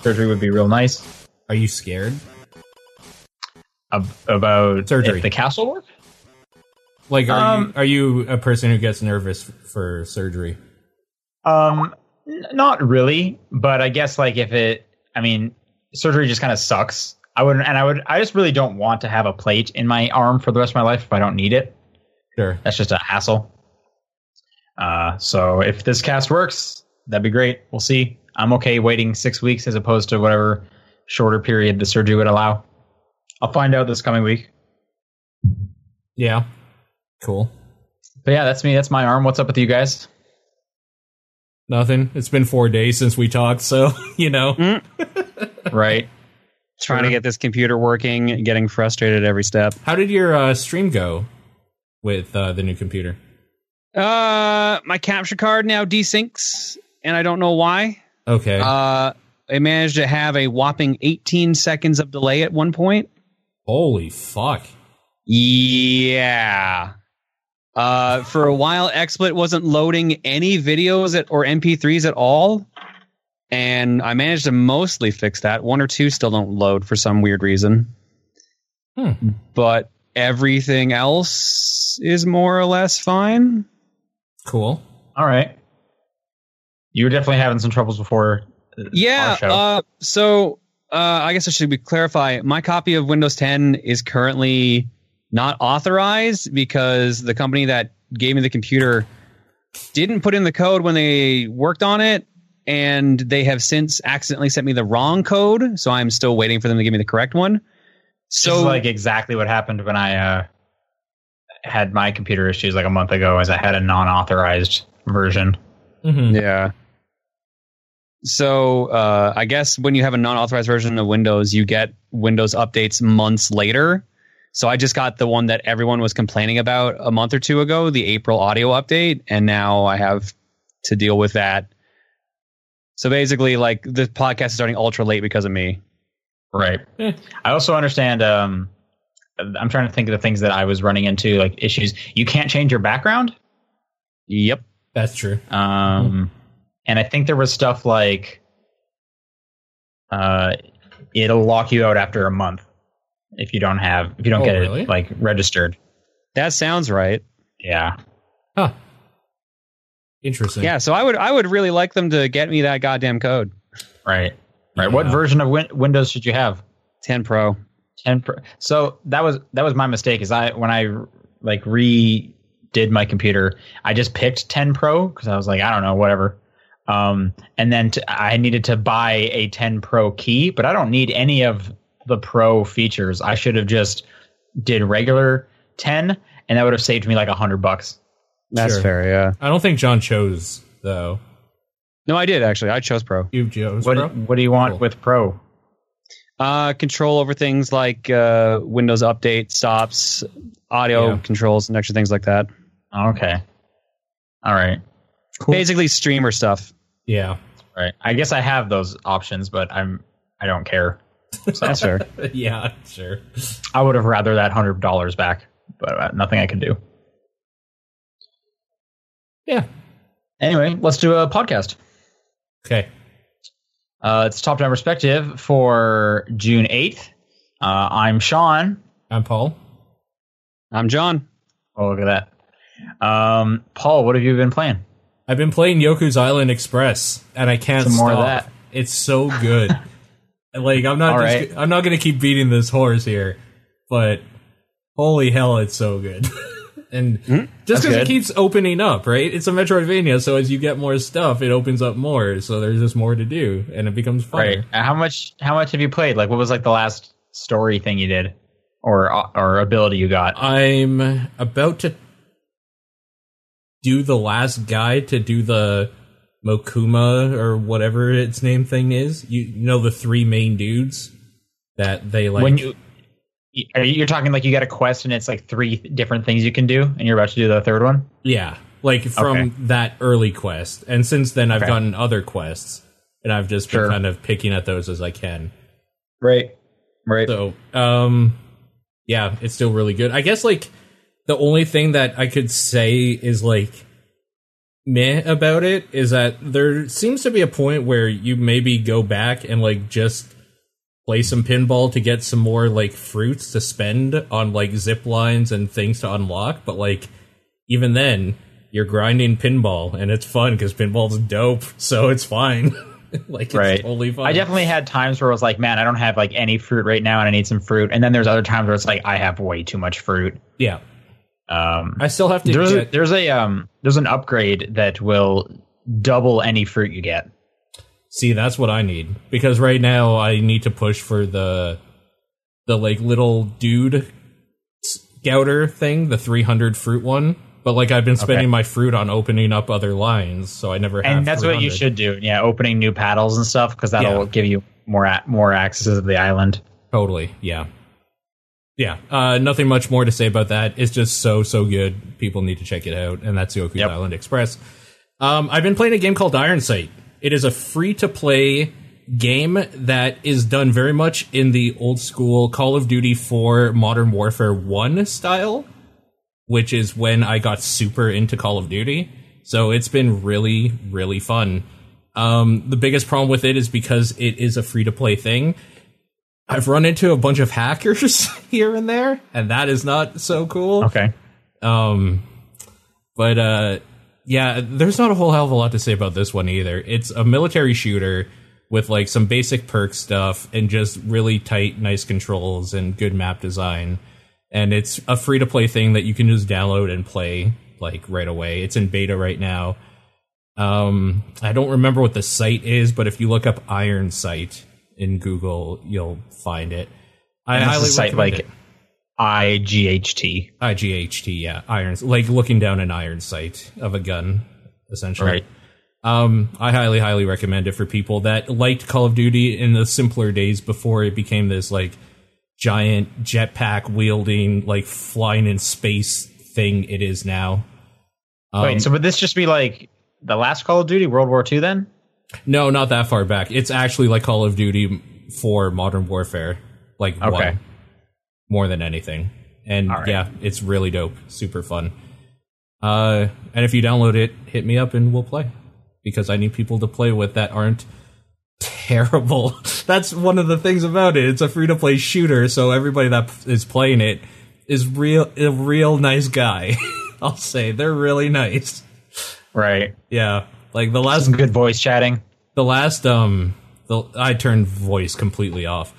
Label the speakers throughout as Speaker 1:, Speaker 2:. Speaker 1: Surgery would be real nice.
Speaker 2: Are you scared?
Speaker 1: Ab-
Speaker 3: Oh,
Speaker 1: about
Speaker 2: Surgery.
Speaker 1: if the castle work?
Speaker 2: Like, are,
Speaker 1: Um,
Speaker 2: you, are you a person who gets nervous f- for surgery?
Speaker 1: Um, n- not really, but I guess like if it, I mean, surgery just kind of sucks. I wouldn't, and I would, I just really don't want to have a plate in my arm for the rest of my life if I don't need it.
Speaker 2: Sure.
Speaker 1: That's just a hassle. Uh, so if this cast works, that'd be great. We'll see. I'm okay waiting six weeks as opposed to whatever shorter period the surgery would allow. I'll find out this coming week.
Speaker 2: Yeah. Cool.
Speaker 1: But yeah, that's me. That's my arm. What's up with you guys?
Speaker 2: Nothing. It's been four days since we talked, so you know.
Speaker 3: Mm.
Speaker 1: Right.
Speaker 3: Trying to get this computer working, getting frustrated every step.
Speaker 2: How did your uh, stream go with uh, the new computer?
Speaker 3: Uh, my capture card now desyncs, and I don't know why.
Speaker 2: Okay.
Speaker 3: Uh, I managed to have a whopping 18 seconds of delay at one point.
Speaker 2: Holy fuck.
Speaker 3: Yeah. Uh, for a while, XSplit wasn't loading any videos at, or MP3s at all. And I managed to mostly fix that. One or two still don't load for some weird reason.
Speaker 2: Hmm.
Speaker 3: But everything else is more or less fine.
Speaker 2: Cool.
Speaker 1: All right. You were definitely having some troubles before. uh,
Speaker 3: Yeah.
Speaker 1: our show.
Speaker 3: Uh, so uh, I guess I should be clarify. My copy of Windows 10 is currently not authorized because the company that gave me the computer didn't put in the code when they worked on it, and they have since accidentally sent me the wrong code. So I'm still waiting for them to give me the correct one.
Speaker 1: This
Speaker 3: So
Speaker 1: is like exactly what happened when I uh, had my computer issues like a month ago, as I had a non-authorized version.
Speaker 2: Mm-hmm.
Speaker 3: Yeah. So uh, I guess when you have a non-authorized version of Windows, you get Windows updates months later. So I just got the one that everyone was complaining about a month or two ago, the April audio update, and now I have to deal with that. So basically, like the podcast is starting ultra late because of me.
Speaker 1: Right.
Speaker 2: Eh.
Speaker 1: I also understand. Um, I'm trying to think of the things that I was running into, like issues. You can't change your background.
Speaker 3: Yep.
Speaker 2: That's true. Mm-hmm.
Speaker 1: Um, and I think there was stuff like, uh, it'll lock you out after a month if you don't have if you don't
Speaker 2: Oh,
Speaker 1: get
Speaker 2: really?
Speaker 1: it like registered.
Speaker 3: That sounds right.
Speaker 1: Yeah.
Speaker 2: Huh. Interesting.
Speaker 3: Yeah. So I would I would really like them to get me that goddamn code.
Speaker 1: Right. Right. What
Speaker 2: Yeah.
Speaker 1: version of win- Windows should you have?
Speaker 3: 10 Pro.
Speaker 1: And per- so that was that was my mistake. Is I when I like redid my computer, I just picked 10 Pro because I was like, I don't know, whatever. Um, and then t- I needed to buy a 10 Pro key, but I don't need any of the Pro features. I should have just did regular 10, and that would have saved me like a hundred bucks.
Speaker 3: That's
Speaker 2: Sure.
Speaker 3: fair. Yeah.
Speaker 2: I don't think John chose though.
Speaker 3: No, I did actually. I chose Pro.
Speaker 2: You chose,
Speaker 1: What
Speaker 2: bro?
Speaker 1: What do you want
Speaker 2: Cool.
Speaker 1: with Pro?
Speaker 3: Uh, control over things like uh, Windows Update stops, audio
Speaker 2: Yeah.
Speaker 3: controls, and extra things like that.
Speaker 1: Okay, all right.
Speaker 2: Cool.
Speaker 3: Basically, streamer stuff.
Speaker 2: yeah.
Speaker 1: Right. I guess I have those options, but I'm I don't care.
Speaker 3: That's fair.
Speaker 2: yeah. Sure.
Speaker 1: I would have rather that hundred dollars back, but uh, nothing I can do.
Speaker 2: Yeah.
Speaker 1: Anyway, let's do a podcast.
Speaker 2: Okay.
Speaker 1: Uh, it's top down perspective for June eighth. Uh, I'm Sean.
Speaker 2: I'm Paul.
Speaker 3: I'm John.
Speaker 1: Oh, look at that. Um, Paul, what have you been playing?
Speaker 2: I've been playing Yoku's Island Express, and I can't
Speaker 1: Some more of
Speaker 2: stop.
Speaker 1: that.
Speaker 2: It's so good. like I'm not.
Speaker 1: All
Speaker 2: just,
Speaker 1: right.
Speaker 2: I'm not gonna keep beating this horse here, but holy hell, it's so good. and just
Speaker 1: Hmm? that's
Speaker 2: because it
Speaker 1: good.
Speaker 2: keeps opening up, right? It's a Metroidvania, so as you get more stuff, it opens up more. So there's just more to do, and it becomes fun.
Speaker 1: Right. Uh, How much? How much have you played? Like, what was like the last story thing you did, or or ability you
Speaker 2: Uh,
Speaker 1: got?
Speaker 2: I'm about to do the last guy to do the Mokuma or whatever its name thing is. You, you know the three main dudes that they like.
Speaker 1: when you are you- you're talking like you got a quest and it's like three different things you can do, and you're about to do the third one.
Speaker 2: yeah, like from
Speaker 1: Okay.
Speaker 2: that early quest, and since then I've
Speaker 1: Okay.
Speaker 2: gotten other quests, and I've just
Speaker 1: Sure.
Speaker 2: been kind of picking at those as I can.
Speaker 1: Right. Right.
Speaker 2: So, um, yeah, it's still really good. I guess like the only thing that I could say is like meh about it is that there seems to be a point where you maybe go back and like just play some pinball to get some more like fruits to spend on like zip lines and things to unlock but like even then you're grinding pinball and it's fun because pinball's dope so it's fine like it's
Speaker 1: Right.
Speaker 2: totally fine
Speaker 1: I definitely had times where I was like, man, I don't have like any fruit right now, and I need some fruit. And then there's other times where it's like, I have way too much fruit.
Speaker 2: yeah
Speaker 1: Um,
Speaker 2: i still have to
Speaker 1: there's a,
Speaker 2: get
Speaker 1: there's a um there's an upgrade that will double any fruit you get.
Speaker 2: See, that's what I need because right now I need to push for the the like little dude scouter thing, the 300 fruit one. But like I've been spending
Speaker 1: Okay.
Speaker 2: my fruit on opening up other lines, so I never have
Speaker 1: and that's what you
Speaker 2: 300.
Speaker 1: should do. Yeah, opening new paddles and stuff because that'll
Speaker 2: Yeah.
Speaker 1: give you more a- more access to the island.
Speaker 2: Totally. Yeah. Yeah. Uh, nothing much more to say about that. It's just so, so good. People need to check it out. And that's Yoku's
Speaker 1: Yep.
Speaker 2: Island Express. Um, I've been playing a game called Iron Sight. It is a free to play game that is done very much in the old school Call of Duty 4 Modern Warfare 1 style, which is when I got super into Call of Duty. So it's been really, really fun. Um, the biggest problem with it is because it is a free to play thing. I've run into a bunch of hackers here and there, and that is not so cool.
Speaker 1: Okay,
Speaker 2: Um, but uh, yeah, there's not a whole hell of a lot to say about this one either. It's a military shooter with like some basic perk stuff and just really tight, nice controls and good map design. And it's a free to play thing that you can just download and play like right away. It's in beta right now. Um, I don't remember what the site is, but if you look up Iron Sight in Google, you'll find it. I
Speaker 1: and
Speaker 2: highly
Speaker 1: this is site
Speaker 2: recommend
Speaker 1: like
Speaker 2: it.
Speaker 1: I G H T.
Speaker 2: IGHT, yeah, irons, like looking down an iron sight of a gun, essentially.
Speaker 1: Right.
Speaker 2: Um, I highly, highly recommend it for people that liked Call of Duty in the simpler days before it became this like giant jetpack wielding, like flying in space thing it is now. Um,
Speaker 1: Wait, so would this just be like the last Call of Duty, World War II? Then
Speaker 2: no, not that far back. It's actually like Call of Duty for Modern Warfare, like
Speaker 1: Okay.
Speaker 2: one more than anything. And
Speaker 1: All right.
Speaker 2: yeah, it's really dope, super fun. Uh, and if you download it, hit me up and we'll play because I need people to play with that aren't terrible. That's one of the things about it. It's a free to play shooter, so everybody that p- is playing it is real a real nice guy. I'll say they're really nice.
Speaker 1: right,
Speaker 2: Yeah, like the last
Speaker 1: some good voice chatting
Speaker 2: the last um the I turned voice completely off.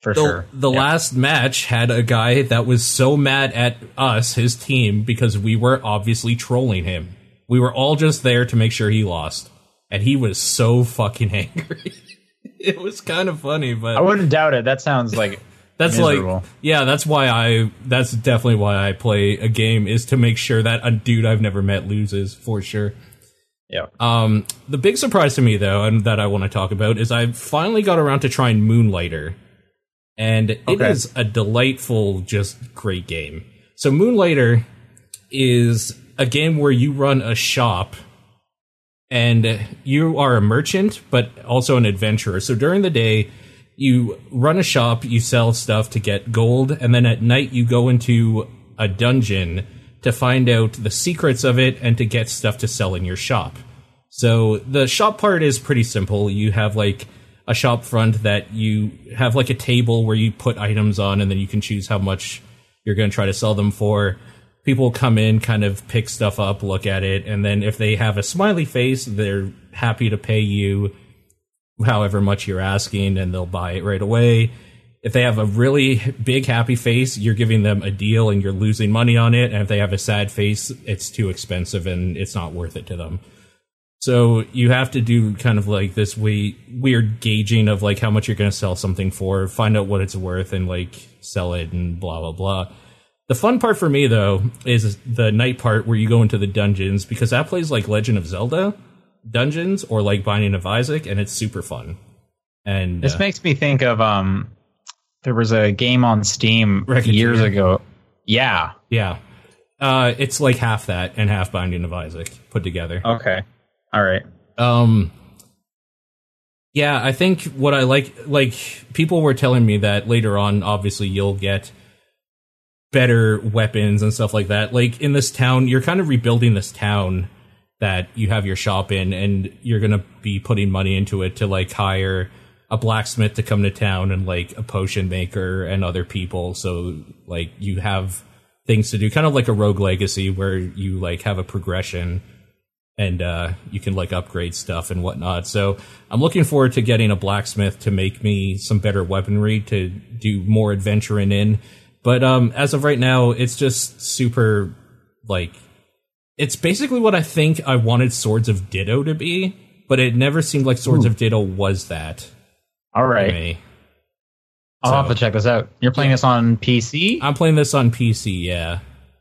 Speaker 1: for
Speaker 2: The,
Speaker 1: sure.
Speaker 2: the last match had a guy that was so mad at us, his team, because we were obviously trolling him. We were all just there to make sure he lost. And he was so fucking angry. it was kind of funny,
Speaker 1: I
Speaker 2: but
Speaker 1: wouldn't doubt it. That sounds like
Speaker 2: that's
Speaker 1: miserable.
Speaker 2: like yeah, that's why I that's definitely why I play a game is to make sure that a dude I've never met loses for sure.
Speaker 1: yeah.
Speaker 2: Um, the big surprise to me, though, and that I want to talk about, is I finally got around to trying Moonlighter, and it
Speaker 1: Okay.
Speaker 2: is a delightful, just great game. So Moonlighter is a game where you run a shop, and you are a merchant, but also an adventurer. So during the day, you run a shop, you sell stuff to get gold, and then at night you go into a dungeon to find out the secrets of it and to get stuff to sell in your shop. So the shop part is pretty simple. You have like a shop front that you have like a table where you put items on and then you can choose how much you're going to try to sell them for. People come in, kind of pick stuff up, look at it, and then if they have a smiley face, they're happy to pay you however much you're asking and they'll buy it right away. If they have a really big happy face, you're giving them a deal and you're losing money on it. And if they have a sad face, it's too expensive and it's not worth it to them. So you have to do kind of like this we weird gauging of like how much you're going to sell something for, find out what it's worth, and like sell it and blah blah blah. The fun part for me though is the night part where you go into the dungeons because that plays like Legend of Zelda dungeons or like Binding of Isaac, and it's super fun. And
Speaker 1: This
Speaker 2: uh,
Speaker 1: makes me think of um, there was a game on Steam
Speaker 2: Racketeer.
Speaker 1: years ago. Yeah.
Speaker 2: yeah, uh, it's like half that and half Binding of Isaac put together.
Speaker 1: Okay. All right.
Speaker 2: Um, yeah, I think what I like, like people were telling me that later on, obviously you'll get better weapons and stuff like that. Like in this town, you're kind of rebuilding this town, that you have your shop in and you're going to be putting money into it to like hire a blacksmith to come to town and like a potion maker and other people so like you have things to do kind of like a rogue legacy where you like have a progression and uh, you can like upgrade stuff and whatnot. So I'm looking forward to getting a blacksmith to make me some better weaponry to do more adventuring in. But um, as of right now, it's just super like it's basically what I think I wanted Swords of Ditto to be, but it never seemed like Swords of Ditto was that.
Speaker 1: All
Speaker 2: for
Speaker 1: right.
Speaker 2: me.
Speaker 1: I'll have
Speaker 2: So-
Speaker 1: to check this out. You're playing this on PC?
Speaker 2: I'm playing this on PC. Yeah.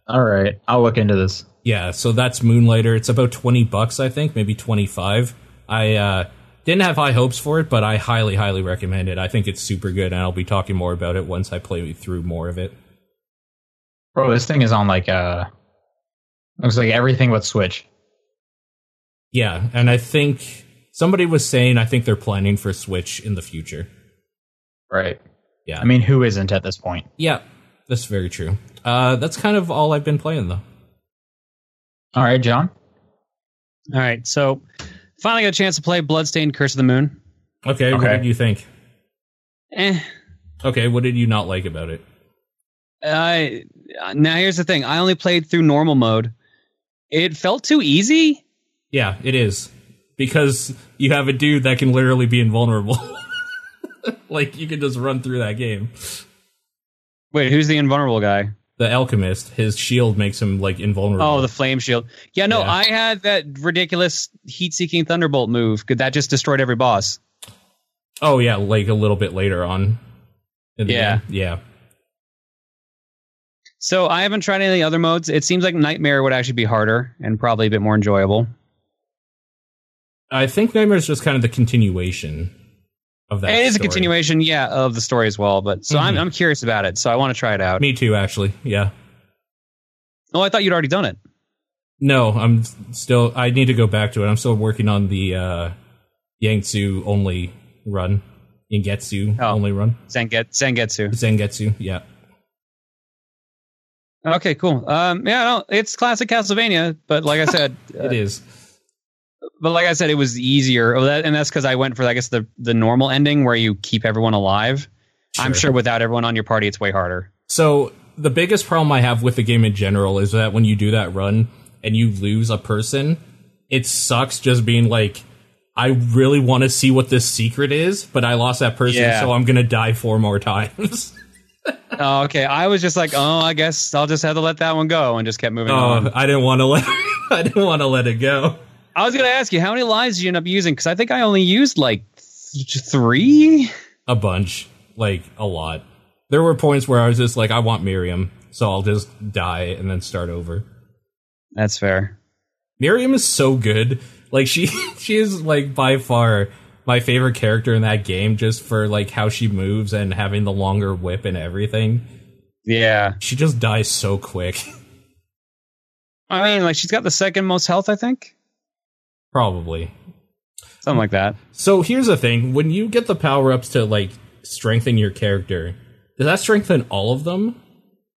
Speaker 1: All right. I'll look into this.
Speaker 2: Yeah, so that's Moonlighter. It's about 20 bucks, I think, maybe 25. I uh, didn't have high hopes for it, but I highly, highly recommend it. I think it's super good, and I'll be talking more about it once I play through more of it.
Speaker 1: Bro, this thing is on like uh looks like everything but Switch.
Speaker 2: Yeah, and I think somebody was saying I think they're planning for Switch in the future.
Speaker 1: Right.
Speaker 2: Yeah.
Speaker 1: I mean, who isn't at this point?
Speaker 2: Yeah, that's very true. Uh, that's kind of all I've been playing, though.
Speaker 1: All right, John.
Speaker 3: All right, so finally got a chance to play Bloodstained: Curse of the Moon.
Speaker 2: Okay, what
Speaker 1: Okay.
Speaker 2: did you think?
Speaker 3: Eh.
Speaker 2: Okay, what did you not like about it?
Speaker 3: I now here's the thing. I only played through normal mode. It felt too easy.
Speaker 2: Yeah, it is. Because you have a dude that can literally be invulnerable. like you can just run through that game.
Speaker 3: Wait, who's the invulnerable guy?
Speaker 2: The alchemist, his shield makes him like invulnerable.
Speaker 3: Oh, the flame shield. Yeah, no,
Speaker 2: Yeah.
Speaker 3: I had that ridiculous heat-seeking thunderbolt move. Could that just destroyed every boss?
Speaker 2: oh yeah, like a little bit later on. in the
Speaker 3: Yeah.
Speaker 2: game. Yeah.
Speaker 3: So I haven't tried any other modes. It seems like Nightmare would actually be harder and probably a bit more enjoyable.
Speaker 2: I think Nightmare is just kind of the continuation of that.
Speaker 3: it is a
Speaker 2: story. Mm-hmm.
Speaker 3: continuation, yeah, of the story as well. But so I'm, I'm curious about it. So I want to try it out.
Speaker 2: Me too, actually. Yeah.
Speaker 3: Oh, I thought you'd already done it.
Speaker 2: No, I'm still I need to go back to it. I'm still working on the uh Yangtze only run. Yangetsu
Speaker 3: Oh.
Speaker 2: only run.
Speaker 3: Zanget, Zangetsu.
Speaker 2: Zengetsu, yeah.
Speaker 3: Okay, cool. Um, yeah, no, it's classic Castlevania, but like I said,
Speaker 2: It is.
Speaker 3: but like I said, it was easier, Oh, that- and that's because I went for I guess the the normal ending where you keep everyone alive. I'm
Speaker 2: Sure.
Speaker 3: sure without everyone on your party, it's way harder.
Speaker 2: So the biggest problem I have with the game in general is that when you do that run and you lose a person, it sucks just being like, I really want to see what this secret is, but I lost that person,
Speaker 3: Yeah.
Speaker 2: so I'm gonna die four more times.
Speaker 3: oh, okay, I was just like, oh, I guess I'll just have to let that one go and just kept moving
Speaker 2: oh,
Speaker 3: on.
Speaker 2: I didn't want to let, I didn't want to let it go.
Speaker 3: I was gonna ask you how many lives did you end up using because I think I only used like th- three.
Speaker 2: A bunch, like a lot. There were points where I was just like, I want Miriam, so I'll just die and then start over.
Speaker 3: That's fair.
Speaker 2: Miriam is so good. Like she she is like by far my favorite character in that game just for like how she moves and having the longer whip and everything.
Speaker 3: Yeah,
Speaker 2: She just dies so quick.
Speaker 3: I mean, like she's got the second most health, I think,
Speaker 2: Probably.
Speaker 3: something like that.
Speaker 2: So here's the thing, when you get the power-ups to like strengthen your character, does that strengthen all of them?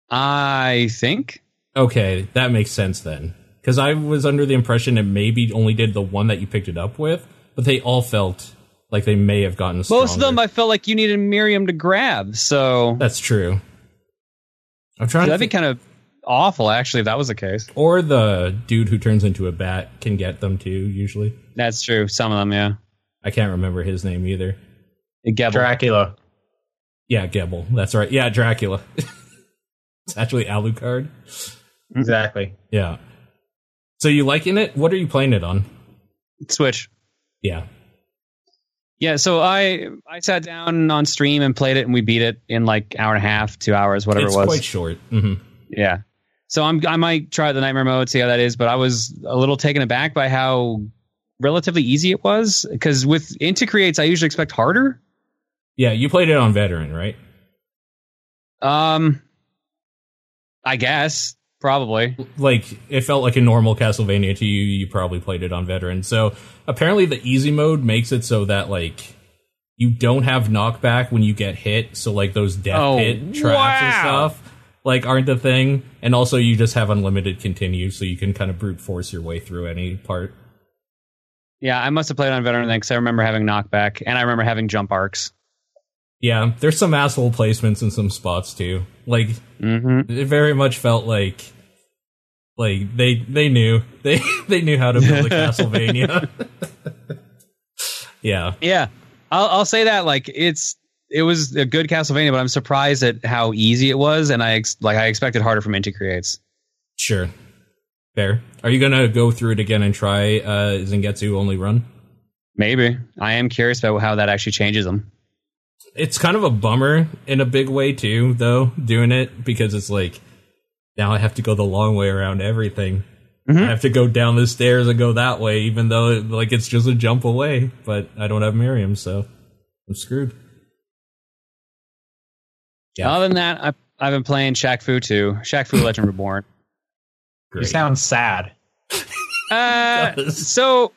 Speaker 3: I think.
Speaker 2: Okay, that makes sense then. Cuz I was under the impression it maybe only did the one that you picked it up with, but they all felt like they may have gotten stronger.
Speaker 3: Most of them, I felt like you needed Miriam to grab. So
Speaker 2: That's true. I'm trying to
Speaker 3: that'd be
Speaker 2: think-
Speaker 3: kind of awful, actually, if that was the case.
Speaker 2: Or the dude who turns into a bat can get them too, usually.
Speaker 3: That's true. Some of them, yeah.
Speaker 2: I can't remember his name either.
Speaker 3: Gebel.
Speaker 1: Dracula.
Speaker 2: Yeah, Gebel. That's right. Yeah, Dracula. it's actually Alucard.
Speaker 1: Mm-hmm. Exactly.
Speaker 2: Yeah. So you liking it? What are you playing it on?
Speaker 3: Switch.
Speaker 2: Yeah.
Speaker 3: Yeah, so I I sat down on stream and played it, and we beat it in like hour and a half, two hours, whatever
Speaker 2: it's
Speaker 3: it was.
Speaker 2: quite short. hmm
Speaker 3: yeah. So I'm I might try the nightmare mode, see how that is. But I was a little taken aback by how relatively easy it was because with into creates, I usually expect harder.
Speaker 2: Yeah, you played it on Veteran, right?
Speaker 3: Um, I guess probably.
Speaker 2: Like, it felt like a normal Castlevania to you. You probably played it on Veteran. So apparently, the easy mode makes it so that, like, you don't have knockback when you get hit. So, like, those death
Speaker 3: Oh,
Speaker 2: hit traps and
Speaker 3: wow.
Speaker 2: stuff like aren't the thing, and also you just have unlimited continue, so you can kind of brute force your way through any part.
Speaker 3: Yeah, I must have played on veteran then because I remember having knockback and I remember having jump arcs.
Speaker 2: Yeah, there's some asshole placements in some spots too. Like
Speaker 3: Mm-hmm.
Speaker 2: it very much felt like like they they knew they they knew how to build a Castlevania. yeah,
Speaker 3: Yeah, I'll, I'll say that like it's it was a good Castlevania, but I'm surprised at how easy it was, and I ex- like I expected harder from Inti Creates.
Speaker 2: sure. Fair. Are you gonna go through it again and try uh Zengetsu Only Run?
Speaker 3: Maybe I am curious about how that actually changes them.
Speaker 2: It's kind of a bummer in a big way too, though, doing it because it's like now I have to go the long way around everything. I have to go down the stairs and go that way, even though like it's just a jump away. But I don't have Miriam, so I'm screwed. Yeah.
Speaker 3: Other than that, I, I've been playing Shaq Fu 2, Shaq Fu Legend Reborn.
Speaker 1: You sound sad.
Speaker 3: Uh,
Speaker 2: does.
Speaker 3: so,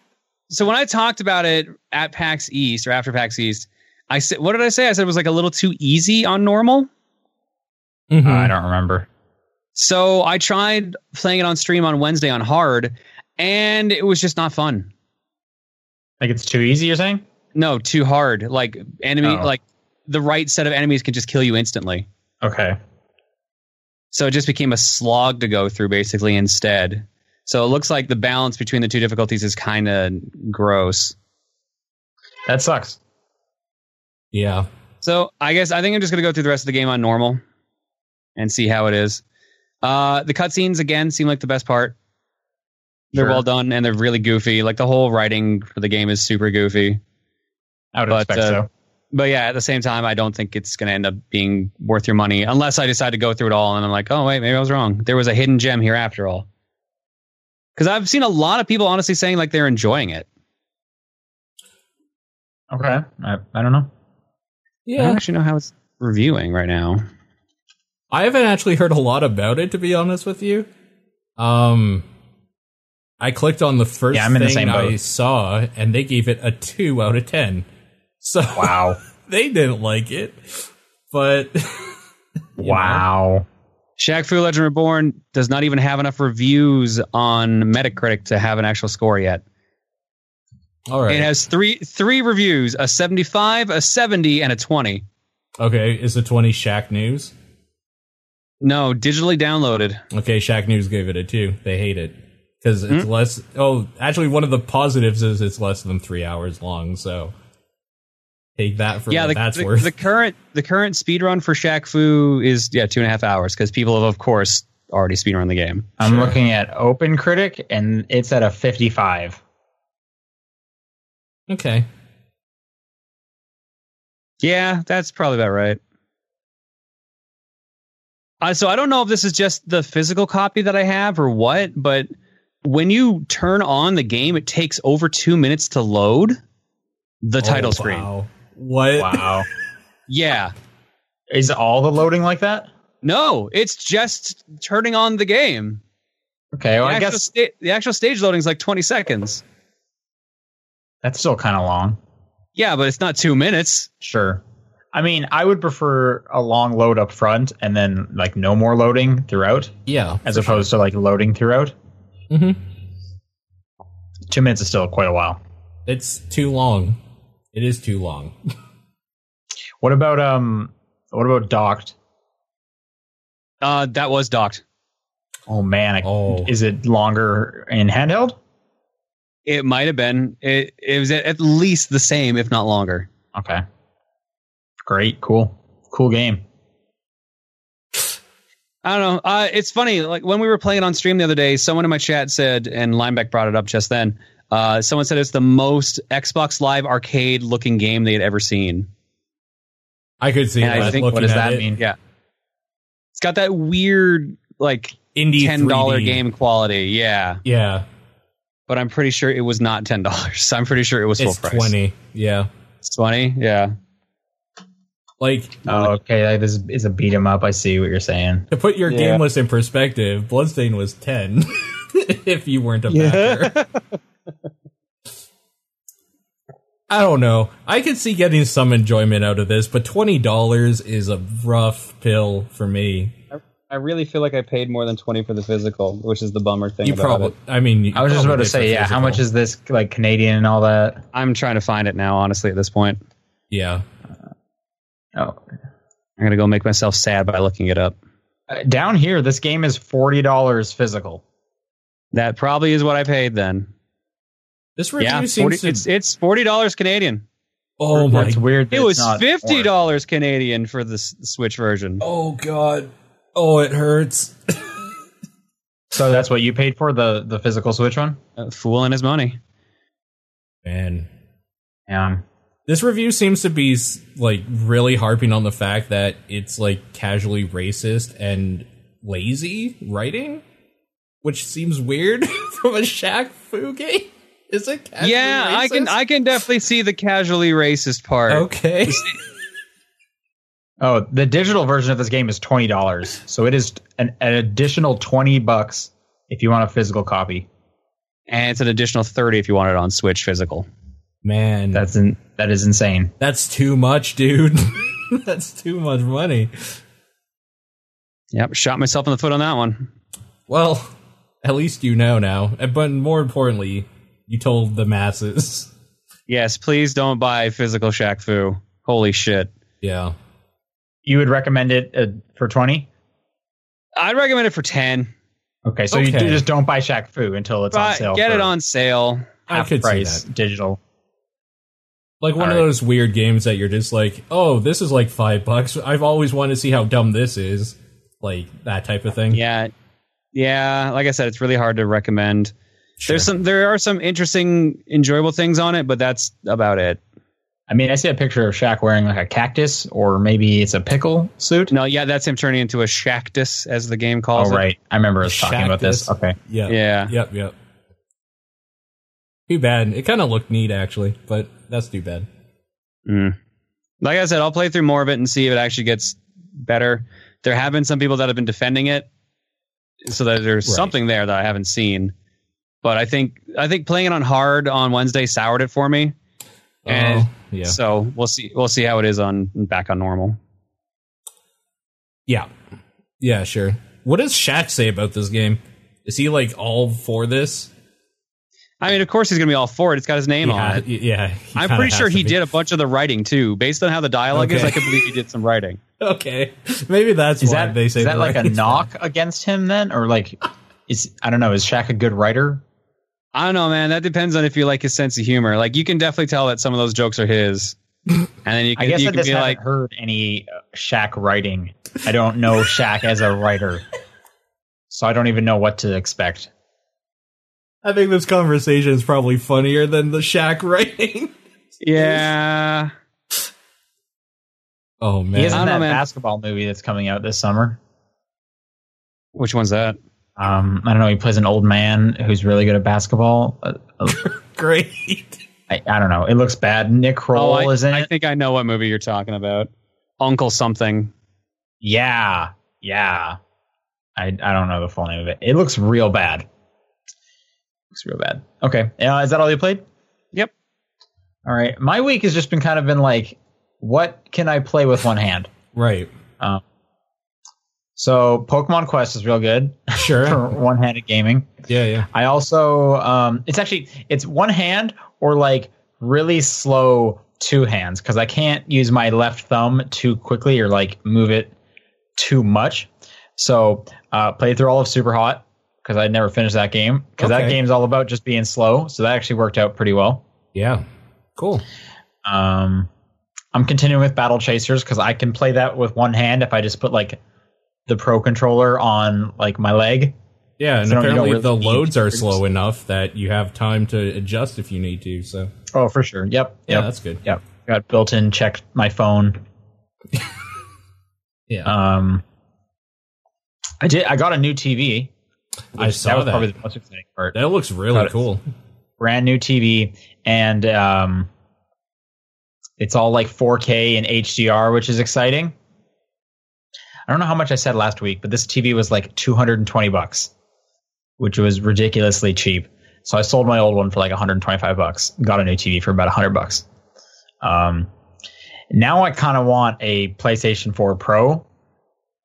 Speaker 3: so when I talked about it at PAX East or after PAX East, I said, what did I say? I said it was like a little too easy on normal.
Speaker 2: Mhm.
Speaker 1: Uh, I don't remember.
Speaker 3: So I tried playing it on stream on Wednesday on hard, and it was just not fun.
Speaker 1: Like it's too easy. You're saying?
Speaker 3: No, too hard. Like enemy,
Speaker 1: Oh.
Speaker 3: like the right set of enemies can just kill you instantly.
Speaker 1: Okay.
Speaker 3: So it just became a slog to go through basically instead. So it looks like the balance between the two difficulties is kind of gross.
Speaker 1: That sucks.
Speaker 2: yeah,
Speaker 3: So I guess I think I'm just gonna go through the rest of the game on normal and see how it is. Uh, the cutscenes again seem like the best part. They're
Speaker 1: Sure.
Speaker 3: well done and they're really goofy. Like the whole writing for the game is super goofy.
Speaker 1: I would
Speaker 3: But,
Speaker 1: expect
Speaker 3: uh,
Speaker 1: so.
Speaker 3: but yeah, at the same time, I don't think it's going to end up being worth your money unless I decide to go through it all and I'm like, oh wait, maybe I was wrong. There was a hidden gem here after all. Because I've seen a lot of people honestly saying like they're enjoying it.
Speaker 1: Okay. I, I don't know.
Speaker 3: I don't
Speaker 2: yeah.
Speaker 3: actually know how it's reviewing right now.
Speaker 2: I haven't actually heard a lot about it to be honest with you. Um, I clicked on the first
Speaker 1: Yeah, I'm in the
Speaker 2: thing
Speaker 1: same boat.
Speaker 2: I saw, and they gave it a two out of ten. So
Speaker 1: Wow.
Speaker 2: they didn't like it, but
Speaker 1: wow.
Speaker 3: Shaq Fu Legend Reborn does not even have enough reviews on Metacritic to have an actual score yet.
Speaker 2: all right.
Speaker 3: It has three three reviews: a seventy-five, a seventy, and a twenty.
Speaker 2: okay, is the twenty Shack News?
Speaker 3: No, digitally downloaded.
Speaker 2: Okay, Shaq News gave it a two. They hate it because
Speaker 3: Hmm?
Speaker 2: it's less. Oh, actually, one of the positives is it's less than three hours long. So take that for what
Speaker 3: the,
Speaker 2: that's
Speaker 3: the,
Speaker 2: worth.
Speaker 3: the current the current speed run for Shaq Fu is yeah two and a half hours because people have of course already speed run the game.
Speaker 1: I'm looking at Open Critic and it's at a 55.
Speaker 2: okay,
Speaker 3: Yeah, that's probably about right. Uh, so I don't know if this is just the physical copy that I have or what, but when you turn on the game, it takes over two minutes to load the title
Speaker 2: Oh,
Speaker 3: screen.
Speaker 2: wow. What?
Speaker 1: Wow.
Speaker 3: Yeah.
Speaker 1: Is all the loading like that?
Speaker 3: No, it's just turning on the game.
Speaker 1: Okay.
Speaker 3: The,
Speaker 1: Well, I
Speaker 3: actual,
Speaker 1: guess
Speaker 3: sta- the actual stage loading is like 20 seconds.
Speaker 1: that's still kind of long.
Speaker 3: Yeah, but it's not two minutes.
Speaker 1: Sure. I mean, I would prefer a long load up front and then like no more loading throughout
Speaker 2: Yeah.
Speaker 1: as opposed to like loading throughout.
Speaker 2: Mhm.
Speaker 1: Two minutes is still quite a while.
Speaker 2: It's too long. It is too long.
Speaker 1: What about, um, what about docked?
Speaker 3: Uh, that was docked.
Speaker 1: Oh man. I,
Speaker 2: Oh.
Speaker 1: Is it longer in handheld?
Speaker 3: It might have been. It, it was at- at least the same, if not longer.
Speaker 1: Okay. Great. Cool. Cool game.
Speaker 3: I don't know. Uh, it's funny. Like when we were playing it on stream the other day, someone in my chat said, and Lineback brought it up just then. Uh, someone said it's the most Xbox Live arcade looking game they had ever seen.
Speaker 2: I could see
Speaker 3: And
Speaker 2: that.
Speaker 3: I think,
Speaker 2: looking
Speaker 1: what does
Speaker 2: at
Speaker 1: that
Speaker 2: it.
Speaker 1: mean?
Speaker 3: Yeah. It's got that weird,
Speaker 2: E
Speaker 3: like
Speaker 2: Indie
Speaker 3: ten dollar
Speaker 2: 3D.
Speaker 3: game quality. Yeah,
Speaker 2: Yeah,
Speaker 3: but I'm pretty sure it was not ten dollars. I'm pretty sure it was full
Speaker 2: it's
Speaker 3: price.
Speaker 2: twenty. Yeah,
Speaker 3: It's twenty. Yeah.
Speaker 2: like
Speaker 1: Oh, okay. Like, This is a beat 'em up. I see what you're saying.
Speaker 2: to put your
Speaker 3: Yeah.
Speaker 2: game list in perspective, Bloodstain was ten. if you weren't a backer. I don't know. I could see getting some enjoyment out of this, but twenty dollars is a rough pill for me.
Speaker 3: I really feel like I paid more than twenty for the physical, which is the bummer thing.
Speaker 2: You
Speaker 3: about
Speaker 2: probably.
Speaker 3: it.
Speaker 2: I mean, you
Speaker 1: I was just about
Speaker 2: probably
Speaker 1: to say,
Speaker 2: did
Speaker 1: yeah. How
Speaker 2: physical.
Speaker 1: much is this like Canadian and all that?
Speaker 3: I'm trying to find it now. Honestly, at this point,
Speaker 2: Yeah,
Speaker 1: Oh,
Speaker 3: I'm gonna go make myself sad by looking it up.
Speaker 1: Uh, down here, this game is forty dollars physical.
Speaker 3: That probably is what I paid then.
Speaker 2: this review
Speaker 3: Yeah, 40,
Speaker 2: seems to.
Speaker 3: it's it's forty dollars Canadian.
Speaker 2: oh my!
Speaker 1: That's weird. that
Speaker 3: It
Speaker 1: it's
Speaker 3: was
Speaker 1: not
Speaker 3: fifty
Speaker 1: orange.
Speaker 3: dollars Canadian for the S- Switch version.
Speaker 2: Oh god! Oh, it hurts.
Speaker 1: So that's what you paid for the the physical Switch one.
Speaker 3: Uh, fool and his money.
Speaker 2: Man,
Speaker 1: Yeah.
Speaker 2: this review seems to be s- like really harping on the fact that it's like casually racist and lazy writing, which seems weird from a Shaq Fu game. Is it? Casually
Speaker 3: yeah, I can
Speaker 2: racist?
Speaker 3: I can definitely see the casually racist part.
Speaker 2: Okay.
Speaker 1: Oh, the digital version of this game is twenty dollars, so it is an, an additional twenty bucks if you want a physical copy.
Speaker 3: And it's an additional thirty if you want it on Switch physical.
Speaker 2: Man, that's
Speaker 1: That's in, that is insane.
Speaker 2: that's too much, dude. that's too much money.
Speaker 3: Yep, shot myself in the foot on that one.
Speaker 2: Well, at least you know now. And- But more importantly, you told the masses.
Speaker 3: Yes, please don't buy physical Shaq Fu. Holy shit.
Speaker 2: Yeah.
Speaker 1: You would recommend it uh, for twenty?
Speaker 3: I'd recommend it for ten.
Speaker 1: Okay, so you
Speaker 2: Okay.
Speaker 1: do, just don't buy Shaq Fu until it's on
Speaker 3: But
Speaker 1: sale.
Speaker 3: get
Speaker 1: for
Speaker 3: it on sale.
Speaker 2: I
Speaker 1: half
Speaker 2: could
Speaker 1: price
Speaker 2: see that.
Speaker 1: digital.
Speaker 2: Like one of
Speaker 1: Alright.
Speaker 2: those weird games that you're just like, oh, this is like five bucks. I've always wanted to see how dumb this is. Like that type of thing.
Speaker 3: Yeah. Yeah, like I said, it's really hard to recommend.
Speaker 2: Sure.
Speaker 3: There's some there are some interesting, enjoyable things on it, but that's about it.
Speaker 1: I mean, I see a picture of Shaq wearing like a cactus, or maybe it's a pickle suit.
Speaker 3: No, yeah, that's him turning into a Shactus, as the game calls
Speaker 1: Oh,
Speaker 3: it.
Speaker 1: right. I remember us talking about this.
Speaker 2: Shactus.
Speaker 1: Okay.
Speaker 2: Yeah.
Speaker 3: Yeah.
Speaker 2: Yep. Yep. Too bad. It kind of looked neat actually, but that's too bad.
Speaker 3: Mm. Like I said, I'll play through more of it and see if it actually gets better. There have been some people that have been defending it, so that there's
Speaker 2: Right.
Speaker 3: something there that I haven't seen. But I think I think playing it on hard on Wednesday soured it for me. And
Speaker 2: Oh, yeah.
Speaker 3: so we'll see we'll see how it is on back on normal.
Speaker 2: Yeah. Yeah, sure. What does Shaq say about this game? Is he like all for this?
Speaker 3: I mean, of course he's gonna be all for it. It's got his name
Speaker 2: yeah,
Speaker 3: on it.
Speaker 2: y- yeah. he
Speaker 3: I'm
Speaker 2: kinda
Speaker 3: pretty
Speaker 2: has
Speaker 3: sure
Speaker 2: to
Speaker 3: he
Speaker 2: be.
Speaker 3: did a bunch of the writing too. Based on how the dialogue is,
Speaker 2: Okay.
Speaker 3: I could believe he did some writing.
Speaker 2: Okay, maybe that's
Speaker 1: Is
Speaker 2: why
Speaker 1: that
Speaker 2: they say
Speaker 1: is that
Speaker 2: the
Speaker 1: like a
Speaker 2: writing's
Speaker 1: knock against him then, or like is I don't know? Is Shaq a good writer?
Speaker 3: I don't know, man. That depends on if you like his sense of humor. Like you can definitely tell that some of those jokes are his. And then you
Speaker 1: I
Speaker 3: can,
Speaker 1: guess
Speaker 3: you
Speaker 1: I
Speaker 3: can
Speaker 1: just
Speaker 3: be
Speaker 1: haven't
Speaker 3: like,
Speaker 1: heard any uh, Shaq writing. I don't know Shaq as a writer, so I don't even know what to expect.
Speaker 2: I think this conversation is probably funnier than the Shaq writing.
Speaker 3: yeah,
Speaker 2: Oh
Speaker 1: He
Speaker 2: man,
Speaker 1: is
Speaker 3: I
Speaker 1: in
Speaker 3: don't
Speaker 1: that
Speaker 3: know, man.
Speaker 1: basketball movie that's coming out this summer.
Speaker 3: which one's that? Oh,
Speaker 1: Um, I don't know. He plays an old man who's really good at basketball. Uh, uh,
Speaker 2: great.
Speaker 1: I, I don't know. It looks bad. Nick
Speaker 3: Oh,
Speaker 1: Kroll
Speaker 3: I,
Speaker 1: is in
Speaker 3: I
Speaker 1: it.
Speaker 3: think I know what movie you're talking about. Uncle something.
Speaker 1: Yeah, yeah. I I don't know the full name of it. It looks real bad. Looks real bad. Okay, uh, is that all you played?
Speaker 3: Yep.
Speaker 1: All right. My week has just been kind of been like, what can I play with one hand?
Speaker 2: Right,
Speaker 1: So Pokemon Quest is real good
Speaker 2: sure.
Speaker 1: for one-handed gaming.
Speaker 2: yeah, yeah.
Speaker 1: I also um, it's actually it's one hand or like really slow two hands because I can't use my left thumb too quickly or like move it too much. So uh, played through all of Super Hot because I'd never finished that game because that
Speaker 2: Okay.
Speaker 1: game's all about just being slow. So that actually worked out pretty well.
Speaker 2: Yeah, cool.
Speaker 1: Um, I'm continuing with Battle Chasers because I can play that with one hand if I just put like the pro controller on like my leg.
Speaker 2: Yeah, and
Speaker 1: So you don't
Speaker 2: apparently
Speaker 1: really
Speaker 2: the
Speaker 1: need
Speaker 2: loads are
Speaker 1: fingers.
Speaker 2: slow enough that you have time to adjust if you need to. So
Speaker 1: Oh, for sure. Yep.
Speaker 2: yeah,
Speaker 1: Yep.
Speaker 2: that's good.
Speaker 1: Yep. Got built in, checked my phone.
Speaker 2: Yeah,
Speaker 1: Um, I did. I got a new TV.
Speaker 2: I
Speaker 1: which-
Speaker 2: saw
Speaker 1: that was
Speaker 2: that.
Speaker 1: probably the most exciting part.
Speaker 2: that looks
Speaker 1: Got
Speaker 2: really
Speaker 1: it.
Speaker 2: cool.
Speaker 1: Brand new TV, and um, it's all like 4K and HDR, which is exciting. I don't know how much I said last week, but this TV was like 220 bucks, which was ridiculously cheap. So I sold my old one for like 125 bucks, got a new TV for about 100 bucks. Um, now I kind of want a PlayStation 4 Pro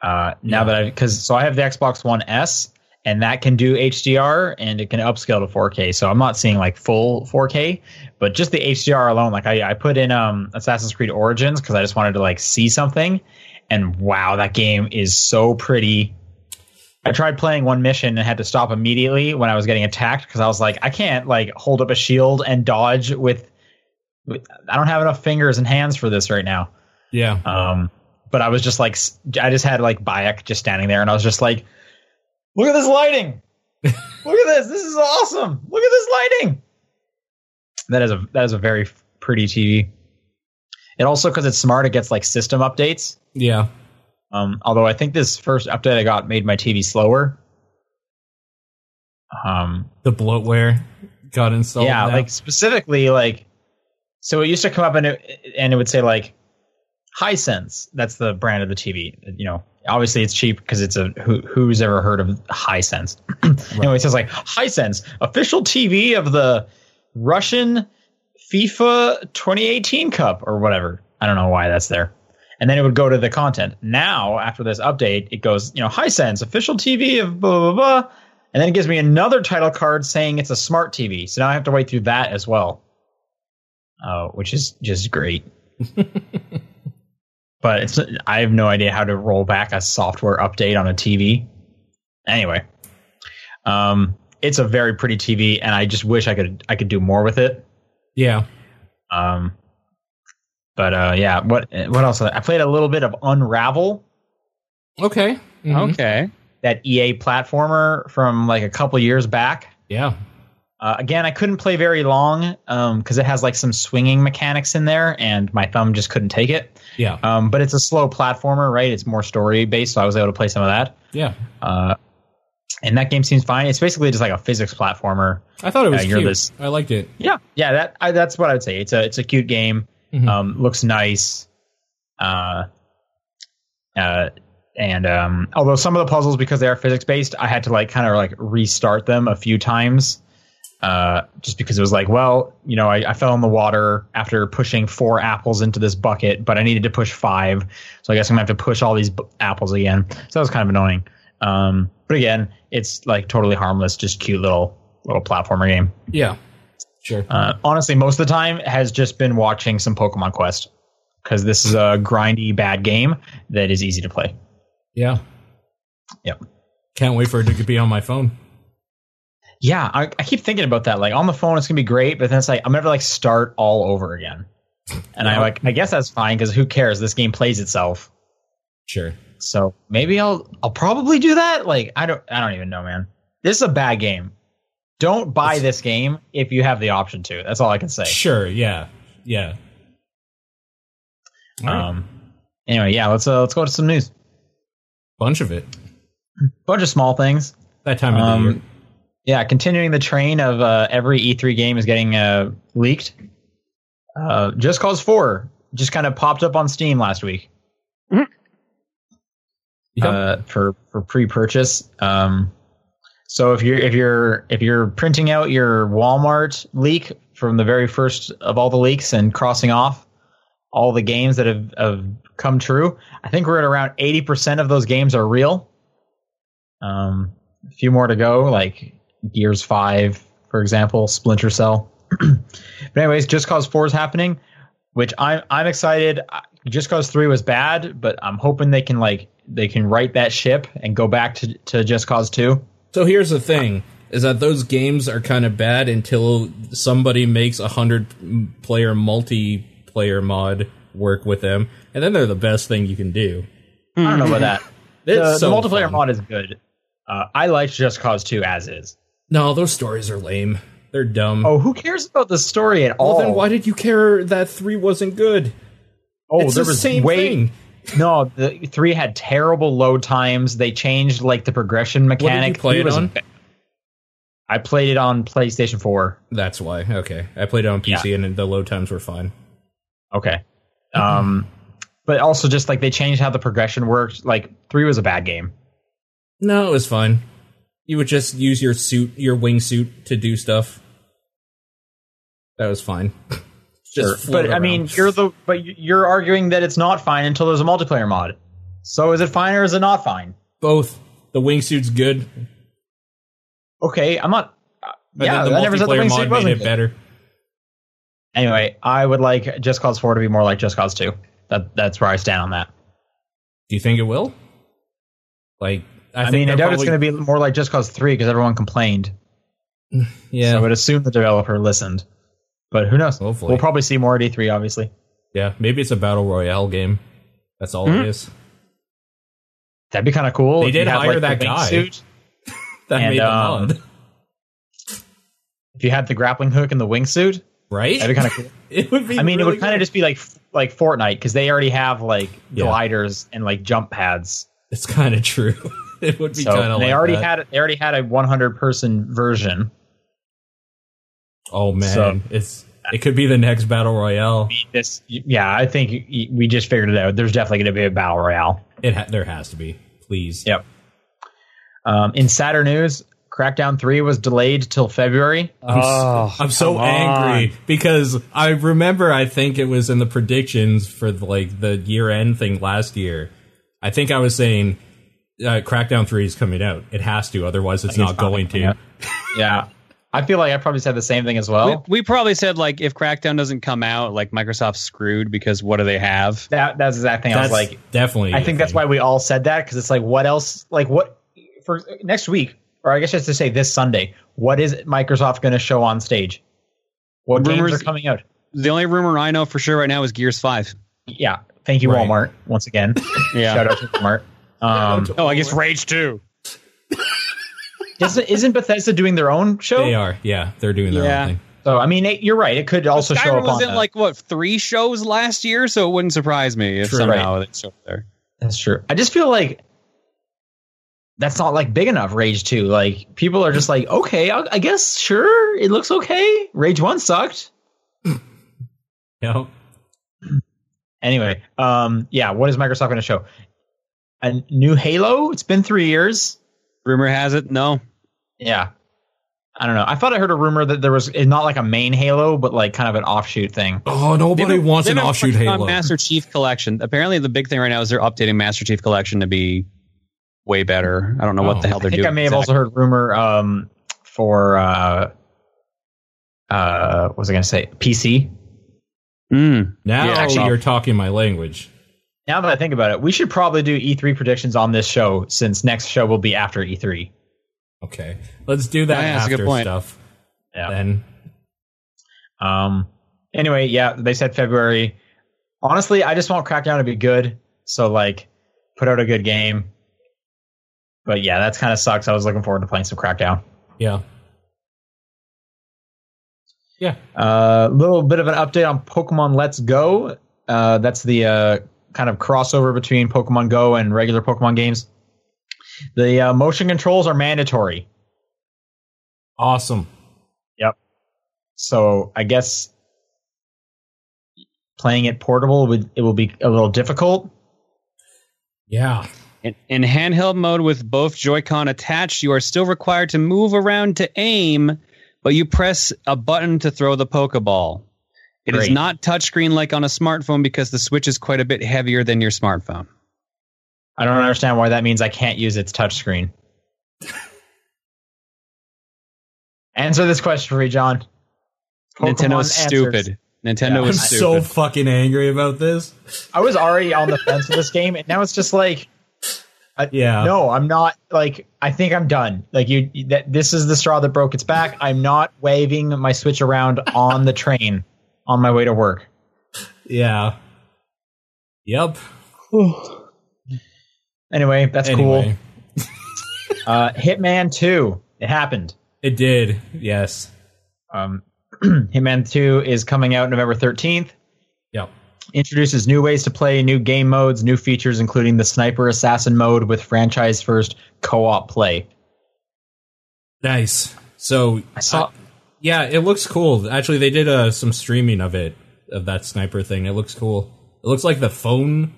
Speaker 1: Uh, now that I because so I have the Xbox One S and that can do HDR and it can upscale to 4K. So I'm not seeing like full 4K, but just the HDR alone. Like I, I put in um Assassin's Creed Origins because I just wanted to like see something, and wow, that game is so pretty. I tried playing one mission and had to stop immediately when I was getting attacked because I was like, I can't like hold up a shield and dodge with. with- I don't have enough fingers and hands for this right now.
Speaker 2: Yeah.
Speaker 1: Um, but I was just like, s- I just had like Bayek just standing there, and I was just like, look at this lighting. look at this. This is awesome. Look at this lighting. That is a that is a very f- pretty TV. It also because it's smart, it gets like system updates.
Speaker 2: Yeah.
Speaker 1: Um, although I think this first update I got made my TV slower. Um,
Speaker 2: The bloatware got installed.
Speaker 1: yeah,
Speaker 2: now.
Speaker 1: like specifically, like so it used to come up and it and it would say like Hisense. That's the brand of the TV. You know, obviously it's cheap because it's a who, who's ever heard of Hisense? Anyway, it says like Hisense, official TV of the Russian FIFA 2018 Cup or whatever. I don't know why that's there. And then it would go to the content. Now, after this update, it goes, you know, Hisense, official TV of blah, blah, blah. And then it gives me another title card saying it's a smart TV. So now I have to wait through that as well, uh, which is just great. but it's I have no idea how to roll back a software update on a TV. Anyway, um, it's a very pretty TV, and I just wish I could I could do more with it.
Speaker 2: yeah.
Speaker 1: Um, but uh, yeah, what what else? I played a little bit of Unravel,
Speaker 2: Okay.
Speaker 1: Mm-hmm.
Speaker 2: Mhm.
Speaker 3: Okay.
Speaker 1: that EA platformer from like a couple years back.
Speaker 2: Yeah.
Speaker 1: Uh, again, I couldn't play very long because it has like some swinging mechanics in there, and my thumb just couldn't take it.
Speaker 2: Yeah.
Speaker 1: Um, but it's a slow platformer, right? It's more story based, so I was able to play some of that.
Speaker 2: Yeah.
Speaker 1: Uh, and that game seems fine. It's basically just like a physics platformer.
Speaker 2: I thought it was
Speaker 1: Yeah, you're
Speaker 2: cute.
Speaker 1: this-
Speaker 2: I liked it.
Speaker 1: Yeah, yeah, that I, that's what I would say. It's a it's a cute game.
Speaker 2: Mhm.
Speaker 1: Um, looks nice. Uh, uh, and um, although some of the puzzles because they are physics based, I had to like kind of like restart them a few times. Uh, just because it was like, well, you know, I, I fell in the water after pushing four apples into this bucket, but I needed to push five, so I guess I'm gonna have to push all these b- apples again. So that was kind of annoying. Um, but again, it's like totally harmless, just cute little little platformer game.
Speaker 2: Yeah. Sure.
Speaker 1: Uh, honestly, most of the time has just been watching some Pokemon Quest because this is a grindy bad game that is easy to play.
Speaker 2: yeah.
Speaker 1: Yep.
Speaker 2: Can't wait for it to be on my phone.
Speaker 1: Yeah, I, I keep thinking about that. Like on the phone, it's gonna be great, but then it's like I'm gonna like start all over again. And I
Speaker 2: Yeah.
Speaker 1: like I guess that's fine because who cares? This game plays itself.
Speaker 2: Sure.
Speaker 1: So maybe I'll I'll probably do that. Like I don't I don't even know, man. This is a bad game. Don't buy this game if you have the option to. That's all I can say.
Speaker 2: Sure. Yeah. Yeah. All right.
Speaker 1: Um. Anyway, yeah. Let's uh, let's go to some news.
Speaker 2: Bunch of it.
Speaker 1: Bunch of small things.
Speaker 2: That time of
Speaker 1: Um,
Speaker 2: the year.
Speaker 1: Yeah, continuing the train of uh, every E3 game is getting uh, leaked. Uh, Just Cause 4 just kind of popped up on Steam last week
Speaker 2: Yep.
Speaker 1: uh, for for pre-purchase. Um, so if you're if you're if you're printing out your Walmart leak from the very first of all the leaks and crossing off all the games that have, have come true, I think we're at around eighty percent of those games are real. Um, a few more to go, like Gears Five, for example, Splinter Cell. but anyways, Just Cause Four is happening, which I'm I'm excited. I- Just Cause Three was bad, but I'm hoping they can like they can right that ship and go back to to Just Cause Two.
Speaker 2: So here's the thing: is that those games are kind of bad until somebody makes a hundred player multiplayer mod work with them, and then they're the best thing you can do.
Speaker 1: I don't know about that.
Speaker 2: It's
Speaker 1: the,
Speaker 2: so
Speaker 1: the multiplayer
Speaker 2: fun.
Speaker 1: mod is good. Uh, I liked Just Cause Two as is.
Speaker 2: No, those stories are lame. They're dumb.
Speaker 1: Oh, who cares about the story at all?
Speaker 2: well, then why did you care that three wasn't good?
Speaker 1: oh,
Speaker 2: it's
Speaker 1: there
Speaker 2: the
Speaker 1: was
Speaker 2: same
Speaker 1: way
Speaker 2: thing.
Speaker 1: No, the three had terrible load times. They changed like the progression
Speaker 2: you
Speaker 1: mechanic.
Speaker 2: play it
Speaker 1: was-
Speaker 2: on?
Speaker 1: I played it on PlayStation Four.
Speaker 2: That's why. Okay, I played it on PC, and the load times were fine.
Speaker 1: Okay. Um, but also just like they changed how the progression worked. Like three was a bad game.
Speaker 2: No, it was fine. You would just use your suit, your wingsuit, to do stuff. That was fine. just
Speaker 1: but
Speaker 2: float
Speaker 1: I mean,
Speaker 2: around.
Speaker 1: you're the but you- you're arguing that it's not fine until there's a multiplayer mod. So is it fine or is it not fine?
Speaker 2: Both. The wingsuit's good.
Speaker 1: Okay, I'm not. uh,
Speaker 2: But
Speaker 1: yeah,
Speaker 2: then the
Speaker 1: I never said the
Speaker 2: multiplayer
Speaker 1: wingsuit
Speaker 2: mod made
Speaker 1: wasn't
Speaker 2: it
Speaker 1: good.
Speaker 2: better.
Speaker 1: Anyway, I would like Just Cause 4 to be more like Just Cause 2. That that's where I stand on that.
Speaker 2: Do you think it will? Like,
Speaker 1: I,
Speaker 2: I, think
Speaker 1: mean, I
Speaker 2: they're
Speaker 1: doubt
Speaker 2: probably-
Speaker 1: it's going to be more like Just Cause 3 because everyone complained.
Speaker 2: Yeah,
Speaker 1: So I would assume the developer listened. But who knows?
Speaker 2: Hopefully.
Speaker 1: We'll probably see more at E3, obviously.
Speaker 2: yeah. Maybe it's a battle royale game. That's all
Speaker 3: Hmm?
Speaker 2: it is.
Speaker 1: That'd be kind of cool.
Speaker 2: They
Speaker 1: if you
Speaker 2: did
Speaker 1: had,
Speaker 2: hire
Speaker 1: like, the
Speaker 2: that guy.
Speaker 1: wingsuit.
Speaker 2: That
Speaker 1: And,
Speaker 2: made them
Speaker 1: um,
Speaker 2: odd,
Speaker 1: If you had the grappling hook and the wingsuit,
Speaker 2: right?
Speaker 1: that'd be kind of cool.
Speaker 2: it would be.
Speaker 1: I mean, it
Speaker 2: really
Speaker 1: would kind of
Speaker 2: good.
Speaker 1: just be like like Fortnite because they already have like
Speaker 2: Yeah.
Speaker 1: gliders and like jump pads.
Speaker 2: It's kind of true. it would be
Speaker 1: So
Speaker 2: kind of.
Speaker 1: they
Speaker 2: like
Speaker 1: already
Speaker 2: that.
Speaker 1: had they already had a 100 person version.
Speaker 2: Oh man,
Speaker 1: So-
Speaker 2: it's it could be the next battle royale.
Speaker 1: This, yeah, I think y- y- we just figured it out. There's definitely going to be a battle royale.
Speaker 2: It ha- there has to be. Please.
Speaker 1: Yep. Um, in sadder news, Crackdown 3 was delayed till February.
Speaker 2: I'm, s-
Speaker 3: Oh,
Speaker 2: I'm so
Speaker 3: come
Speaker 2: angry because I remember I think it was in the predictions for the, like the year end thing last year. I think I was saying uh, Crackdown 3 is coming out. It has to, otherwise it's not
Speaker 1: it's not
Speaker 2: going to.
Speaker 1: coming out. Yeah. I feel like I probably said the same thing as well.
Speaker 3: We, we probably said like if Crackdown doesn't come out, like Microsoft's screwed because what do they have?
Speaker 1: that that's the exact thing. I
Speaker 2: That's
Speaker 1: was like,
Speaker 2: definitely.
Speaker 1: I think that's why we all said that because it's like, what else? Like, what for next week, or I guess just to say this Sunday, what is Microsoft going to show on stage? What games
Speaker 3: Rumors-
Speaker 1: are coming out?
Speaker 3: The only rumor I know for sure right now is Gears Five.
Speaker 1: Yeah, thank you,
Speaker 2: Right.
Speaker 1: Walmart, once again.
Speaker 3: Yeah.
Speaker 1: Shout out to Walmart. Um,
Speaker 3: Oh, I guess Rage Two.
Speaker 1: isn't, isn't Bethesda doing their own show?
Speaker 2: they are. Yeah, they're doing their
Speaker 3: Yeah.
Speaker 2: own thing.
Speaker 1: So I mean, it, you're right. It could also show
Speaker 3: Skyrim
Speaker 1: up on
Speaker 3: was in
Speaker 1: the-
Speaker 3: like what three shows last year, so it wouldn't surprise me if
Speaker 1: True,
Speaker 3: somehow they showed up there.
Speaker 1: That's true. I just feel like that's not like big enough. Rage two, like people are just like, okay, I, I guess sure, it looks okay. Rage one sucked.
Speaker 2: Yeah.
Speaker 1: Anyway, um, yeah, what is Microsoft going to show? A new Halo. It's been three years.
Speaker 3: Rumor has it, no.
Speaker 1: Yeah, I don't know. I thought I heard a rumor that there was it's not like a main Halo, but like kind of an offshoot thing.
Speaker 2: Oh, nobody
Speaker 3: They've been-
Speaker 2: wants
Speaker 3: they've
Speaker 2: an
Speaker 3: been
Speaker 2: offshoot
Speaker 3: working
Speaker 2: Halo.
Speaker 3: On Master Chief Collection. Apparently, the big thing right now is they're updating Master Chief Collection to be way better. I don't know
Speaker 2: Oh.
Speaker 3: what the hell
Speaker 1: I
Speaker 3: they're
Speaker 1: think
Speaker 3: doing.
Speaker 1: I may have also heard rumor um, for uh, uh, what was I going to say? PC.
Speaker 3: Mm.
Speaker 2: now
Speaker 3: Yeah, actually-
Speaker 2: you're talking my language.
Speaker 1: Now that I think about it, we should probably do E3 predictions on this show since next show will be after E E3.
Speaker 2: Okay, let's do that
Speaker 3: Yeah, that's a
Speaker 2: after
Speaker 3: good point.
Speaker 2: stuff.
Speaker 1: Yeah.
Speaker 2: Then
Speaker 1: Um. Anyway, yeah, they said February. Honestly, I just want Crackdown to be good. So like, put out a good game. But yeah, that's kind of sucks. I was looking forward to playing some Crackdown.
Speaker 2: yeah, yeah.
Speaker 1: A Uh, little bit of an update on Pokemon Let's Go. Uh, that's the uh, kind of crossover between Pokemon Go and regular Pokemon games. The uh, motion controls are mandatory.
Speaker 2: Awesome.
Speaker 1: so I guess playing it portable would it will be a little difficult.
Speaker 2: Yeah.
Speaker 3: In, in handheld mode with both Joy-Con attached, you are still required to move around to aim, but you press a button to throw the Pokeball. It is
Speaker 1: Great.
Speaker 3: not touchscreen like on a smartphone because the Switch is quite a bit heavier than your smartphone.
Speaker 1: I don't understand why that means I can't use its touchscreen. Answer this question for me, John. Pokemon
Speaker 3: Nintendo's
Speaker 1: answers.
Speaker 3: stupid. Nintendo
Speaker 1: Yeah.
Speaker 2: I'm
Speaker 3: is
Speaker 2: so
Speaker 3: stupid.
Speaker 2: fucking angry about this.
Speaker 1: I was already on the fence with this game, and now it's just like,
Speaker 3: Oh.
Speaker 2: Yeah.
Speaker 1: no, I'm not. Like, I think I'm done. Like, you, that this is the straw that broke its back. I'm not waving my Switch around on the train on my way to work.
Speaker 2: Yeah. Yep.
Speaker 1: Anyway, that's cool.
Speaker 2: anyway,
Speaker 1: Uh, Hitman 2. It happened.
Speaker 2: it did. Yes.
Speaker 1: Um, Hitman 2 is coming out November 13th.
Speaker 2: Yep.
Speaker 1: Introduces new ways to play, new game modes, new features, including the sniper assassin mode with franchise first co op play.
Speaker 2: Nice. So
Speaker 1: I saw.
Speaker 2: yeah, it looks cool. Actually, they did uh, some streaming of it of that sniper thing. It looks cool. It looks like the phone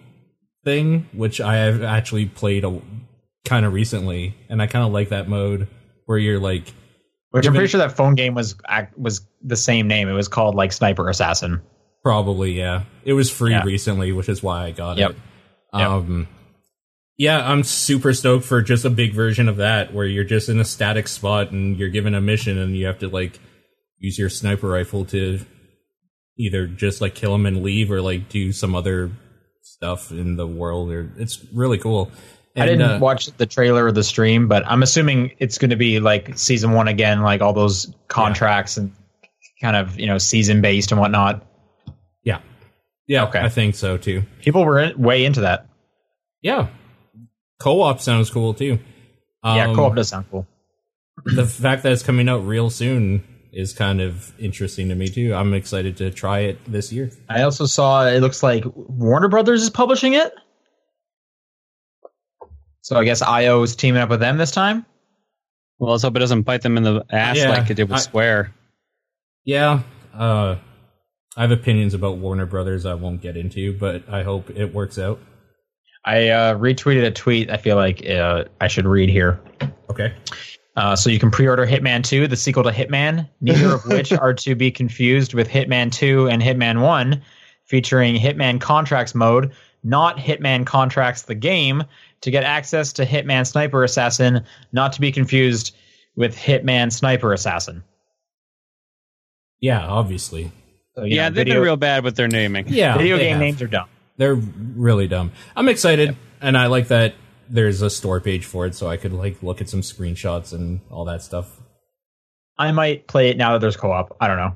Speaker 2: thing, which I have actually played a kind of recently, and I kind of like that mode where you're like,
Speaker 1: which I'm
Speaker 2: even-
Speaker 1: pretty sure that phone game was act- was the same name. It was called like Sniper Assassin.
Speaker 2: Probably, yeah. It was free
Speaker 1: Yeah.
Speaker 2: recently, which is why I got
Speaker 1: Yep.
Speaker 2: it.
Speaker 1: Yep.
Speaker 2: Um, Yeah, I'm super stoked for just a big version of that where you're just in a static spot and you're given a mission and you have to like use your sniper rifle to either just like kill him and leave or like do some other stuff in the world or it's really cool.
Speaker 1: I
Speaker 2: And,
Speaker 1: didn't
Speaker 2: uh,
Speaker 1: watch the trailer or the stream, but I'm assuming it's going to be like season one again, like all those contracts and kind of you know season based and whatnot.
Speaker 2: yeah. Yeah,
Speaker 1: Okay.
Speaker 2: I think so too.
Speaker 1: People were in- way into that.
Speaker 2: Yeah. Co-op sounds cool too.
Speaker 1: yeah,
Speaker 2: Um,
Speaker 1: co-op does sound cool.
Speaker 2: the fact that it's coming out real soon is kind of interesting to me too. I'm excited to try it this year.
Speaker 1: I also saw it looks like Warner Brothers is publishing it. So I guess IO is teaming up with them this time.
Speaker 3: Well, let's hope it doesn't bite them in the ass
Speaker 2: Yeah,
Speaker 3: like it did with
Speaker 2: I-
Speaker 3: Square.
Speaker 2: Yeah, uh, I have opinions about Warner Brothers I won't get into, but I hope it works out.
Speaker 1: I uh, retweeted a tweet. I feel like uh, I should read here.
Speaker 2: Okay.
Speaker 1: Uh, so you can pre-order Hitman 2, the sequel to Hitman, neither of which are to be confused with Hitman 2 and Hitman 1, featuring Hitman Contracts mode, not Hitman Contracts the game, to get access to Hitman Sniper Assassin, not to be confused with Hitman Sniper Assassin.
Speaker 2: Yeah, obviously.
Speaker 1: So, you
Speaker 3: Yeah,
Speaker 1: know,
Speaker 3: they've
Speaker 1: video,
Speaker 3: been real bad with their naming.
Speaker 2: Yeah,
Speaker 1: video
Speaker 2: they
Speaker 1: game
Speaker 2: have.
Speaker 1: names are dumb.
Speaker 2: They're really dumb. I'm excited, and I like that there's a store page for it, so I could like look at some screenshots and all that stuff.
Speaker 1: I might play it now that there's co-op. I don't know.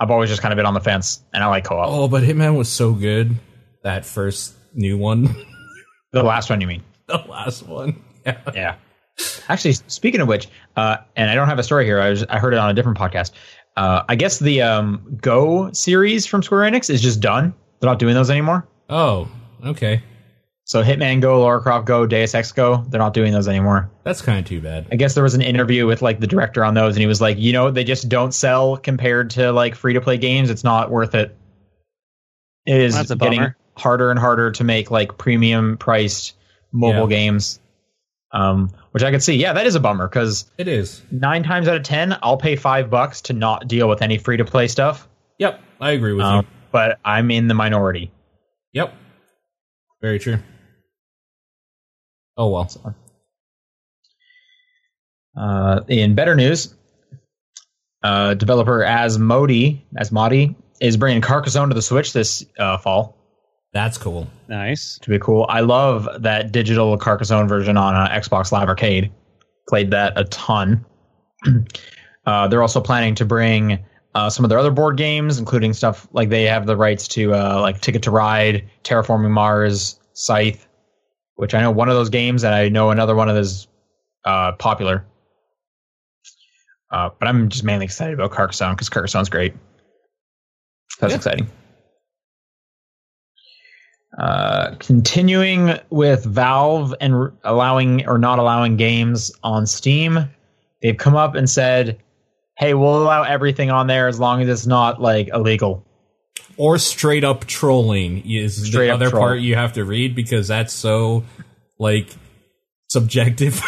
Speaker 1: I've always just kind of been on the fence, and I like co-op.
Speaker 2: Oh, but Hitman was so good that first new one,
Speaker 1: The last one, you mean?
Speaker 2: the last one. Yeah.
Speaker 1: Yeah. Actually, speaking of which, uh, and I don't have a story here. I was I heard it on a different podcast. Uh, I guess the um, Go series from Square Enix is just done. They're not doing those anymore.
Speaker 2: Oh, okay.
Speaker 1: So Hitman Go, Lara Croft Go, Deus Ex Go, they're not doing those anymore.
Speaker 2: That's kind of too bad.
Speaker 1: I guess there was an interview with like the director on those, and he was like, you know, they just don't sell compared to like free to play games. It's not worth it. It is
Speaker 3: That's a
Speaker 1: getting
Speaker 3: bummer.
Speaker 1: harder and harder to make like premium priced mobile
Speaker 2: Yeah.
Speaker 1: games, um, which I could see. Yeah, that is a bummer because
Speaker 2: It is.
Speaker 1: nine times out of ten, I'll pay five bucks to not deal with any free to play stuff.
Speaker 2: Yep, I agree with
Speaker 1: Um, but I'm in the minority.
Speaker 2: you. Yep. Very true. Oh well.
Speaker 1: Uh, in better news, uh, developer Asmodee, Asmodee is bringing Carcassonne to the Switch this uh, fall.
Speaker 2: That's cool.
Speaker 3: Nice.
Speaker 1: To be cool, I love that digital Carcassonne version on uh, Xbox Live Arcade. Played that a ton. uh, they're also planning to bring uh, some of their other board games, including stuff like they have the rights to uh, like Ticket to Ride, Terraforming Mars, Scythe, which I know one of those games, and I know another one of those uh, popular. Uh, but I'm just mainly excited about Carcassonne because Carcassonne's great. That's
Speaker 2: Yeah.
Speaker 1: exciting. Uh, continuing with Valve and r- allowing or not allowing games on Steam, they've come up and said, "Hey, we'll allow everything on there as long as it's not like illegal."
Speaker 2: Or straight up trolling is
Speaker 1: Straight up
Speaker 2: the other
Speaker 1: troll.
Speaker 2: part you have to read because that's so like subjective.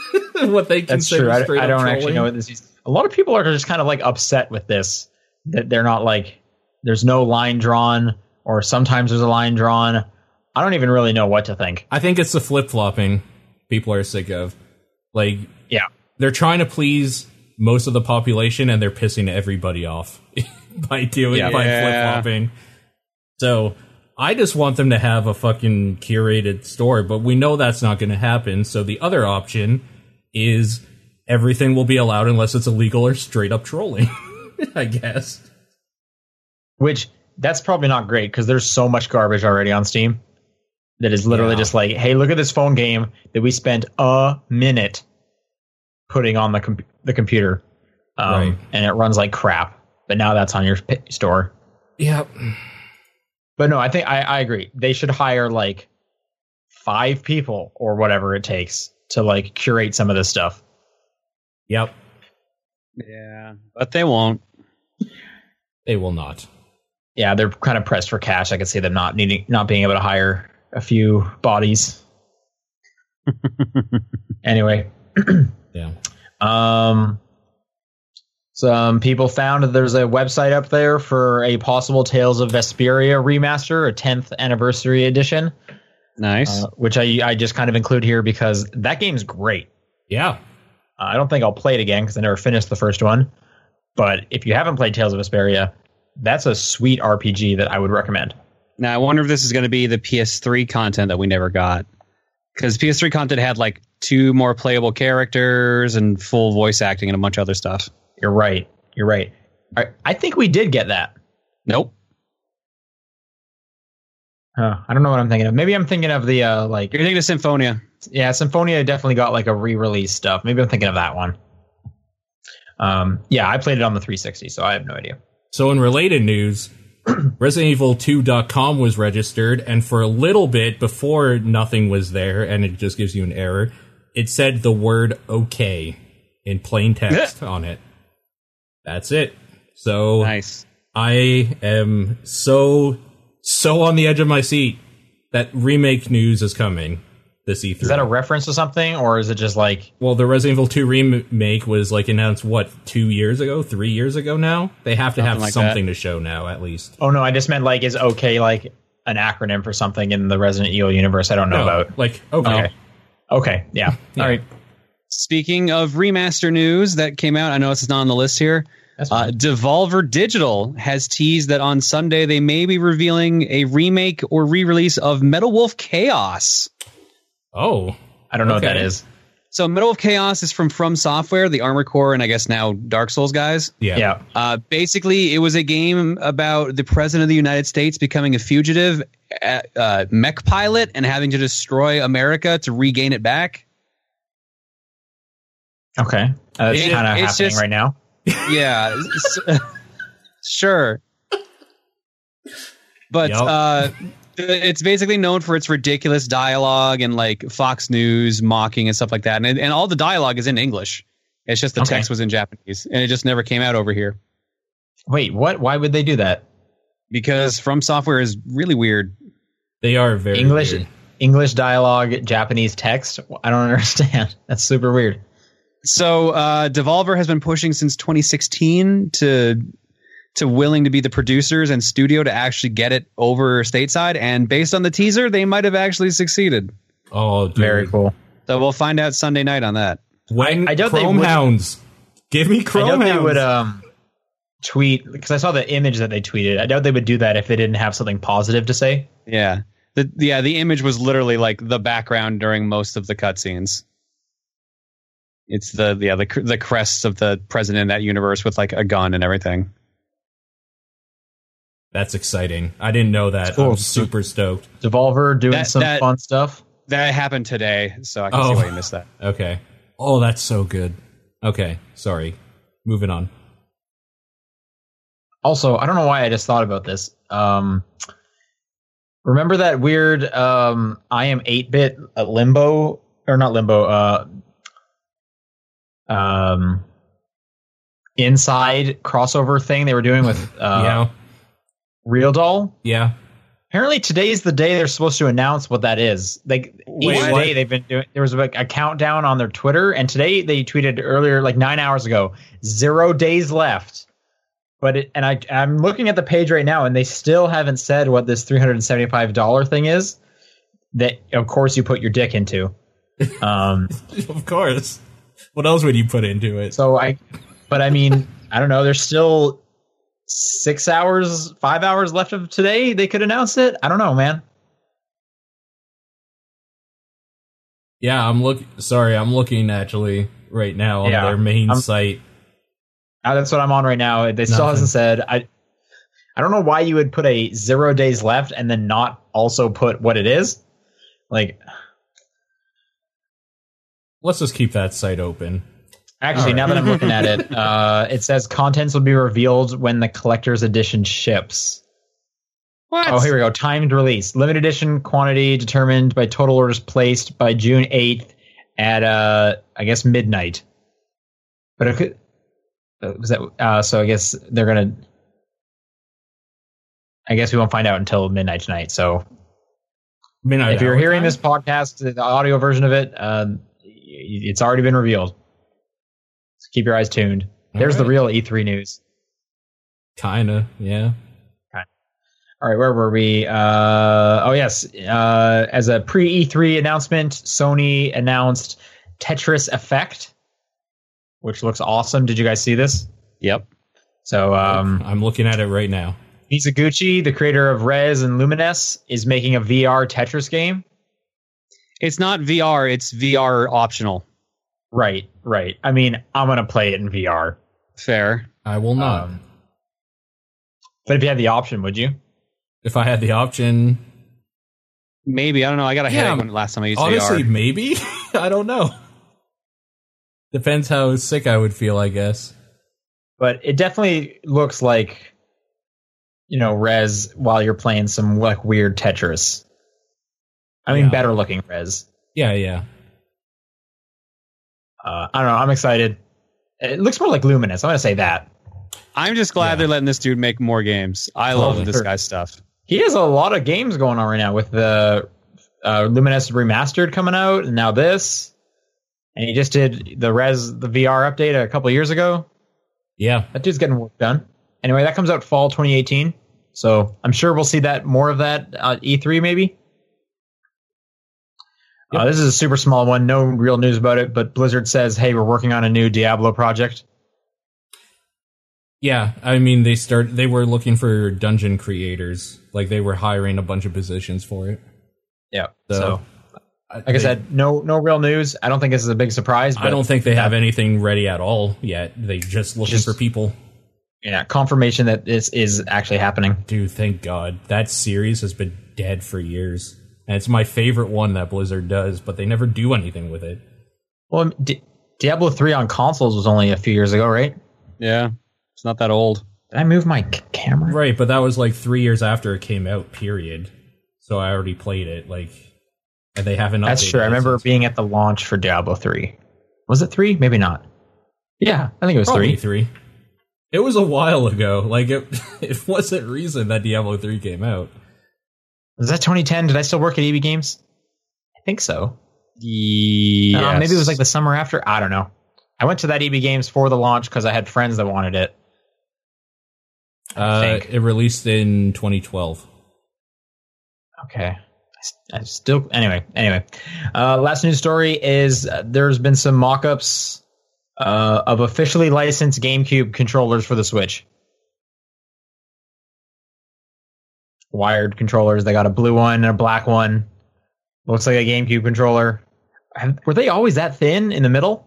Speaker 2: what they
Speaker 1: That's
Speaker 2: consider
Speaker 1: true. I,
Speaker 2: straight
Speaker 1: I
Speaker 2: up
Speaker 1: don't
Speaker 2: trolling.
Speaker 1: actually know what this is. A lot of people are just kind of like upset with this that they're not like there's no line drawn, or sometimes there's a line drawn. I don't even really know what to think.
Speaker 2: I think it's the flip flopping people are sick of. Like
Speaker 1: Yeah,
Speaker 2: they're trying to please most of the population and they're pissing everybody off by doing
Speaker 1: Yeah.
Speaker 2: by flip
Speaker 3: Yeah.
Speaker 2: flopping. So I just want them to have a fucking curated store, but we know that's not going to happen. So the other option is everything will be allowed unless it's illegal or straight up trolling. I guess.
Speaker 1: which that's probably not great because there's so much garbage already on Steam that is literally
Speaker 2: Yeah.
Speaker 1: just like, "Hey, look at this phone game that we spent a minute putting on the com- the computer, um,
Speaker 2: Right.
Speaker 1: and it runs like crap." But now that's on your p- store.
Speaker 2: Yeah.
Speaker 1: But no, I think I, I agree. They should hire like five people or whatever it takes to like curate some of this stuff.
Speaker 2: Yep.
Speaker 3: Yeah, but they won't.
Speaker 2: They will not.
Speaker 1: Yeah, they're kind of pressed for cash. I could see them not needing, not being able to hire a few bodies. anyway,
Speaker 2: Yeah.
Speaker 1: um, some people found that there's a website up there for a possible Tales of Vesperia remaster, a 10th anniversary edition.
Speaker 3: Nice.
Speaker 1: uh, which I I just kind of include here because that game's great.
Speaker 2: Yeah.
Speaker 1: Uh, I don't think I'll play it again because I never finished the first one. But if you haven't played Tales of Vesperia, that's a sweet RPG that I would recommend.
Speaker 3: now I wonder if this is going to be the PS3 content that we never got because PS3 content had like two more playable characters and full voice acting and a bunch of other stuff.
Speaker 1: You're right. You're right. I, I think we did get that.
Speaker 3: Nope.
Speaker 1: Huh. I don't know what I'm thinking of. Maybe I'm thinking of the uh, like
Speaker 3: You're thinking of Symphonia.
Speaker 1: yeah, Symphonia definitely got like a re-release stuff. Maybe I'm thinking of that one. Um, yeah, I played it on the 360, so I have no idea.
Speaker 2: So in related news, ResidentEvil2.com was registered, and for a little bit before nothing was there, and it just gives you an error, it said the word "okay" in plain text on it. That's it. So
Speaker 3: Nice.
Speaker 2: I am so so on the edge of my seat that remake news is coming this E3.
Speaker 1: Is that a reference to something, or is it just like
Speaker 2: well, the Resident Evil 2 remake was like announced what two years ago, three years ago now. They have to have
Speaker 3: like that.
Speaker 2: something to show now at least.
Speaker 1: oh no, I just meant like is okay like an acronym for something in the Resident Evil universe I don't know
Speaker 2: No,
Speaker 1: about.
Speaker 2: Oh, like okay.
Speaker 1: Okay. Okay, yeah.
Speaker 2: Yeah.
Speaker 1: All right.
Speaker 3: Speaking of remaster news that came out, I know it's not on the list here.
Speaker 1: That's
Speaker 3: Uh, Devolver Digital has teased that on Sunday they may be revealing a remake or re-release of Metal Wolf Chaos.
Speaker 2: Oh,
Speaker 1: I don't know what
Speaker 2: okay.
Speaker 1: that is.
Speaker 3: So Metal Wolf Chaos is from From Software, the Armor Core, and I guess now Dark Souls guys.
Speaker 2: yeah.
Speaker 1: Yeah.
Speaker 3: Uh, basically, it was a game about the president of the United States becoming a fugitive uh, uh, mech pilot and having to destroy America to regain it back.
Speaker 1: Okay. Uh, that's
Speaker 3: It-
Speaker 1: kind of
Speaker 3: it's
Speaker 1: happening
Speaker 3: just-
Speaker 1: right now.
Speaker 3: yeah s- sure but
Speaker 2: Yep.
Speaker 3: uh it's basically known for its ridiculous dialogue and like fox news mocking and stuff like that and, and all the dialogue is in english it's just the
Speaker 1: Okay.
Speaker 3: text was in japanese and it just never came out over here
Speaker 1: Wait, what? Why would they do that?
Speaker 3: because from software is really weird
Speaker 2: They are very
Speaker 1: English
Speaker 2: weird.
Speaker 1: English dialogue, Japanese text. I don't understand. That's super weird.
Speaker 3: so uh devolver has been pushing since 2016 to to willing to be the producers and studio to actually get it over stateside and based on the teaser they might have actually succeeded
Speaker 2: Oh, dude.
Speaker 1: Very cool.
Speaker 3: So we'll find out Sunday night on that.
Speaker 2: When
Speaker 1: I- I doubt they
Speaker 2: Chrome
Speaker 1: would-
Speaker 2: Hounds, give me
Speaker 1: I doubt
Speaker 2: Chrome
Speaker 1: they
Speaker 2: Hounds.
Speaker 1: would um, tweet because I saw the image that they tweeted. I doubt they would do that if they didn't have something positive to say.
Speaker 3: Yeah. The yeah, the image was literally like the background during most of the cutscenes. It's the yeah, the cr- the crests of the president in that universe with like a gun and everything.
Speaker 2: That's exciting. I didn't know that.
Speaker 1: uh, Cool.
Speaker 2: I'm super stoked.
Speaker 1: Devolver doing
Speaker 3: That-
Speaker 1: some
Speaker 3: that-
Speaker 1: fun stuff.
Speaker 3: That happened today, so I can
Speaker 2: Oh.
Speaker 3: see why you missed that.
Speaker 2: Okay. Oh, that's so good. Okay. Sorry. Moving on.
Speaker 1: Also, I don't know why I just thought about this. Um, remember that weird um, I am 8 bit uh, limbo, or not limbo, uh, um, inside crossover thing they were doing with uh,
Speaker 2: yeah.
Speaker 1: Real Doll?
Speaker 2: Yeah.
Speaker 1: Apparently today is the day they're supposed to announce what that is. Like
Speaker 2: Wait,
Speaker 1: each
Speaker 2: what?
Speaker 1: day they've been doing. There was like a countdown on their Twitter, and today they tweeted earlier, like nine hours ago, zero days left. But it, and I I'm looking at the page right now, and they still haven't said what this three hundred and seventy five dollar thing is. That of course you put your dick into. Um.
Speaker 2: Of course. What else would you put into it?
Speaker 1: so I, but I mean I don't know. There's still six hours, five hours left of today. They could announce it. I don't know, man.
Speaker 2: Yeah, I'm look. Sorry, I'm looking actually right now on
Speaker 1: Yeah,
Speaker 2: their main
Speaker 1: I'm-
Speaker 2: site.
Speaker 1: Uh, that's what I'm on right now. They still
Speaker 2: Nothing.
Speaker 1: hasn't said. I I don't know why you would put a zero days left and then not also put what it is. Like,
Speaker 2: Let's just keep that site open.
Speaker 1: actually,
Speaker 2: All right.
Speaker 1: now that I'm looking at it, uh, it says contents will be revealed when the collector's edition ships.
Speaker 3: What?
Speaker 1: Oh, here we go. Timed release, limited edition quantity determined by total orders placed by June 8th at uh, I guess midnight. But it could, uh, was that uh, so? I guess they're gonna. I guess we won't find out until midnight tonight. So
Speaker 2: Midnight
Speaker 1: if you're
Speaker 2: hour
Speaker 1: hearing
Speaker 2: time?
Speaker 1: this podcast, the audio version of it, um, y- it's already been revealed. So keep your eyes tuned. There's the E
Speaker 2: Alright.
Speaker 1: real E3 news.
Speaker 2: kinda, yeah.
Speaker 1: All right, where were we? Uh, oh yes, uh, as a pre E3 announcement, Sony announced Tetris Effect, which looks awesome. Did you guys see this?
Speaker 3: Yep.
Speaker 1: So um,
Speaker 2: I'm looking at it right now.
Speaker 1: Mizuguchi, the creator of Rez and Lumines, is making a VR Tetris game.
Speaker 3: It's not VR, it's VR optional.
Speaker 1: Right, right. I mean, I'm gonna play it in VR,
Speaker 3: Fair.
Speaker 2: I will not.
Speaker 1: Um, but if you had the option, would you?
Speaker 2: if I had the option,
Speaker 3: Maybe. I don't know. I got a
Speaker 2: Yeah,
Speaker 3: headache when last time I used
Speaker 2: honestly,
Speaker 3: VR.
Speaker 2: maybe. I don't know. Depends how sick I would feel, I guess.
Speaker 1: But it definitely looks like, you know, Rez while you're playing some like weird Tetris. I mean,
Speaker 2: Yeah.
Speaker 1: better looking Rez.
Speaker 2: Yeah, yeah.
Speaker 1: Uh, I don't know. I'm excited. It looks more like Luminous. I'm gonna say that
Speaker 3: I'm just glad
Speaker 2: Yeah.
Speaker 3: they're letting this dude make more games. I
Speaker 1: Totally.
Speaker 3: love this guy's stuff.
Speaker 1: he has a lot of games going on right now with the uh, Luminous remastered coming out, and now this. And he just did the Res the VR update a couple years ago.
Speaker 2: Yeah.
Speaker 1: That dude's getting work done. Anyway, that comes out fall 2018. So I'm sure we'll see that more of that at E3 maybe. Uh, this is a super small one. No real news about it, but Blizzard says, "Hey, we're working on a new Diablo project."
Speaker 2: Yeah. I mean they start they were looking for dungeon creators. Like they were hiring a bunch of positions for it.
Speaker 1: Yeah.
Speaker 2: So,
Speaker 1: So, like I
Speaker 2: they-
Speaker 1: said, no no real news. I don't think this is a big surprise. But
Speaker 2: I don't think they have anything ready at all yet. They just looking
Speaker 1: Just-
Speaker 2: for people.
Speaker 1: yeah, confirmation that this is actually happening.
Speaker 2: Dude, thank God. That series has been dead for years. And it's my favorite one that Blizzard does, but they never do anything with it.
Speaker 1: Well, Di- Diablo 3 on consoles was only a few years ago, right?
Speaker 3: Yeah. It's not that old.
Speaker 1: Did I move my c- camera?
Speaker 2: Right, but that was like three years after it came out, period. So I already played it, like and they haven't
Speaker 1: That's
Speaker 2: updated
Speaker 1: true. I
Speaker 2: it
Speaker 1: remember
Speaker 2: since.
Speaker 1: being at the launch for Diablo 3. Was it 3? Maybe not. Yeah, I think it was
Speaker 2: Probably
Speaker 1: 3.
Speaker 2: three. It was a while ago. Like it it wasn't recent that Diablo three came out.
Speaker 1: Was that 2010? Did I still work at EB Games? I think so.
Speaker 3: Yeah.
Speaker 1: Uh, maybe it was like the summer after. I don't know. I went to that EB Games for the launch because I had friends that wanted it. I
Speaker 2: Uh,
Speaker 1: think.
Speaker 2: it released in twenty twelve.
Speaker 1: Okay. I s- I still anyway. Anyway, uh, last news story is uh, there's been some mock-ups uh, of officially licensed GameCube controllers for the Switch. Wired controllers. They got a blue one and a black one. Looks like a GameCube controller. Have- Were they always that thin in the middle?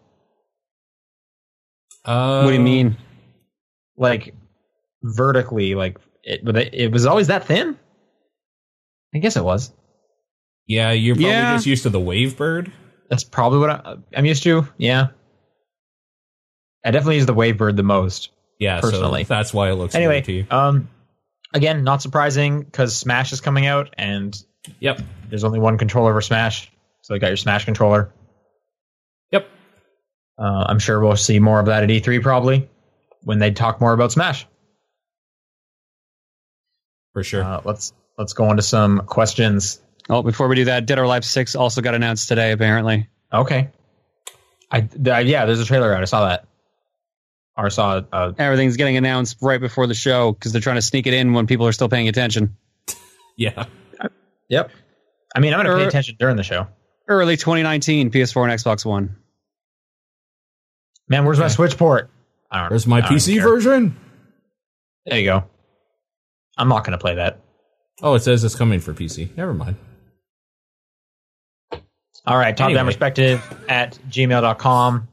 Speaker 2: Uh,
Speaker 3: What do you
Speaker 2: Um,
Speaker 3: mean?
Speaker 1: Like vertically? Like it? were they- It was always that thin. I guess it was.
Speaker 2: Yeah, you're probably
Speaker 3: Yeah.
Speaker 2: just used to the wave bird.
Speaker 1: That's probably what I, I'm used to. Yeah. I definitely use the Wavebird the most.
Speaker 2: Yeah,
Speaker 1: Personally.
Speaker 2: so that's why it looks weird to
Speaker 1: Anyway,
Speaker 2: you.
Speaker 1: um, again, not surprising because Smash is coming out and
Speaker 2: Yep,
Speaker 1: there's only one controller for Smash. So you got your Smash controller.
Speaker 2: yep.
Speaker 1: Uh, I'm sure we'll see more of that at E3 probably when they talk more about Smash.
Speaker 2: For sure.
Speaker 1: Uh, let's let's go on to some questions.
Speaker 3: Oh, before we do that, Dead or Alive 6 also got announced today, apparently.
Speaker 1: Okay. I, th- yeah, there's a trailer out. I saw that. Or saw uh,
Speaker 3: Everything's getting announced right before the show because they're trying to sneak it in when people are still paying attention.
Speaker 2: yeah.
Speaker 1: Yep. I mean, I'm going to pay
Speaker 3: Er-
Speaker 1: attention during the show.
Speaker 3: Early 2019, PS4 and Xbox One.
Speaker 1: Man, where's my Switch port? I don't,
Speaker 2: Where's my
Speaker 1: I don't
Speaker 2: PC
Speaker 1: care.
Speaker 2: version?
Speaker 1: There you go. I'm not going to play that.
Speaker 2: Oh, it says it's coming for PC. Never mind.
Speaker 1: All right, top down
Speaker 2: Anyway.
Speaker 1: perspective at gmail.com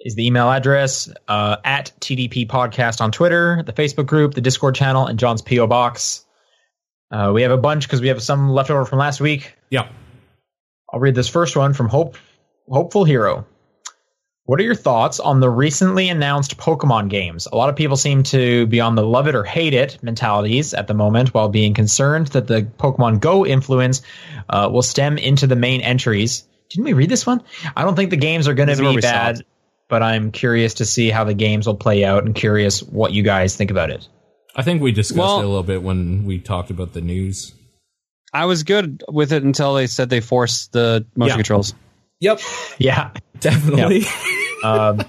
Speaker 1: is the email address, uh, at TDP podcast on Twitter, the Facebook group, the Discord channel, and John's P.O. box. Uh, we have a bunch because we have some left over from last week.
Speaker 2: Yeah.
Speaker 1: I'll read this first one from Hope Hopeful Hero. What are your thoughts on the recently announced Pokemon games? A lot of people seem to be on the love it or hate it mentalities at the moment, while being concerned that the Pokemon Go influence uh, will stem into the main entries. Didn't we read this one? I don't think the games are going
Speaker 3: This
Speaker 1: to
Speaker 3: is where
Speaker 1: be
Speaker 3: we saw
Speaker 1: bad,
Speaker 3: it.
Speaker 1: but I'm curious to see how the games will play out and curious what you guys think about it.
Speaker 2: I think we discussed
Speaker 3: Well-
Speaker 2: it a little bit when we talked about the news.
Speaker 3: I was good with it until they said they forced the motion
Speaker 2: Yeah.
Speaker 3: controls.
Speaker 2: Yep,
Speaker 1: Yeah,
Speaker 2: definitely.
Speaker 1: Well,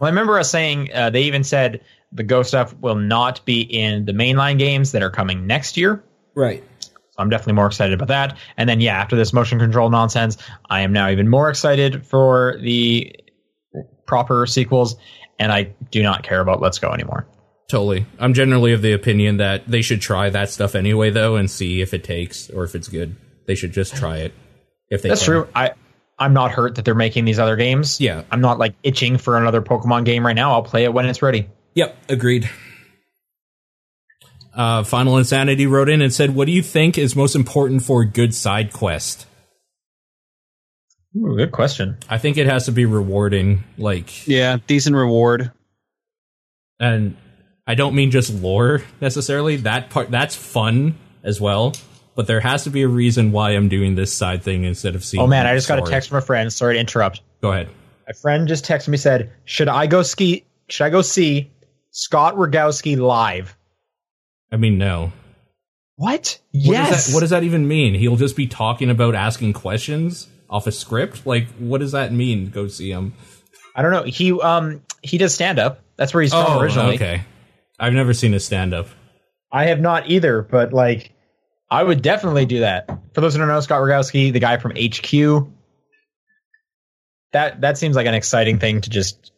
Speaker 1: I remember us saying uh, they even said the Go stuff will not be in the mainline games that are coming next year.
Speaker 4: Right.
Speaker 1: So I'm definitely more excited about that. And then, yeah, after this motion control nonsense, I am now even more excited for the proper sequels. And I do not care about Let's Go anymore.
Speaker 2: Totally. I'm generally of the opinion that they should try that stuff anyway, though, and see if it takes or if it's good. They should just try it. If they
Speaker 1: That's
Speaker 2: can.
Speaker 1: true. I I'm not hurt that they're making these other games.
Speaker 2: Yeah.
Speaker 1: I'm not like itching for another Pokemon game right now. I'll play it when it's ready.
Speaker 2: Yep, agreed. Uh, Final Insanity wrote in and said, "What do you think is most important for a good side quest?"
Speaker 1: Ooh, good question.
Speaker 2: I think it has to be rewarding, like,
Speaker 3: Yeah, decent reward.
Speaker 2: and I don't mean just lore necessarily. That part that's fun as well, but there has to be a reason why I'm doing this side thing instead of seeing.
Speaker 1: Oh man,
Speaker 2: the
Speaker 1: I just got a
Speaker 2: story.
Speaker 1: text from a friend. Sorry to interrupt.
Speaker 2: Go ahead.
Speaker 1: A friend just texted me said, "Should I go ski? Should I go see Scott Rogowski live?"
Speaker 2: I mean, no.
Speaker 1: What?
Speaker 2: What
Speaker 1: yes.
Speaker 2: Does that, what does that even mean? He'll just be talking about asking questions off a script. Like, what does that mean? Go see him.
Speaker 1: I don't know. He um he does stand up. That's where he's from Oh, originally.
Speaker 2: Oh, okay. I've never seen a stand up.
Speaker 1: I have not either, but like I would definitely do that. For those who don't know, Scott Rogowski, the guy from HQ. That that seems like an exciting thing to just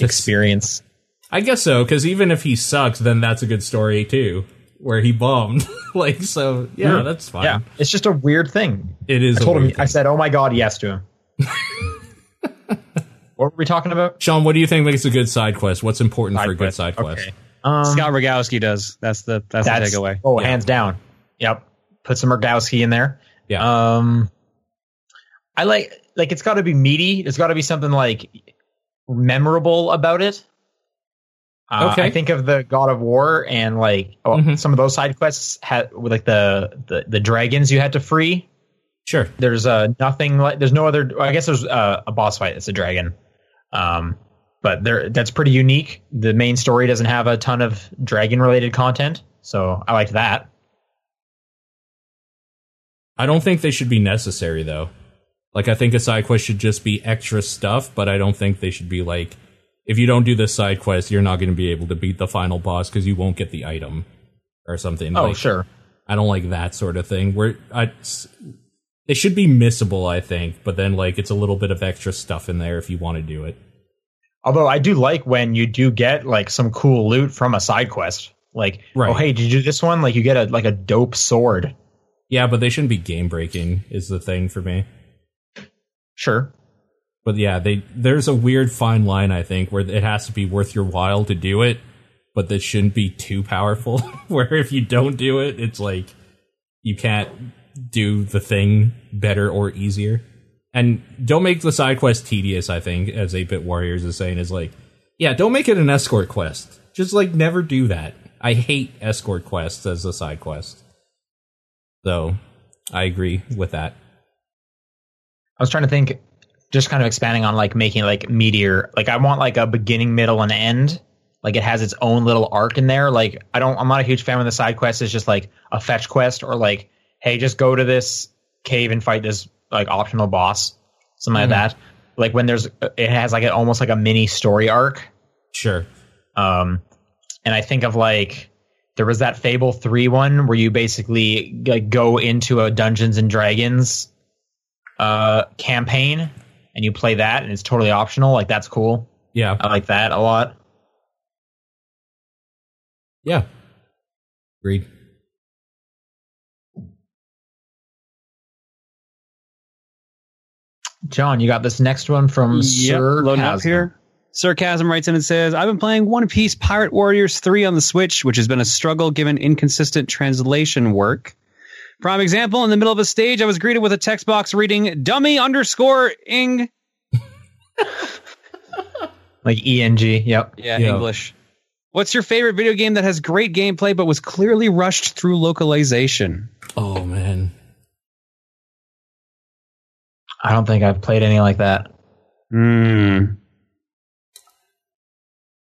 Speaker 1: experience.
Speaker 2: I guess so, because even if he sucks, then that's a good story too, where he bombed. like, so yeah,
Speaker 1: Sure.
Speaker 2: that's fine.
Speaker 1: Yeah. It's just a weird thing.
Speaker 2: It is.
Speaker 1: I told
Speaker 2: a
Speaker 1: him
Speaker 2: weird
Speaker 1: I
Speaker 2: thing.
Speaker 1: said, Oh my god, yes to him. what were we talking about?
Speaker 2: Sean, what do you think makes a good side quest? What's important for a good side quest?
Speaker 1: Okay. Um,
Speaker 3: Scott Rogowski does. That's the Uh, that's,
Speaker 1: that's
Speaker 3: the takeaway.
Speaker 1: Oh,
Speaker 2: Yeah.
Speaker 1: hands down. Yep. Put some Rogowski in there.
Speaker 2: Yeah.
Speaker 1: Um, I like like it's got to be meaty. It's got to be something like memorable about it. Uh,
Speaker 2: Okay.
Speaker 1: I think of the God of War and like oh,
Speaker 2: Mhm.
Speaker 1: some of those side quests had with like the, the the dragons you had to free.
Speaker 2: sure.
Speaker 1: There's uh nothing like there's no other. I guess there's uh, a boss fight. It's a dragon. Um, but there that's pretty unique. The main story doesn't have a ton of dragon related content, so I liked that.
Speaker 2: I don't think they should be necessary though. Like, I think a side quest should just be extra stuff, but I don't think they should be like, if you don't do this side quest, you're not going to be able to beat the final boss because you won't get the item or something.
Speaker 1: Oh
Speaker 2: like,
Speaker 1: sure.
Speaker 2: I don't like that sort of thing. Where I, s- they should be missable, I think, but then like it's a little bit of extra stuff in there if you want to do it.
Speaker 1: Although I do like when you do get like some cool loot from a side quest. Like,
Speaker 2: Right.
Speaker 1: oh hey, did you do this one? Like you get a like a dope sword.
Speaker 2: Yeah, but they shouldn't be game breaking is the thing for me.
Speaker 1: Sure.
Speaker 2: But yeah, they there's a weird fine line I think where it has to be worth your while to do it, but that shouldn't be too powerful. where if you don't do it, it's like you can't do the thing better or easier. And don't make the side quest tedious, I think, as 8 Bit Warriors is saying, is like, yeah, don't make it an escort quest. Just like never do that. I hate escort quests as a side quest. Though, I agree with that.
Speaker 1: I was trying to think just kind of expanding on like making like meteor like I want like a beginning, middle, and end. Like it has its own little arc in there. Like I don't I'm not a huge fan when the side quest is just like a fetch quest or like, hey, just go to this cave and fight this like optional boss. Something like that. Like when there's it has like an almost like a mini story arc.
Speaker 2: Sure.
Speaker 1: Um, and I think of like there was that Fable three one where you basically like go into a Dungeons and Dragons uh campaign and you play that and it's totally optional. Like that's cool.
Speaker 2: Yeah.
Speaker 1: I like that a lot.
Speaker 2: Yeah. Agreed.
Speaker 1: John, you got this next one from Sir
Speaker 3: loading up
Speaker 1: Kaz.
Speaker 3: here. Sarcasm writes in and says, I've been playing One Piece Pirate Warriors 3 on the Switch, which has been a struggle given inconsistent translation work. Prime example, in the middle of a stage, I was greeted with a text box reading dummy underscore ing.
Speaker 1: Like ENG. Yep.
Speaker 3: Yeah,
Speaker 2: Yeah.
Speaker 3: English. What's your favorite video game that has great gameplay but was clearly rushed through localization?
Speaker 2: Oh man.
Speaker 1: I don't think I've played any like that.
Speaker 3: Hmm.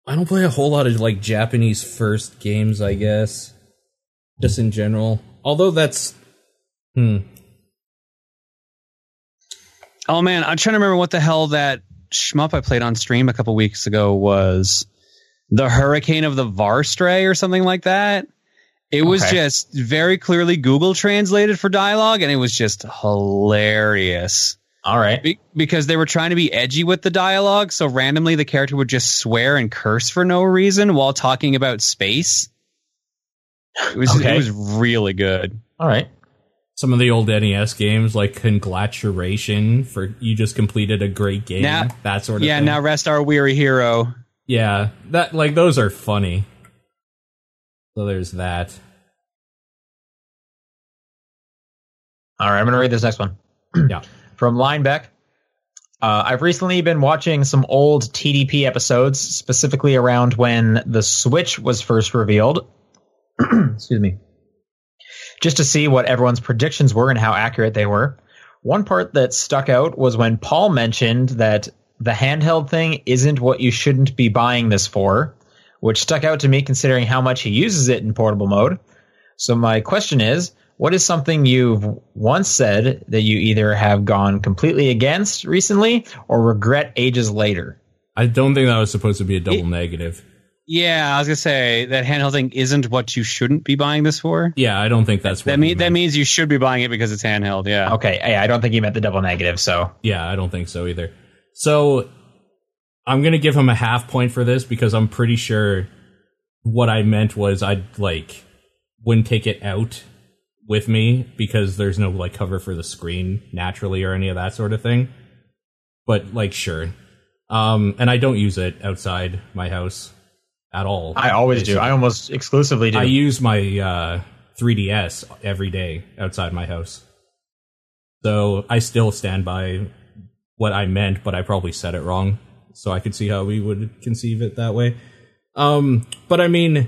Speaker 2: I don't play a whole lot of like Japanese first games, I guess. Just in general. Although that's hmm.
Speaker 3: Oh man, I'm trying to remember what the hell that shmup I played on stream a couple weeks ago was. the Hurricane of the Varstray or something like that. It was
Speaker 1: Okay.
Speaker 3: just very clearly Google translated for dialogue, and it was just hilarious
Speaker 1: All right.
Speaker 3: Be- because they were trying to be edgy with the dialogue. So randomly, the character would just swear and curse for no reason while talking about space. It was
Speaker 1: Okay.
Speaker 3: it was really good.
Speaker 1: All right.
Speaker 2: Some of the old NES games like Congratulation for you just completed a great game.
Speaker 3: Now-
Speaker 2: that sort of
Speaker 3: Yeah,
Speaker 2: thing.
Speaker 3: now rest our weary hero.
Speaker 2: Yeah, that like those are funny. So there's that.
Speaker 1: All right, I'm going to read this next one.
Speaker 2: Yeah.
Speaker 1: From Linebeck. Uh, I've recently been watching some old TDP episodes, specifically around when the Switch was first revealed. Excuse me. Just to see what everyone's predictions were and how accurate they were. One part that stuck out was when Paul mentioned that the handheld thing isn't what you shouldn't be buying this for, which stuck out to me considering how much he uses it in portable mode. So my question is, what is something you've once said that you either have gone completely against recently or regret ages later?
Speaker 2: I don't think that was supposed to be a double negative.
Speaker 3: Yeah, I was gonna say that handheld thing isn't what you shouldn't be buying this for.
Speaker 2: Yeah, I don't think that's what
Speaker 3: That
Speaker 2: he
Speaker 3: mean that
Speaker 2: meant.
Speaker 3: means you should be buying it because it's handheld. Yeah.
Speaker 1: Okay, hey, I don't think he meant the double negative, so
Speaker 2: Yeah, I don't think so either. So I'm gonna give him a half point for this because I'm pretty sure what I meant was I'd like wouldn't take it out with me because there's no like cover for the screen naturally or any of that sort of thing. But like sure. Um and I don't use it outside my house at all.
Speaker 1: I always do. I almost exclusively do.
Speaker 2: I use my uh, 3DS every day outside my house. So I still stand by what I meant, but I probably said it wrong. So I could see how we would conceive it that way. Um, but I mean,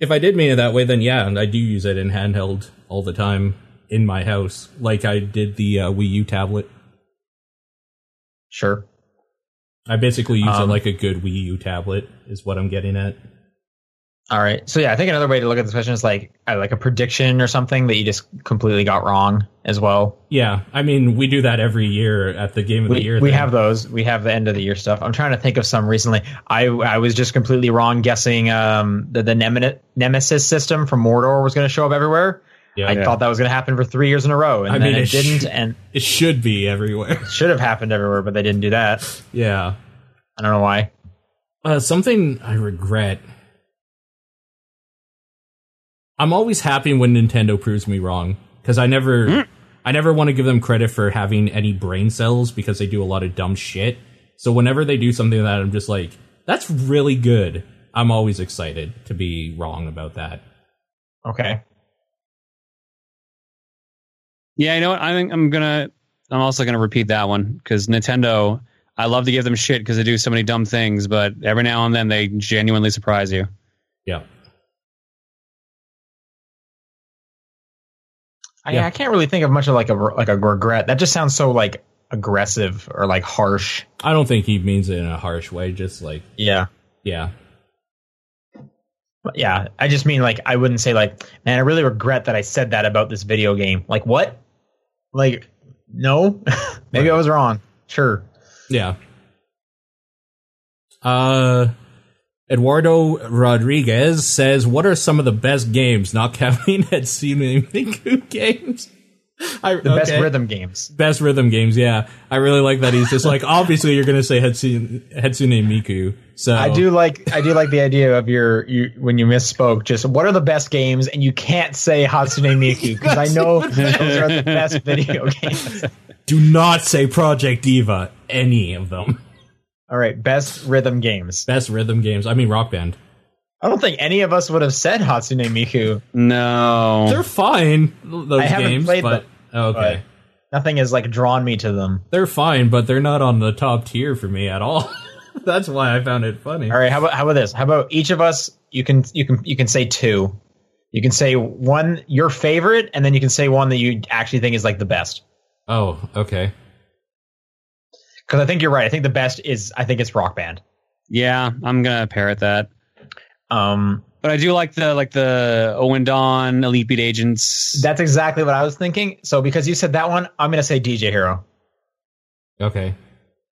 Speaker 2: if I did mean it that way, then yeah, and I do use it in handheld all the time in my house, like I did the uh, Wii U tablet.
Speaker 1: sure.
Speaker 2: I basically use
Speaker 1: Um,
Speaker 2: it like a good Wii U tablet, is what I'm getting at.
Speaker 1: All right. So yeah, I think another way to look at this question is like uh, like a prediction or something that you just completely got wrong as well.
Speaker 2: Yeah, I mean, we do that every year at the Game of the
Speaker 1: We,
Speaker 2: Year.
Speaker 1: we
Speaker 2: thing.
Speaker 1: have those. We have the end of the year stuff. I'm trying to think of some recently. I I was just completely wrong guessing um, that the Nemen- Nemesis system from Mordor was going to show up everywhere.
Speaker 2: Yeah.
Speaker 1: I
Speaker 2: Yeah.
Speaker 1: thought that was going to happen for three years in a row, and
Speaker 2: I
Speaker 1: then
Speaker 2: mean,
Speaker 1: it,
Speaker 2: it sh-
Speaker 1: didn't, and
Speaker 2: It should be everywhere.
Speaker 1: should have happened everywhere, but they didn't do that.
Speaker 2: yeah.
Speaker 1: I don't know why.
Speaker 2: Uh, something I regret. I'm always happy when Nintendo proves me wrong because I never, I never want to give them credit for having any brain cells because they do a lot of dumb shit. So whenever they do something that I'm just like, that's really good. I'm always excited to be wrong about that.
Speaker 1: Okay,
Speaker 3: Yeah, you know what? I'm I'm gonna I'm also gonna repeat that one because Nintendo. I love to give them shit because they do so many dumb things, but every now and then they genuinely surprise you.
Speaker 2: Yeah.
Speaker 1: I,
Speaker 2: Yeah.
Speaker 1: I can't really think of much of like a re- like a regret. That just sounds so like aggressive or like harsh.
Speaker 2: I don't think he means it in a harsh way. Just like,
Speaker 1: Yeah,
Speaker 2: yeah,
Speaker 1: But yeah. I just mean like I wouldn't say like, man, I really regret that I said that about this video game. Like what? Like no, maybe I was wrong. Sure.
Speaker 2: Yeah. Uh Eduardo Rodriguez says, "What are some of the best games not counting Hatsune Miku games?" I,
Speaker 1: The best rhythm games.
Speaker 2: best rhythm games. Yeah, I really like that. He's just like, obviously, you're gonna say Hatsune, Hatsune Miku. So
Speaker 1: I do like I do like the idea of your you when you misspoke. Just what are the best games, and you can't say Hatsune Miku because I know those are the best video games.
Speaker 2: do not say Project Diva. Any of them.
Speaker 1: All right, best rhythm games.
Speaker 2: Best rhythm games. I mean, Rock Band.
Speaker 1: I don't think any of us would have said Hatsune Miku.
Speaker 3: No,
Speaker 2: They're fine. Those
Speaker 1: I haven't
Speaker 2: games,
Speaker 1: played
Speaker 2: but okay,
Speaker 1: but- Nothing has like drawn me to them.
Speaker 2: they're fine, but they're not on the top tier for me at all. That's why I found it funny.
Speaker 1: All right, how about how about this? How about each of us? You can you can you can say two. You can say one your favorite, and then you can say one that you actually think is like the best.
Speaker 2: Oh, okay.
Speaker 1: Because I think you're right. I think the best is I think it's Rock Band.
Speaker 3: yeah, I'm gonna parrot that.
Speaker 1: Um,
Speaker 3: But I do like the like the Owen Dawn Elite Beat Agents.
Speaker 1: That's exactly what I was thinking. So because you said that one, I'm gonna say DJ Hero.
Speaker 2: Okay.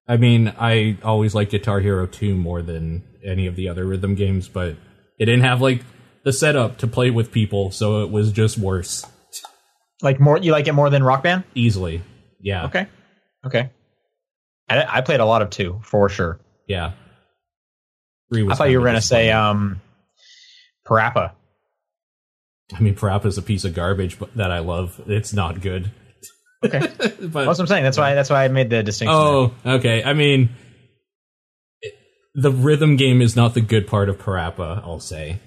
Speaker 2: I mean, I always liked Guitar Hero 2 more than any of the other rhythm games, but it didn't have like the setup to play with people, so it was just worse
Speaker 1: Like more, you like it more than Rock Band?
Speaker 2: easily. Yeah.
Speaker 1: Okay, okay. I, I played a lot of two for sure.
Speaker 2: Yeah. Three
Speaker 1: I
Speaker 2: was
Speaker 1: thought you were
Speaker 2: kinda
Speaker 1: gonna say
Speaker 2: disappointing.
Speaker 1: um, Parappa.
Speaker 2: I mean, Parappa is a piece of garbage, but that I love. It's not good.
Speaker 1: Okay.
Speaker 2: but
Speaker 1: That's what I'm saying. That's why. That's why I made the distinction. there.
Speaker 2: Oh, okay. I mean, it- the rhythm game is not the good part of Parappa, I'll say.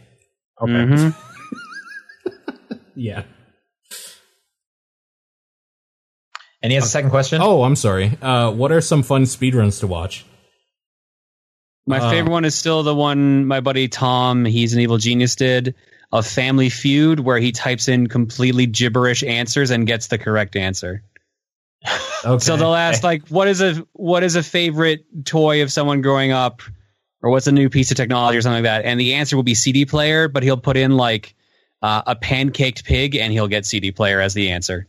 Speaker 1: okay.
Speaker 3: Mhm.
Speaker 2: Yeah.
Speaker 1: And he has a second question.
Speaker 2: Oh, I'm sorry. Uh, what are some fun speedruns to watch?
Speaker 3: My
Speaker 1: Uh-huh.
Speaker 2: Uh,
Speaker 3: favorite one is still the one my buddy Tom, he's an evil genius, did a Family Feud where he types in completely gibberish answers and gets the correct answer.
Speaker 2: Okay.
Speaker 3: So they'll ask like, what is a what is a favorite toy of someone growing up, or what's a new piece of technology or something like that, and the answer will be CD player, but he'll put in like uh, a pancaked pig and he'll get CD player as the answer.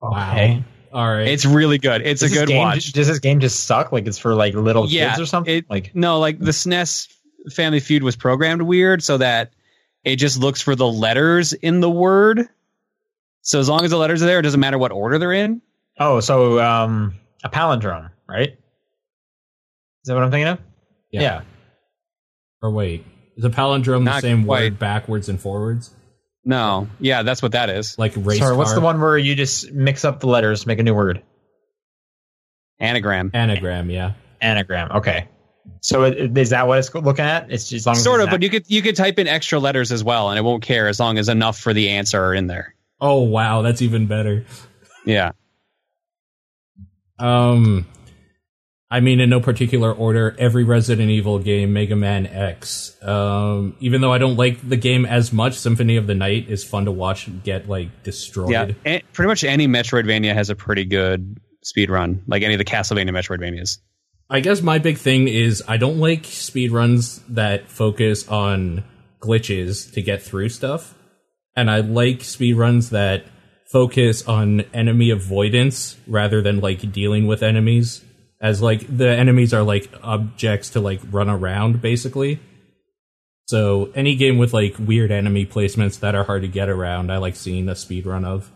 Speaker 2: wow.
Speaker 1: Okay.
Speaker 2: All right.
Speaker 3: It's really good. It's
Speaker 1: Does
Speaker 3: a
Speaker 1: this
Speaker 3: good
Speaker 1: game,
Speaker 3: watch.
Speaker 1: Does this game just suck? Like it's for like little
Speaker 3: Yeah,
Speaker 1: kids or something?
Speaker 3: it-
Speaker 1: like
Speaker 3: No, like the SNES Family Feud was programmed weird so that it just looks for the letters in the word. So as long as the letters are there, it doesn't matter what order they're in.
Speaker 1: oh, so um, a palindrome, right? Is that what I'm thinking of?
Speaker 2: Yeah. or wait, is a palindrome the
Speaker 3: Not
Speaker 2: same word
Speaker 3: quite.
Speaker 2: backwards and forwards?
Speaker 3: No, yeah, that's what that is.
Speaker 2: Like race
Speaker 1: Sorry, what's
Speaker 2: car?
Speaker 1: the one where you just mix up the letters, make a new word?
Speaker 3: Anagram.
Speaker 2: Anagram, yeah.
Speaker 1: Anagram. Okay. So it, is that what it's looking at? It's just as long as
Speaker 3: Sort
Speaker 1: it's
Speaker 3: of, but
Speaker 1: not-
Speaker 3: you could you could type in extra letters as well, and it won't care as long as enough for the answer are in there.
Speaker 2: Oh, wow. That's even better.
Speaker 3: Yeah.
Speaker 2: Um, I mean, in no particular order, every Resident Evil game, Mega Man X. Um, even though I don't like the game as much, Symphony of the Night is fun to watch get like destroyed.
Speaker 3: Yeah. And pretty much any Metroidvania has a pretty good speed run, like any of the Castlevania Metroidvanias.
Speaker 2: I guess my big thing is I don't like speedruns that focus on glitches to get through stuff. And I like speedruns that focus on enemy avoidance rather than like dealing with enemies. As like the enemies are like objects to like run around basically. So any game with like weird enemy placements that are hard to get around, I like seeing a speedrun of.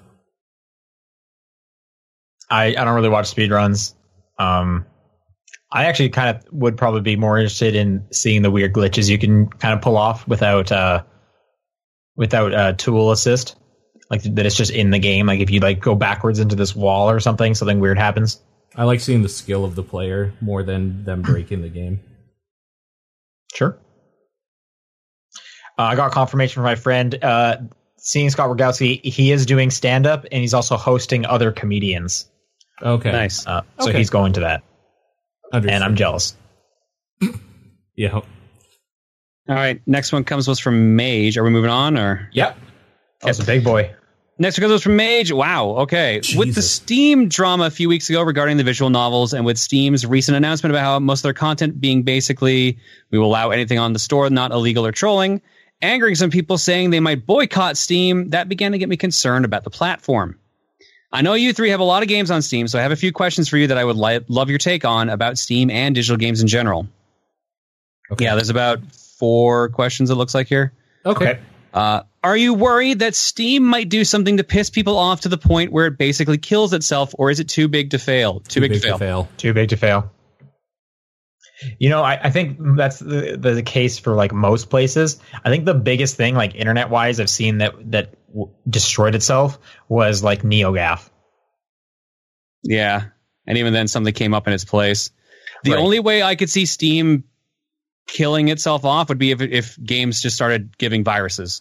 Speaker 1: I, I don't really watch speedruns. Um, I actually kind of would probably be more interested in seeing the weird glitches you can kind of pull off without uh, without uh, tool assist, like that it's just in the game. Like if you like go backwards into this wall or something, something weird happens.
Speaker 2: I like seeing the skill of the player more than them breaking the game.
Speaker 1: Sure. Uh, I got confirmation from my friend. Uh, seeing Scott Rogowski, he is doing stand up and he's also hosting other comedians.
Speaker 2: Okay.
Speaker 3: Nice.
Speaker 1: Uh, so
Speaker 2: Okay.
Speaker 1: he's going to that, and
Speaker 2: Understood.
Speaker 1: I'm jealous.
Speaker 2: yeah.
Speaker 3: All right. Next one comes was from Mage. Are we moving on or
Speaker 1: Yep. That's a big boy.
Speaker 3: Next one goes from Mage. Wow. Okay. With the
Speaker 2: Jesus.
Speaker 3: Steam drama a few weeks ago regarding the visual novels, and with Steam's recent announcement about how most of their content being basically we will allow anything on the store, not illegal or trolling, angering some people saying they might boycott Steam, that began to get me concerned about the platform. I know you three have a lot of games on Steam, so I have a few questions for you that I would li- love your take on about Steam and digital games in general.
Speaker 2: Okay.
Speaker 3: Yeah, there's about four questions it looks like here.
Speaker 2: Okay.
Speaker 3: Uh, are you worried that Steam might do something to piss people off to the point where it basically kills itself, or is it too big to fail? Too, big, to fail.
Speaker 1: Too big to fail. You know, I, I think that's the, the case for like most places. I think the biggest thing, like internet wise, I've seen that that w- destroyed itself was like NeoGaf.
Speaker 3: Yeah, and even then, something came up in its place. The
Speaker 1: Right.
Speaker 3: only way I could see Steam killing itself off would be if if games just started giving viruses.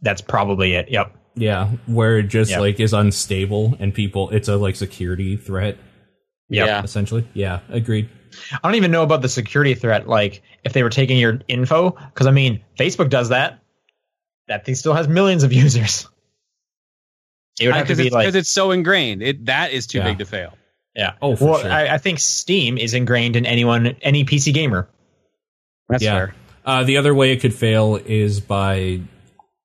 Speaker 1: That's probably it. Yep.
Speaker 2: Yeah, where it just
Speaker 1: Yeah.
Speaker 2: like is unstable and people, it's a like security threat
Speaker 1: Yep.
Speaker 3: Yeah,
Speaker 2: essentially. Yeah, agreed.
Speaker 1: I don't even know about the security threat, like if they were taking your info, because I mean, Facebook does that. That thing still has millions of users. It would have to
Speaker 3: because
Speaker 1: be
Speaker 3: it's,
Speaker 1: like
Speaker 3: 'cause it's so ingrained. It that is too
Speaker 2: Yeah.
Speaker 3: big to fail.
Speaker 1: yeah.
Speaker 2: Oh, for
Speaker 1: well,
Speaker 2: sure.
Speaker 1: I, I think Steam is ingrained in anyone, any PC gamer.
Speaker 3: That's
Speaker 2: Yeah.
Speaker 3: fair.
Speaker 2: Uh, the other way it could fail is by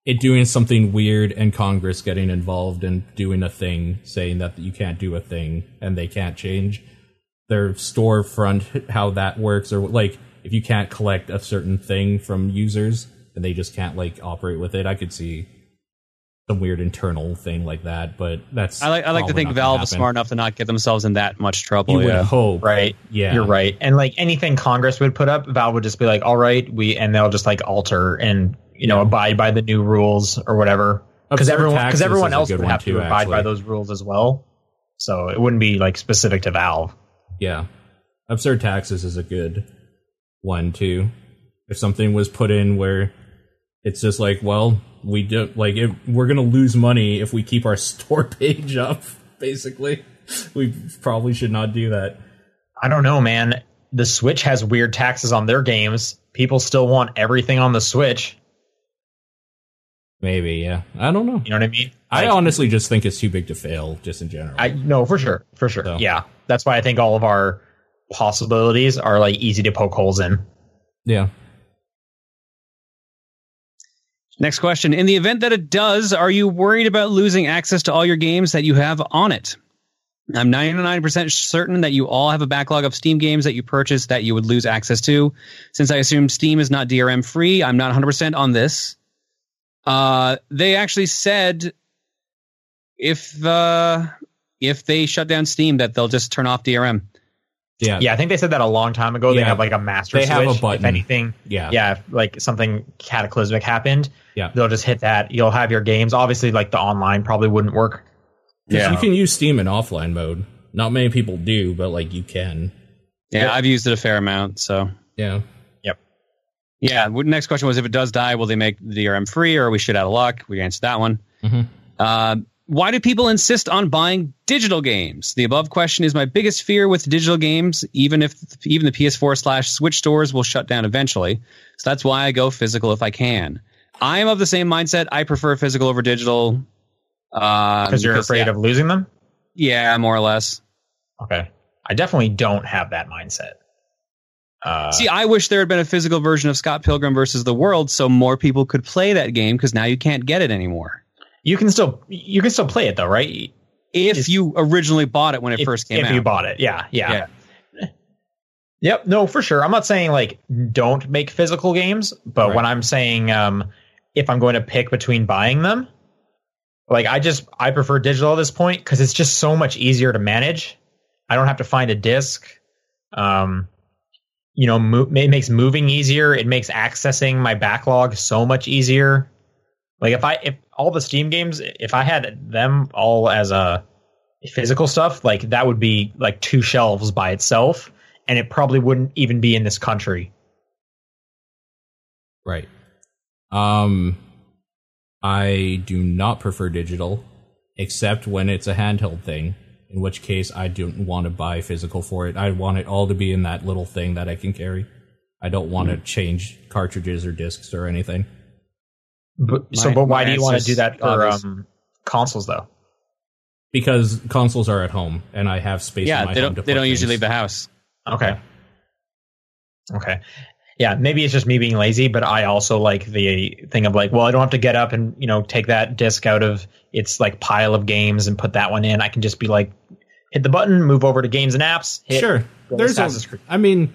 Speaker 2: it doing something weird and Congress getting involved and doing a thing, saying that you can't do a thing and they can't change their storefront, how that works, or like if you can't collect a certain thing from users and they just can't like operate with it. I could see some weird internal thing like that, but that's
Speaker 3: I like I like to
Speaker 2: probably not
Speaker 3: think
Speaker 2: gonna
Speaker 3: Valve is
Speaker 2: happen.
Speaker 3: smart enough to not get themselves in that much
Speaker 2: You
Speaker 3: trouble.
Speaker 2: would
Speaker 3: yeah.
Speaker 2: hope,
Speaker 1: Right.
Speaker 2: Yeah,
Speaker 1: You're right. And like anything Congress would put up, Valve would just be like, all right, we, and they'll just like alter and, you know, abide by the new rules or whatever. Because
Speaker 2: Absurd
Speaker 1: everyone,
Speaker 2: taxes
Speaker 1: because
Speaker 2: is
Speaker 1: everyone
Speaker 2: a
Speaker 1: else
Speaker 2: good
Speaker 1: would
Speaker 2: one
Speaker 1: have
Speaker 2: too,
Speaker 1: to abide by
Speaker 2: actually.
Speaker 1: those rules as well. So it wouldn't be like specific to Valve.
Speaker 2: Yeah. Absurd taxes is a good one too. If something was put in where it's just like, well, we do like if we're gonna lose money if we keep our store page up, basically. We probably should not do that.
Speaker 1: I don't know, man. The Switch has weird taxes on their games. People still want everything on the Switch.
Speaker 2: Maybe, yeah. I don't know.
Speaker 1: You know what I mean?
Speaker 2: I
Speaker 1: Like,
Speaker 2: honestly just think it's too big to fail, just in general.
Speaker 1: I no, for sure, for sure.
Speaker 2: So.
Speaker 1: Yeah, that's why I think all of our possibilities are like easy to poke holes in.
Speaker 2: yeah.
Speaker 3: Next question. In the event that it does, are you worried about losing access to all your games that you have on it? I'm 99% certain that you all have a backlog of Steam games that you purchased that you would lose access to. Since I assume Steam is not DRM free, I'm not 100% on this. Uh, they actually said if uh, if they shut down Steam that they'll just turn off DRM.
Speaker 2: Yeah.
Speaker 1: Yeah, I think they said that a long time ago. They
Speaker 2: Yeah.
Speaker 1: have like a master.
Speaker 2: They have a
Speaker 1: switch.
Speaker 2: button.
Speaker 1: If anything,
Speaker 2: Yeah.
Speaker 1: yeah, if, like something cataclysmic happened,
Speaker 2: Yeah.
Speaker 1: they'll just hit that. You'll have your games. Obviously, like the online probably wouldn't work.
Speaker 2: 'Cause
Speaker 3: Yeah.
Speaker 2: You can use Steam in offline mode. Not many people do, but like you can.
Speaker 3: Yeah, I've used it a fair amount, so
Speaker 2: Yeah.
Speaker 3: Yeah. w- Next question was if it does die, will they make the DRM free or are we shit out of luck? We answered that one.
Speaker 1: Mm-hmm.
Speaker 2: Mhm.
Speaker 3: Uh, why do people insist on buying digital games? The above question is my biggest fear with digital games, even if even the PS4 slash Switch stores will shut down eventually. So that's why I go physical if I can. I am of the same mindset. I prefer physical over digital. Um,
Speaker 1: because you're afraid
Speaker 3: yeah,
Speaker 1: of losing them.
Speaker 3: yeah, more or less.
Speaker 1: Okay, I definitely don't have that mindset. Uh,
Speaker 3: See, I wish there had been a physical version of Scott Pilgrim versus the World, so more people could play that game because now you can't get it anymore.
Speaker 1: you can still you can still play it though, right?
Speaker 3: if
Speaker 1: If-
Speaker 3: you originally bought it when it
Speaker 1: if,
Speaker 3: first came
Speaker 1: if
Speaker 3: out.
Speaker 1: you bought it. Yeah, yeah. Yep. No, for sure. I'm not saying like don't make physical games, but
Speaker 2: Right.
Speaker 1: when I'm saying um, if I'm going to pick between buying them, like I just I prefer digital at this point because it's just so much easier to manage. I don't have to find a disc. Um, you know, mo- it makes moving easier. It makes accessing my backlog so much easier. Like if I if all the Steam games, if I had them all as a physical stuff, like that would be like two shelves by itself, and it probably wouldn't even be in this country.
Speaker 2: Right. Um I do not prefer digital except when it's a handheld thing, in which case I don't want to buy physical for it. I want it all to be in that little thing that I can carry. I don't want
Speaker 3: Mm-hmm.
Speaker 2: to change cartridges or discs or anything.
Speaker 1: But, so,
Speaker 3: My-
Speaker 1: but why
Speaker 3: my
Speaker 1: do you want to
Speaker 3: answer's
Speaker 1: do that for
Speaker 3: obvious.
Speaker 1: um, consoles though?
Speaker 2: Because consoles are at home and I have space in
Speaker 3: yeah,
Speaker 2: my
Speaker 3: they
Speaker 2: home
Speaker 3: don't
Speaker 2: to
Speaker 3: they
Speaker 2: put
Speaker 3: don't usually leave
Speaker 2: things.
Speaker 3: the house.
Speaker 1: Okay. Okay. Yeah, maybe it's just me being lazy, but I also like the thing of like, well, I don't have to get up and, you know, take that disc out of its like pile of games and put that one in. I can just be like hit the button, move over to games and apps. Hit,
Speaker 2: Sure.
Speaker 1: go to
Speaker 2: There's a,
Speaker 1: Assassin's Creed.
Speaker 2: I mean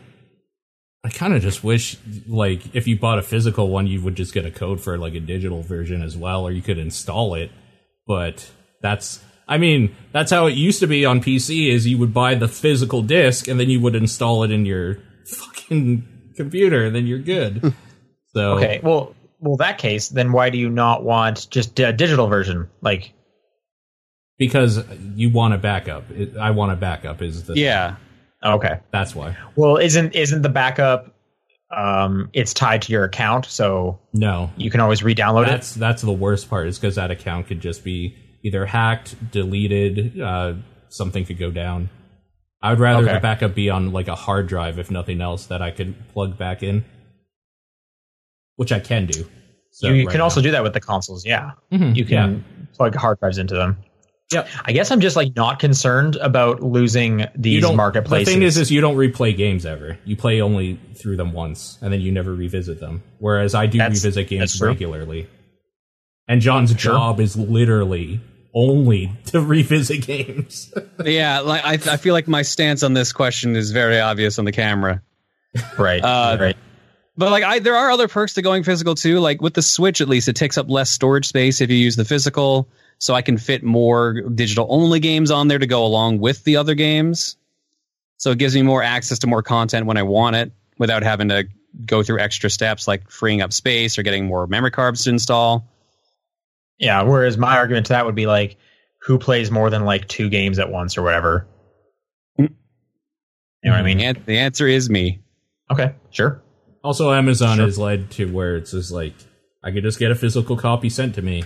Speaker 2: I kind of just wish like if you bought a physical one you would just get a code for like a digital version as well or you could install it. But that's I mean, that's how it used to be on PC is you would buy the physical disc and then you would install it in your fucking computer and then you're good. so
Speaker 1: Hmm. Okay. Well, well, that case, then why do you not want just a digital version? Like,
Speaker 2: because you want a backup. It, I want a backup is the
Speaker 3: Yeah.
Speaker 1: okay.
Speaker 2: that's why.
Speaker 1: Well, isn't isn't the backup um it's tied to your account, so
Speaker 2: No.
Speaker 1: you can always re-download it.
Speaker 2: that's that's the worst part is because that account could just be either hacked, deleted, uh, something could go down. I would rather the
Speaker 1: Okay.
Speaker 2: backup be on like a hard drive, if nothing else, that I could plug back in, which I can do. So
Speaker 1: you
Speaker 2: right
Speaker 1: can
Speaker 2: now.
Speaker 1: also do that with the consoles, yeah.
Speaker 2: Mhm,
Speaker 1: you can plug hard drives into them.
Speaker 2: Yep.
Speaker 1: I guess I'm just like not concerned about losing
Speaker 2: You
Speaker 1: these
Speaker 2: don't-
Speaker 1: marketplaces.
Speaker 2: The thing is, is you don't replay games ever. You play only through them once, and then you never revisit them. Whereas I do
Speaker 1: That's-
Speaker 2: revisit
Speaker 1: that's
Speaker 2: games
Speaker 1: true.
Speaker 2: regularly. And John's
Speaker 1: Sure.
Speaker 2: job is literally only to revisit games.
Speaker 3: yeah, like I, I feel like my stance on this question is very obvious on the camera.
Speaker 1: Right.
Speaker 3: Uh,
Speaker 1: right.
Speaker 3: But like, I there are other perks to going physical too. Like with the Switch, at least it takes up less storage space if you use the physical, so I can fit more digital only games on there to go along with the other games. So it gives me more access to more content when I want it without having to go through extra steps like freeing up space or getting more memory cards to install.
Speaker 1: Yeah. Whereas my argument to that would be like, who plays more than like two games at once or whatever? You know what I mean?
Speaker 3: The an- the answer is me.
Speaker 2: Mm-hmm.
Speaker 1: Okay. Sure.
Speaker 2: also, Amazon
Speaker 1: Sure.
Speaker 2: has led to where it's just like, I could just get a physical copy sent to me.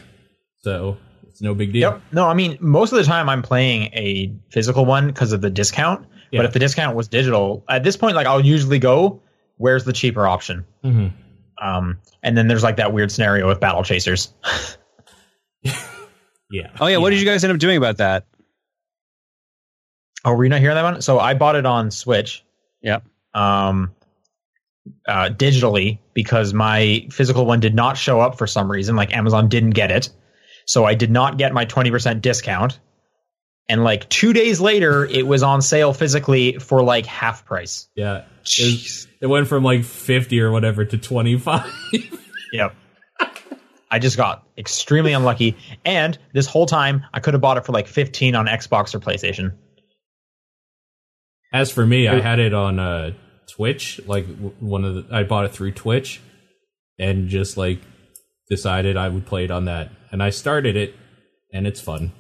Speaker 2: So it's no big deal.
Speaker 1: Yep. No, I mean, most of the time I'm playing a physical one because of the discount.
Speaker 2: Yeah.
Speaker 1: But if the discount was digital, at this point, like I'll usually go, where's the cheaper option?
Speaker 2: hmm
Speaker 1: Um, and then there's like that weird scenario with battle chasers.
Speaker 2: Yeah.
Speaker 3: Oh yeah, what did you guys end up doing about that?
Speaker 1: Oh, were you not hearing that one? So I bought it on Switch.
Speaker 3: Yep.
Speaker 1: Um, uh, digitally because my physical one did not show up for some reason. Like Amazon didn't get it, so I did not get my twenty percent discount. And like two days later, it was on sale physically for like half price.
Speaker 2: Yeah. It, was- it went from like 50 or whatever to 25.
Speaker 1: Yep. I just got extremely unlucky, and this whole time I could have bought it for like fifteen on Xbox or PlayStation.
Speaker 2: As for me, I had it on uh, Twitch. Like w- one of the, I bought it through Twitch, and just like decided I would play it on that, and I started it, and it's fun.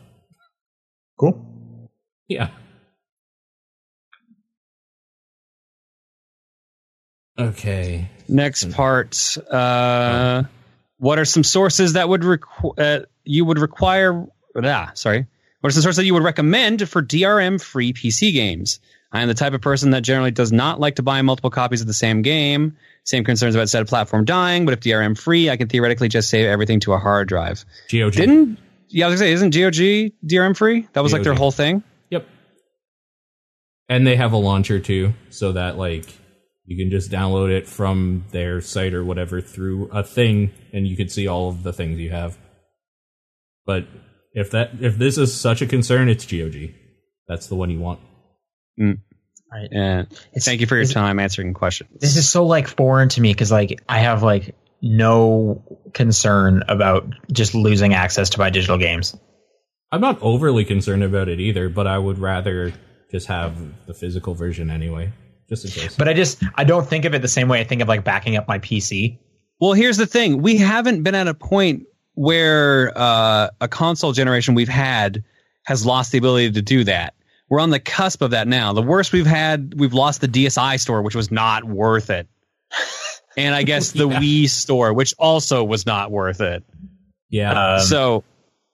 Speaker 1: Cool.
Speaker 2: Yeah. Okay.
Speaker 3: Next part. Uh, what are some sources that would requ- uh, you would require? Ah, sorry. What are some sources that you would recommend for DRM free PC games? I am the type of person that generally does not like to buy multiple copies of the same game. Same concerns about said platform dying, but if DRM free, I can theoretically just save everything to a hard drive.
Speaker 2: GOG.
Speaker 3: Didn't yeah, I was gonna say, isn't GOG DRM free? That was like their
Speaker 2: GOG.
Speaker 3: whole thing.
Speaker 2: Yep. And they have a launcher too, so that like you can just download it from their site or whatever through a thing, and you can see all of the things you have. But if that if this is such a concern, it's GOG. That's the one you want.
Speaker 3: Uh,
Speaker 1: It's-
Speaker 3: thank you for your
Speaker 1: it's-
Speaker 3: time answering questions.
Speaker 1: this is so like foreign to me because like I have like no concern about just losing access to my digital games.
Speaker 2: I'm not overly concerned about it either, but I would rather just have the physical version anyway, just in case.
Speaker 1: But I just I don't think of it the same way I think of like backing up my PC.
Speaker 3: Well, here's the thing: we haven't been at a point where uh, a console generation we've had has lost the ability to do that. We're on the cusp of that now. The worst we've had, we've lost the DSi store, which was not worth it, and I guess the
Speaker 2: Yeah.
Speaker 3: Wii store, which also was not worth it. Uh,
Speaker 2: yeah,
Speaker 1: Um,
Speaker 3: so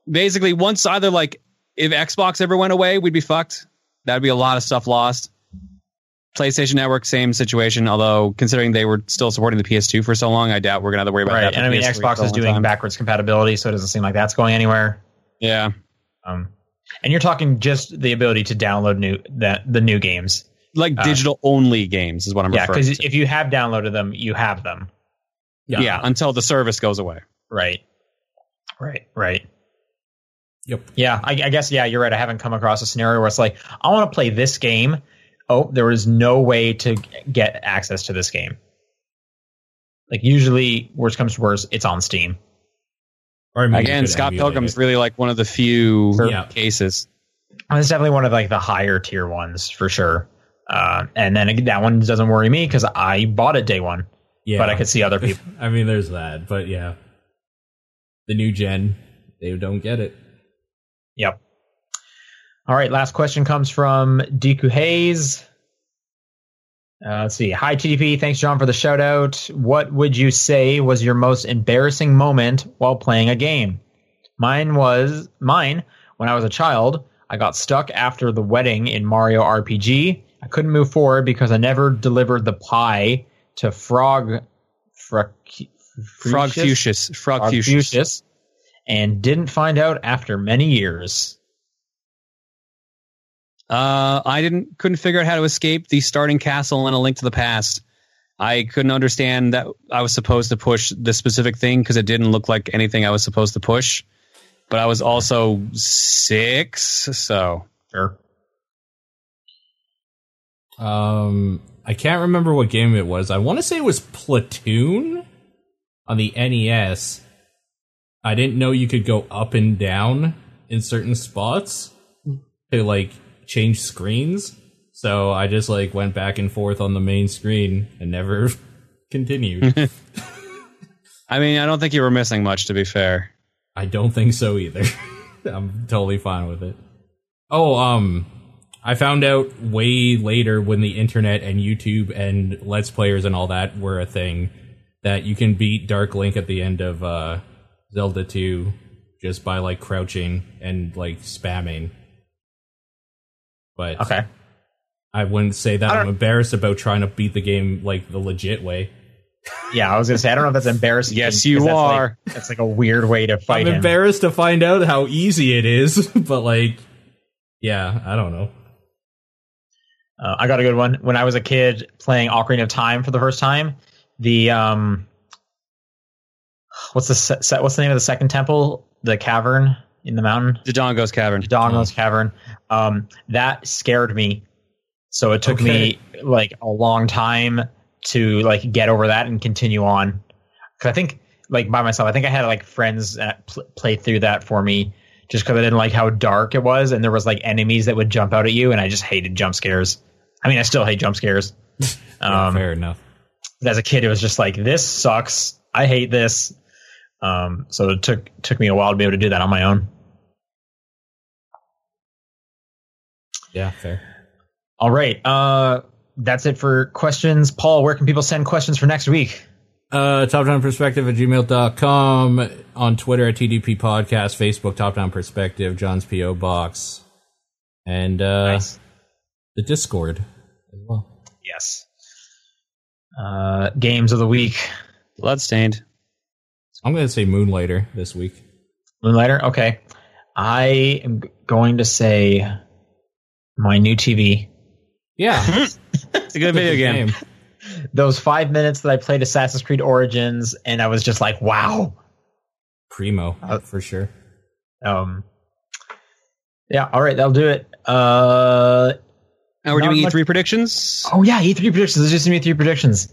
Speaker 3: basically, once either like if Xbox ever went away, we'd be fucked. That'd be a lot of stuff lost. PlayStation Network, same situation. Although considering they were still supporting the PS2 for so long, I doubt we're gonna have to worry about
Speaker 1: right,
Speaker 3: that. for
Speaker 1: and I mean
Speaker 3: PS3 for
Speaker 1: Xbox
Speaker 3: a
Speaker 1: is
Speaker 3: long
Speaker 1: doing
Speaker 3: time.
Speaker 1: backwards compatibility, so it doesn't seem like that's going anywhere.
Speaker 3: Yeah,
Speaker 1: Um, and you're talking just the ability to download new that the new games.
Speaker 3: like
Speaker 1: Uh,
Speaker 3: digital only games is what I'm
Speaker 1: Yeah,
Speaker 3: referring.
Speaker 1: because
Speaker 3: to.
Speaker 1: if you have downloaded them, you have them.
Speaker 3: yeah. until the service goes away.
Speaker 1: Right. Right. Right.
Speaker 2: Yep.
Speaker 1: Yeah, I, I guess yeah, you're right. I haven't come across a scenario where it's like I want to play this game. Oh, there is no way to get access to this game. Like usually, worst comes to worst, it's on Steam.
Speaker 2: Or, I mean, you
Speaker 3: Again,
Speaker 2: could
Speaker 3: Scott
Speaker 2: emulate
Speaker 3: Pilgrim's
Speaker 2: it.
Speaker 3: really like one of the few
Speaker 2: Yeah.
Speaker 3: cases.
Speaker 1: Oh, It's definitely one of like the higher tier ones for sure. Uh, and then again, that one doesn't worry me because I bought it day one,
Speaker 2: yeah.
Speaker 1: but I could see other people.
Speaker 2: I mean, there's that, but yeah, the new gen, they don't get it.
Speaker 1: Yep. All right. Last question comes from Deku Hayes. Uh, let's see. Hi, TDP. Thanks, John, for the shout out. What would you say was your most embarrassing moment while playing a game? Mine was mine when I was a child. I got stuck after the wedding in Mario RPG. I couldn't move forward because I never delivered the pie to Frog. Frog.
Speaker 3: Frog Fuchsius. Frog Fuchsius.
Speaker 1: Fuchsius, and didn't find out after many years.
Speaker 3: Uh, I didn't couldn't figure out how to escape the starting castle in A Link to the Past. I couldn't understand that I was supposed to push this specific thing because it didn't look like anything I was supposed to push. But I was also six, so
Speaker 1: Sure.
Speaker 2: Um, I can't remember what game it was. I want to say it was Platoon on the NES. I didn't know you could go up and down in certain spots to like change screens. So I just like went back and forth on the main screen and never continued.
Speaker 3: I mean, I don't think you were missing much, to be fair.
Speaker 2: I don't think so either. I'm totally fine with it. Oh, um, I found out way later when the internet and YouTube and Let's Players and all that were a thing that you can beat Dark Link at the end of uh, Zelda 2 just by like crouching and like spamming. But
Speaker 1: Okay.
Speaker 2: I wouldn't say that
Speaker 1: I
Speaker 2: I'm
Speaker 1: don't-
Speaker 2: embarrassed about trying to beat the game like the legit way.
Speaker 1: Yeah, I was gonna say I don't know if that's embarrassing.
Speaker 3: Yes,
Speaker 1: because
Speaker 3: you
Speaker 1: that's like-
Speaker 3: are.
Speaker 1: that's like a weird way to fight
Speaker 2: I'm
Speaker 1: him.
Speaker 2: embarrassed to find out how easy it is, but like, yeah, I don't know.
Speaker 1: Uh, I got a good one. When I was a kid playing Ocarina of Time for the first time, the um, what's the se- se- what's the name of the second temple? The cavern in the mountain,
Speaker 3: Dodongo's Cavern.
Speaker 1: Dodongo's cavern. Um, that scared me, so it took me like a long time to like get over that and continue on. Because I think like by myself, I think I had like friends that pl- played through that for me. Just because I didn't like how dark it was, and there was like enemies that would jump out at you, and I just hated jump scares. I mean, I still hate jump scares.
Speaker 2: Yeah,
Speaker 1: Um,
Speaker 2: fair enough.
Speaker 1: but as a kid, it was just like this sucks. I hate this. Um, so it took took me a while to be able to do that on my own.
Speaker 2: Yeah, fair.
Speaker 1: All right, uh, that's it for questions. Paul, where can people send questions for next week?
Speaker 2: Uh, top down perspective at gmail.com on Twitter at TDP podcast, Facebook, top down perspective, John's PO box, and, uh, the discord as well.
Speaker 1: Yes. Uh, games of the week.
Speaker 3: Bloodstained.
Speaker 2: I'm going to say Moonlighter this week.
Speaker 1: Moonlighter. Okay. I am g- going to say my new TV.
Speaker 2: Yeah.
Speaker 3: It's a good video game.
Speaker 1: Those five minutes that I played Assassin's Creed Origins, and I was just like, wow.
Speaker 2: Primo,
Speaker 1: Uh,
Speaker 2: for sure.
Speaker 1: Um, yeah. All right. That'll do it. Uh,
Speaker 3: Now we're
Speaker 1: Not
Speaker 3: doing
Speaker 1: much-
Speaker 3: E3 predictions.
Speaker 1: Oh yeah, E3 predictions. There's just gonna be three predictions.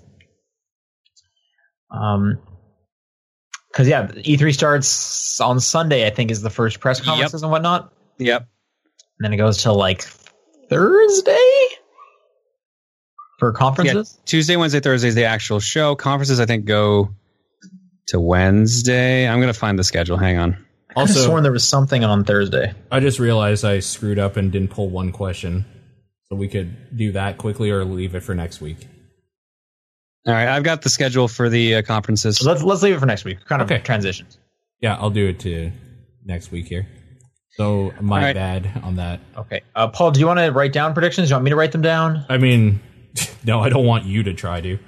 Speaker 1: Um, because yeah, E3 starts on Sunday. I think is the first press conferences and whatnot,
Speaker 3: Yep.
Speaker 1: and then it goes till like Thursday for conferences.
Speaker 3: Tuesday, Wednesday, Thursday is the actual show. Conferences, I think, go to Wednesday. I'm going to find the schedule. Hang on.
Speaker 1: I could have
Speaker 2: Also-
Speaker 1: sworn there was something on Thursday.
Speaker 2: I just realized I screwed up and didn't pull one question. So we could do that quickly or leave it for next week.
Speaker 3: All right. I've got the schedule for the uh, conferences.
Speaker 1: So let's let's leave it for next week. Kind of
Speaker 2: Okay.
Speaker 1: transitions.
Speaker 2: Yeah, I'll do it to next week here. So my
Speaker 3: All right.
Speaker 2: bad on that.
Speaker 1: Okay, uh, Paul, do you want to write down predictions? Do you want me to write them down?
Speaker 2: I mean, no, I don't want you to try to.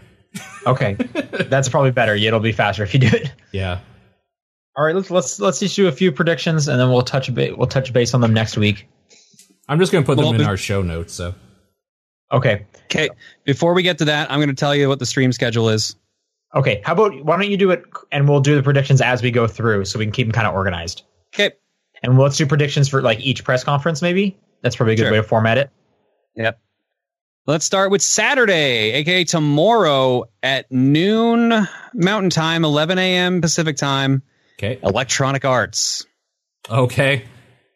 Speaker 1: Okay, that's probably better. It'll be faster if you do it.
Speaker 2: Yeah.
Speaker 1: All right, let's let's let's just do a few predictions, and then we'll touch a bit. We'll touch base on them next week.
Speaker 2: I'm just going to put
Speaker 3: Well,
Speaker 2: them in
Speaker 3: it-
Speaker 2: our show notes. So,
Speaker 1: Okay,
Speaker 3: Okay. Before we get to that, I'm going to tell you what the stream schedule is.
Speaker 1: okay. How about why don't you do it, and we'll do the predictions as we go through, so we can keep them kind of organized.
Speaker 3: Okay.
Speaker 1: And let's do predictions for like each press conference, maybe. That's probably a good
Speaker 3: Sure.
Speaker 1: way to format it.
Speaker 3: Yep. Let's start with Saturday, aka tomorrow at noon Mountain Time, 11 a.m. Pacific Time.
Speaker 2: okay.
Speaker 3: Electronic Arts.
Speaker 2: Okay.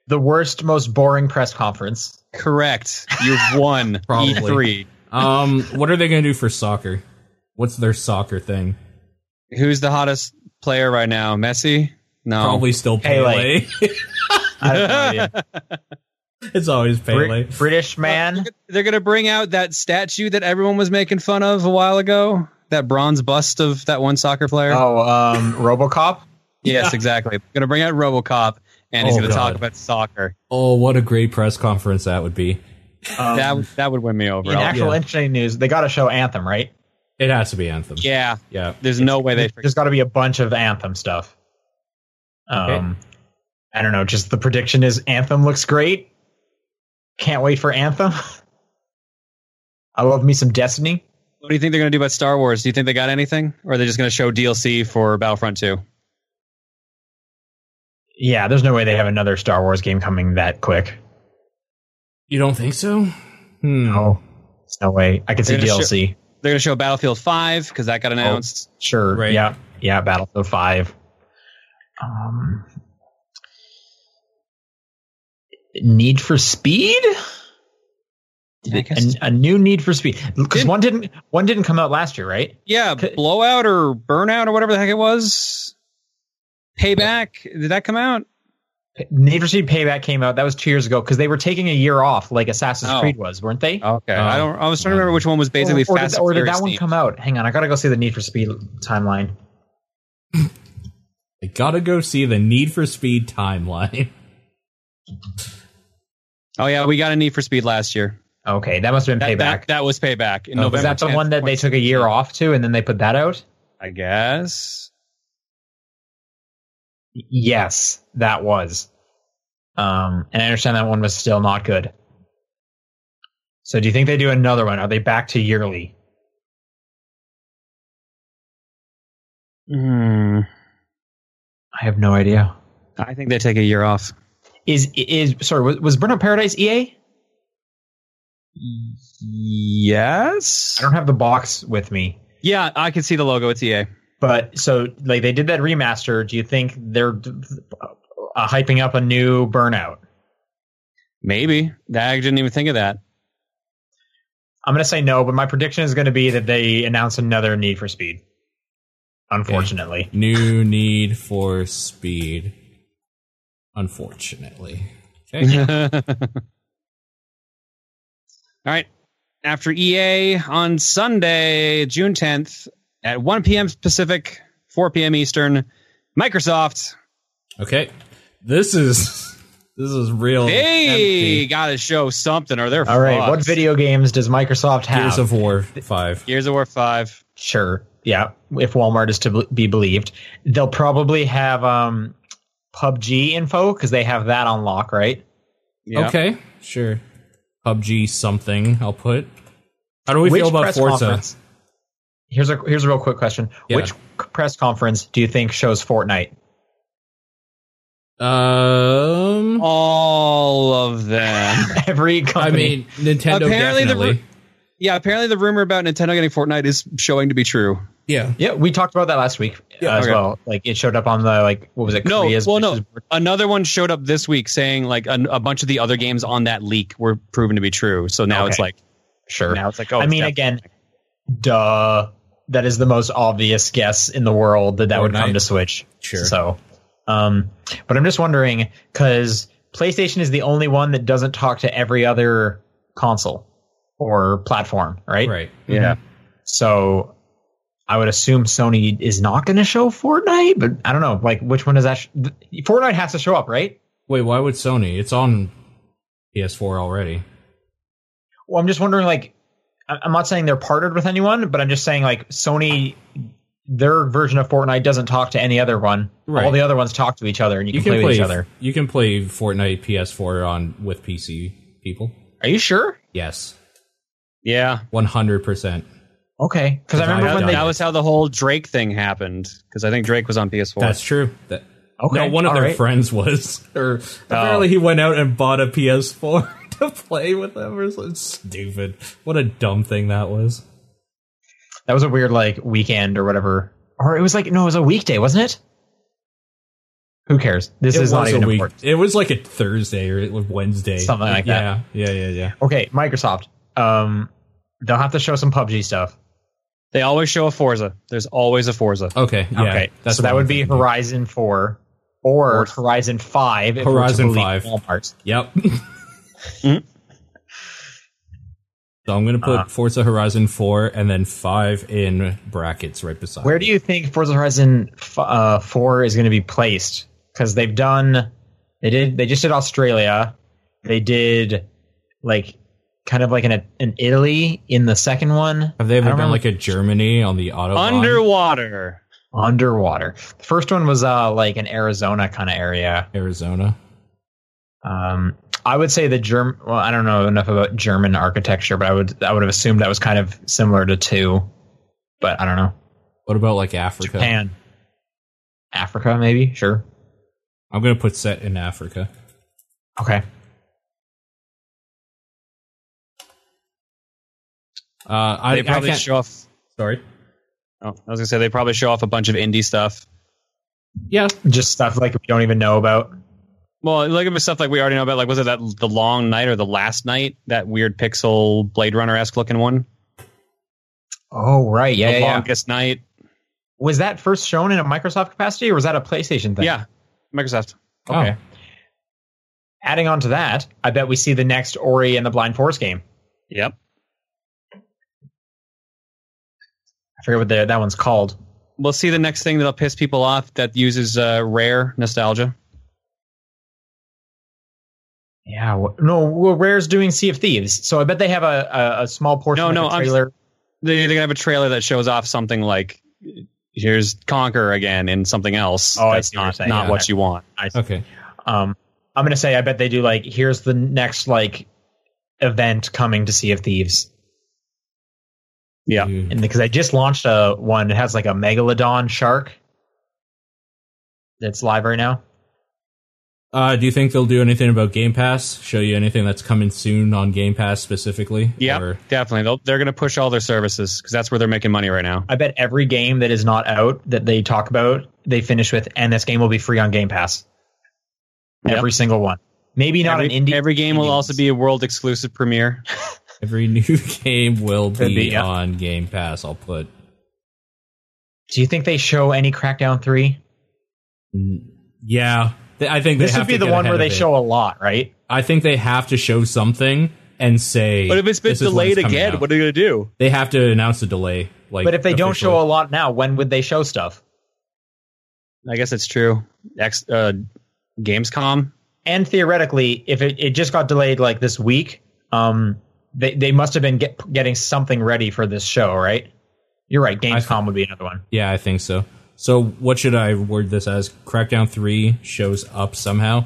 Speaker 1: The worst, most boring press conference.
Speaker 3: Correct. You've won E
Speaker 2: Probably.
Speaker 3: E3.
Speaker 2: Um, what are they going to do for soccer? What's their soccer thing?
Speaker 3: Who's the hottest player right now? Messi?
Speaker 1: Um,
Speaker 3: No.
Speaker 2: Probably still Pele.
Speaker 1: I have no idea.
Speaker 2: it's always Pele.
Speaker 1: Brit- British man.
Speaker 3: They're gonna bring out that statue that everyone was making fun of a while ago. That bronze bust of that one soccer player.
Speaker 1: Oh, um, RoboCop.
Speaker 3: yes, exactly. Gonna bring out RoboCop, and he's
Speaker 2: Oh,
Speaker 3: gonna talk
Speaker 2: God.
Speaker 3: about soccer.
Speaker 2: Oh, what a great press conference that would be.
Speaker 1: Um,
Speaker 3: that that would win me over. Oh,
Speaker 1: in actual
Speaker 2: yeah.
Speaker 1: interesting news, they got to show Anthem, right?
Speaker 2: It has to be Anthem.
Speaker 3: yeah,
Speaker 2: Yeah.
Speaker 3: there's no way they. Forget.
Speaker 1: there's got to be a bunch of anthem stuff um i don't know just the prediction is anthem looks great can't wait for anthem i love me some destiny
Speaker 3: What do you think they're going to do about Star Wars? Do you think they got anything, or are they just going to show DLC for Battlefront Two?
Speaker 1: Yeah, there's no way they have another Star Wars game coming that quick.
Speaker 2: You don't think so? Hmm.
Speaker 1: No, there's no way. I can see
Speaker 3: They're gonna
Speaker 1: DLC.
Speaker 3: They're going to show Battlefield Five because that
Speaker 1: Oh.
Speaker 3: got announced.
Speaker 1: Sure.
Speaker 2: Right.
Speaker 1: Yeah. Yeah. Battlefield Five. Um, Need for Speed. Did
Speaker 3: I
Speaker 1: it-
Speaker 3: guess-
Speaker 1: a, a new Need for Speed because
Speaker 3: Did-
Speaker 1: one didn't one didn't come out last year, right?
Speaker 3: Yeah,
Speaker 1: Could-
Speaker 3: blowout or burnout or whatever the heck it was. Payback. Did that come out?
Speaker 1: P- Need for Speed Payback came out. That was two years ago because they were taking a year off, like Assassin's
Speaker 3: Oh.
Speaker 1: Creed was, weren't they?
Speaker 3: Okay, I
Speaker 2: Oh.
Speaker 3: don't. I was trying to remember which one was basically
Speaker 1: or, or
Speaker 3: Fast
Speaker 1: did,
Speaker 3: and
Speaker 1: or did
Speaker 3: Furious
Speaker 1: that one
Speaker 3: themed.
Speaker 1: come out? Hang on, I gotta go see the Need for Speed timeline.
Speaker 2: I gotta go see the Need for Speed timeline.
Speaker 3: Oh yeah, we got a Need for Speed last year.
Speaker 1: Okay, that must have been
Speaker 3: That,
Speaker 1: Payback.
Speaker 3: that, that was Payback in
Speaker 2: Oh,
Speaker 3: November.
Speaker 1: Is that the
Speaker 3: 10th,
Speaker 1: one that they took a year off to, and then they put that out?
Speaker 3: I guess.
Speaker 1: Yes, that was. Um, and I understand that one was still not good. So do you think they do another one? Are they back to yearly?
Speaker 3: Hmm.
Speaker 1: I have no idea.
Speaker 3: I think they take a year off.
Speaker 1: Is is sorry, was, was Burnout Paradise E EA?
Speaker 3: Yes.
Speaker 1: I don't have the box with me.
Speaker 3: yeah, I can see the logo. E It's EA.
Speaker 1: But so like they did that remaster, do you think they're uh, hyping up a new Burnout?
Speaker 3: Maybe. That, I didn't even think of that.
Speaker 1: I'm going to say no, but my prediction is going to be that they announce another Need for Speed. Unfortunately.
Speaker 2: New Need for Speed. Unfortunately. Okay.
Speaker 3: All right. After EA on Sunday, June 10th at 1 p.m. Pacific, 4 p.m. Eastern, Microsoft.
Speaker 2: okay. This is this is real.
Speaker 3: They
Speaker 2: empty.
Speaker 3: got to show something or they're
Speaker 1: Oh, All right, what
Speaker 3: fucked.
Speaker 1: video games does Microsoft have?
Speaker 2: Gears of War five.
Speaker 3: Gears of War 5.
Speaker 1: sure yeah if walmart is to bel- be believed they'll probably have um pubg info because they have that on lock right
Speaker 3: Yeah.
Speaker 2: Okay, sure. PUBG something. I'll put. How do we
Speaker 1: Which
Speaker 2: feel about
Speaker 1: press
Speaker 2: Forza?
Speaker 1: conference- here's a here's a real quick question
Speaker 2: Yeah.
Speaker 1: which c- press conference do you think shows fortnite
Speaker 2: Um,
Speaker 3: All of them.
Speaker 1: every
Speaker 2: I
Speaker 1: company
Speaker 2: mean Nintendo
Speaker 3: Apparently the
Speaker 2: definitely.
Speaker 3: ru- yeah, apparently the rumor about Nintendo getting Fortnite is showing to be true.
Speaker 2: yeah,
Speaker 1: yeah we talked about that last week
Speaker 2: Yeah,
Speaker 1: uh, as
Speaker 3: okay.
Speaker 1: well like it showed up on the like what was it
Speaker 3: No,
Speaker 1: Korea's
Speaker 3: well, no.
Speaker 1: versus-
Speaker 3: Another one showed up this week saying like an, a bunch of the other games on that leak were proven to be true. So now it's
Speaker 1: Okay.
Speaker 3: like
Speaker 1: sure
Speaker 3: now it's like oh,
Speaker 1: i
Speaker 3: it's
Speaker 1: mean
Speaker 3: def-
Speaker 1: again duh that is the most obvious guess in the world that that would
Speaker 2: Fortnite.
Speaker 1: come to switch
Speaker 2: sure.
Speaker 1: So, um, but I'm just wondering because PlayStation is the only one that doesn't talk to every other console or platform, right?
Speaker 2: right.
Speaker 3: yeah.
Speaker 1: So, I would assume Sony is not going to show Fortnite, but I don't know. Like, which one does that? Sh- th- Fortnite has to show up, right?
Speaker 2: Wait, why would Sony? It's on PS4 already.
Speaker 1: Well, I'm just wondering. Like, I- I'm not saying they're partnered with anyone, but I'm just saying like Sony. Their version of Fortnite doesn't talk to any other one. All
Speaker 2: Right.
Speaker 1: the other ones talk to each other, and you, can, play, with each other.
Speaker 2: You can play Fortnite PS4 on with PC people.
Speaker 1: Are you sure?
Speaker 2: Yes,
Speaker 3: Yeah.
Speaker 2: one hundred percent.
Speaker 1: Okay, because I
Speaker 2: Because I
Speaker 1: remember
Speaker 2: have
Speaker 1: when
Speaker 2: done
Speaker 1: they
Speaker 3: That was how the whole Drake thing happened because I think Drake was on PS4.
Speaker 2: That's true. That,
Speaker 1: Okay,
Speaker 2: no, one of
Speaker 1: all
Speaker 2: their
Speaker 1: right.
Speaker 2: friends was, or uh, apparently he went out and bought a PS4 to play with them. Or something stupid. What a dumb thing that was.
Speaker 1: That was a weird like weekend or whatever. Or it was like no, it was a weekday, wasn't it? Who cares? This
Speaker 2: it
Speaker 1: is not
Speaker 2: was
Speaker 1: even
Speaker 2: a week-
Speaker 1: important.
Speaker 2: It was like a Thursday or it was Wednesday,
Speaker 1: Something like that.
Speaker 2: Yeah, yeah, yeah, yeah.
Speaker 1: Okay, Microsoft. Um they'll have to show some PUBG stuff.
Speaker 3: they always show a Forza. There's always a Forza.
Speaker 2: Okay, yeah,
Speaker 1: okay.
Speaker 2: That's
Speaker 1: so
Speaker 2: what
Speaker 1: that
Speaker 2: I'm
Speaker 1: would be
Speaker 2: thinking.
Speaker 1: Horizon 4 or
Speaker 3: Or-
Speaker 1: Horizon 5 if we're to
Speaker 2: Horizon
Speaker 1: believe
Speaker 2: 5.
Speaker 1: Walmart.
Speaker 2: Yep. So I'm gonna put
Speaker 1: Uh.
Speaker 2: Forza Horizon 4 and then 5 in brackets right beside.
Speaker 1: Where do you think Forza Horizon f- uh, 4 is going to be placed? Cuz they've done they did they just did Australia. They did like kind of like an an Italy in the second one.
Speaker 2: have they
Speaker 1: I
Speaker 2: ever
Speaker 1: don't
Speaker 2: done
Speaker 1: remember-
Speaker 2: like a Germany on the autobahn?
Speaker 3: Underwater.
Speaker 1: underwater. The first one was uh like an Arizona kind of area.
Speaker 2: Arizona.
Speaker 1: Um, I would say the Germ. Well, I don't know enough about German architecture, but I would I would have assumed that was kind of similar to two, but I don't know.
Speaker 2: What about like Africa?
Speaker 1: Japan, Africa, maybe. Sure.
Speaker 2: I'm gonna put set in Africa.
Speaker 1: Okay.
Speaker 2: Uh, I,
Speaker 3: They
Speaker 2: I
Speaker 3: probably
Speaker 2: can't.
Speaker 3: show off.
Speaker 2: sorry.
Speaker 3: Oh, I was gonna say they probably show off a bunch of indie stuff.
Speaker 2: Yeah,
Speaker 1: Just stuff like we don't even know about.
Speaker 3: Well, look at the stuff like we already know about. Like, was it that the long night or the last night? That weird pixel Blade Runner esque looking one.
Speaker 1: Oh right, yeah,
Speaker 3: the
Speaker 1: yeah, yeah.
Speaker 3: longest night.
Speaker 1: Was that first shown in a Microsoft capacity, or was that a PlayStation thing?
Speaker 3: Yeah, Microsoft.
Speaker 1: Okay. Adding on to that, I bet we see the next Ori and the Blind Forest game.
Speaker 3: Yep.
Speaker 1: I forget what the, that one's called.
Speaker 3: We'll see the next thing that'll piss people off that uses uh, rare nostalgia.
Speaker 1: Yeah, wh- no, well, Rare's doing Sea of Thieves, so I bet they have a, a, a small portion
Speaker 3: No,
Speaker 1: of
Speaker 3: no,
Speaker 1: the
Speaker 3: I'm-
Speaker 1: trailer.
Speaker 3: They- They're gonna have a trailer that shows off something like here's Conquer again and something else.
Speaker 1: Oh, I
Speaker 3: that's
Speaker 1: see what you're
Speaker 3: not
Speaker 1: saying.
Speaker 3: not
Speaker 1: Yeah.
Speaker 3: what you want.
Speaker 2: Okay.
Speaker 1: Um, I'm gonna say I bet they do like here's the next like event coming to Sea of Thieves,
Speaker 3: Yeah.
Speaker 2: Mm.
Speaker 1: and because they just launched a one, it has like a megalodon shark that's live right now.
Speaker 2: Uh, do you think they'll do anything about Game Pass? Show you anything that's coming soon on Game Pass specifically?
Speaker 3: Yeah,
Speaker 2: Or-
Speaker 3: definitely. They'll, they're going to push all their services because that's where they're making money right now.
Speaker 1: I bet every game that is not out that they talk about, they finish with, and this game will be free on Game Pass.
Speaker 3: Yep.
Speaker 1: Every single one. Maybe not
Speaker 3: every,
Speaker 1: an indie.
Speaker 3: every game will
Speaker 1: indie
Speaker 3: also be a world exclusive premiere.
Speaker 2: Every new game will
Speaker 1: Could
Speaker 2: be,
Speaker 1: be, yeah.
Speaker 2: on Game Pass. I'll put.
Speaker 1: Do you think they show any Crackdown three?
Speaker 2: Yeah, Th- I think they
Speaker 1: This
Speaker 2: have
Speaker 1: would be
Speaker 2: to
Speaker 1: the
Speaker 2: get
Speaker 1: one
Speaker 2: ahead
Speaker 1: where
Speaker 2: of
Speaker 1: they
Speaker 2: it.
Speaker 1: show a lot, right?
Speaker 2: I think they have to show something and say.
Speaker 3: But if it's been
Speaker 2: "This is when
Speaker 3: delayed
Speaker 2: coming
Speaker 3: again,
Speaker 2: out."
Speaker 3: what are you going to do?
Speaker 2: they have to announce a delay. Like,
Speaker 1: But if they don't
Speaker 2: officially.
Speaker 1: show a lot now, when would they show stuff?
Speaker 3: I guess it's true. X, uh, Gamescom.
Speaker 1: And theoretically, if it, it just got delayed like this week, um, they they must have been get, getting something ready for this show, right? You're right. Gamescom would be another one.
Speaker 2: yeah, I think so. So, what should I word this as? Crackdown Three shows up somehow.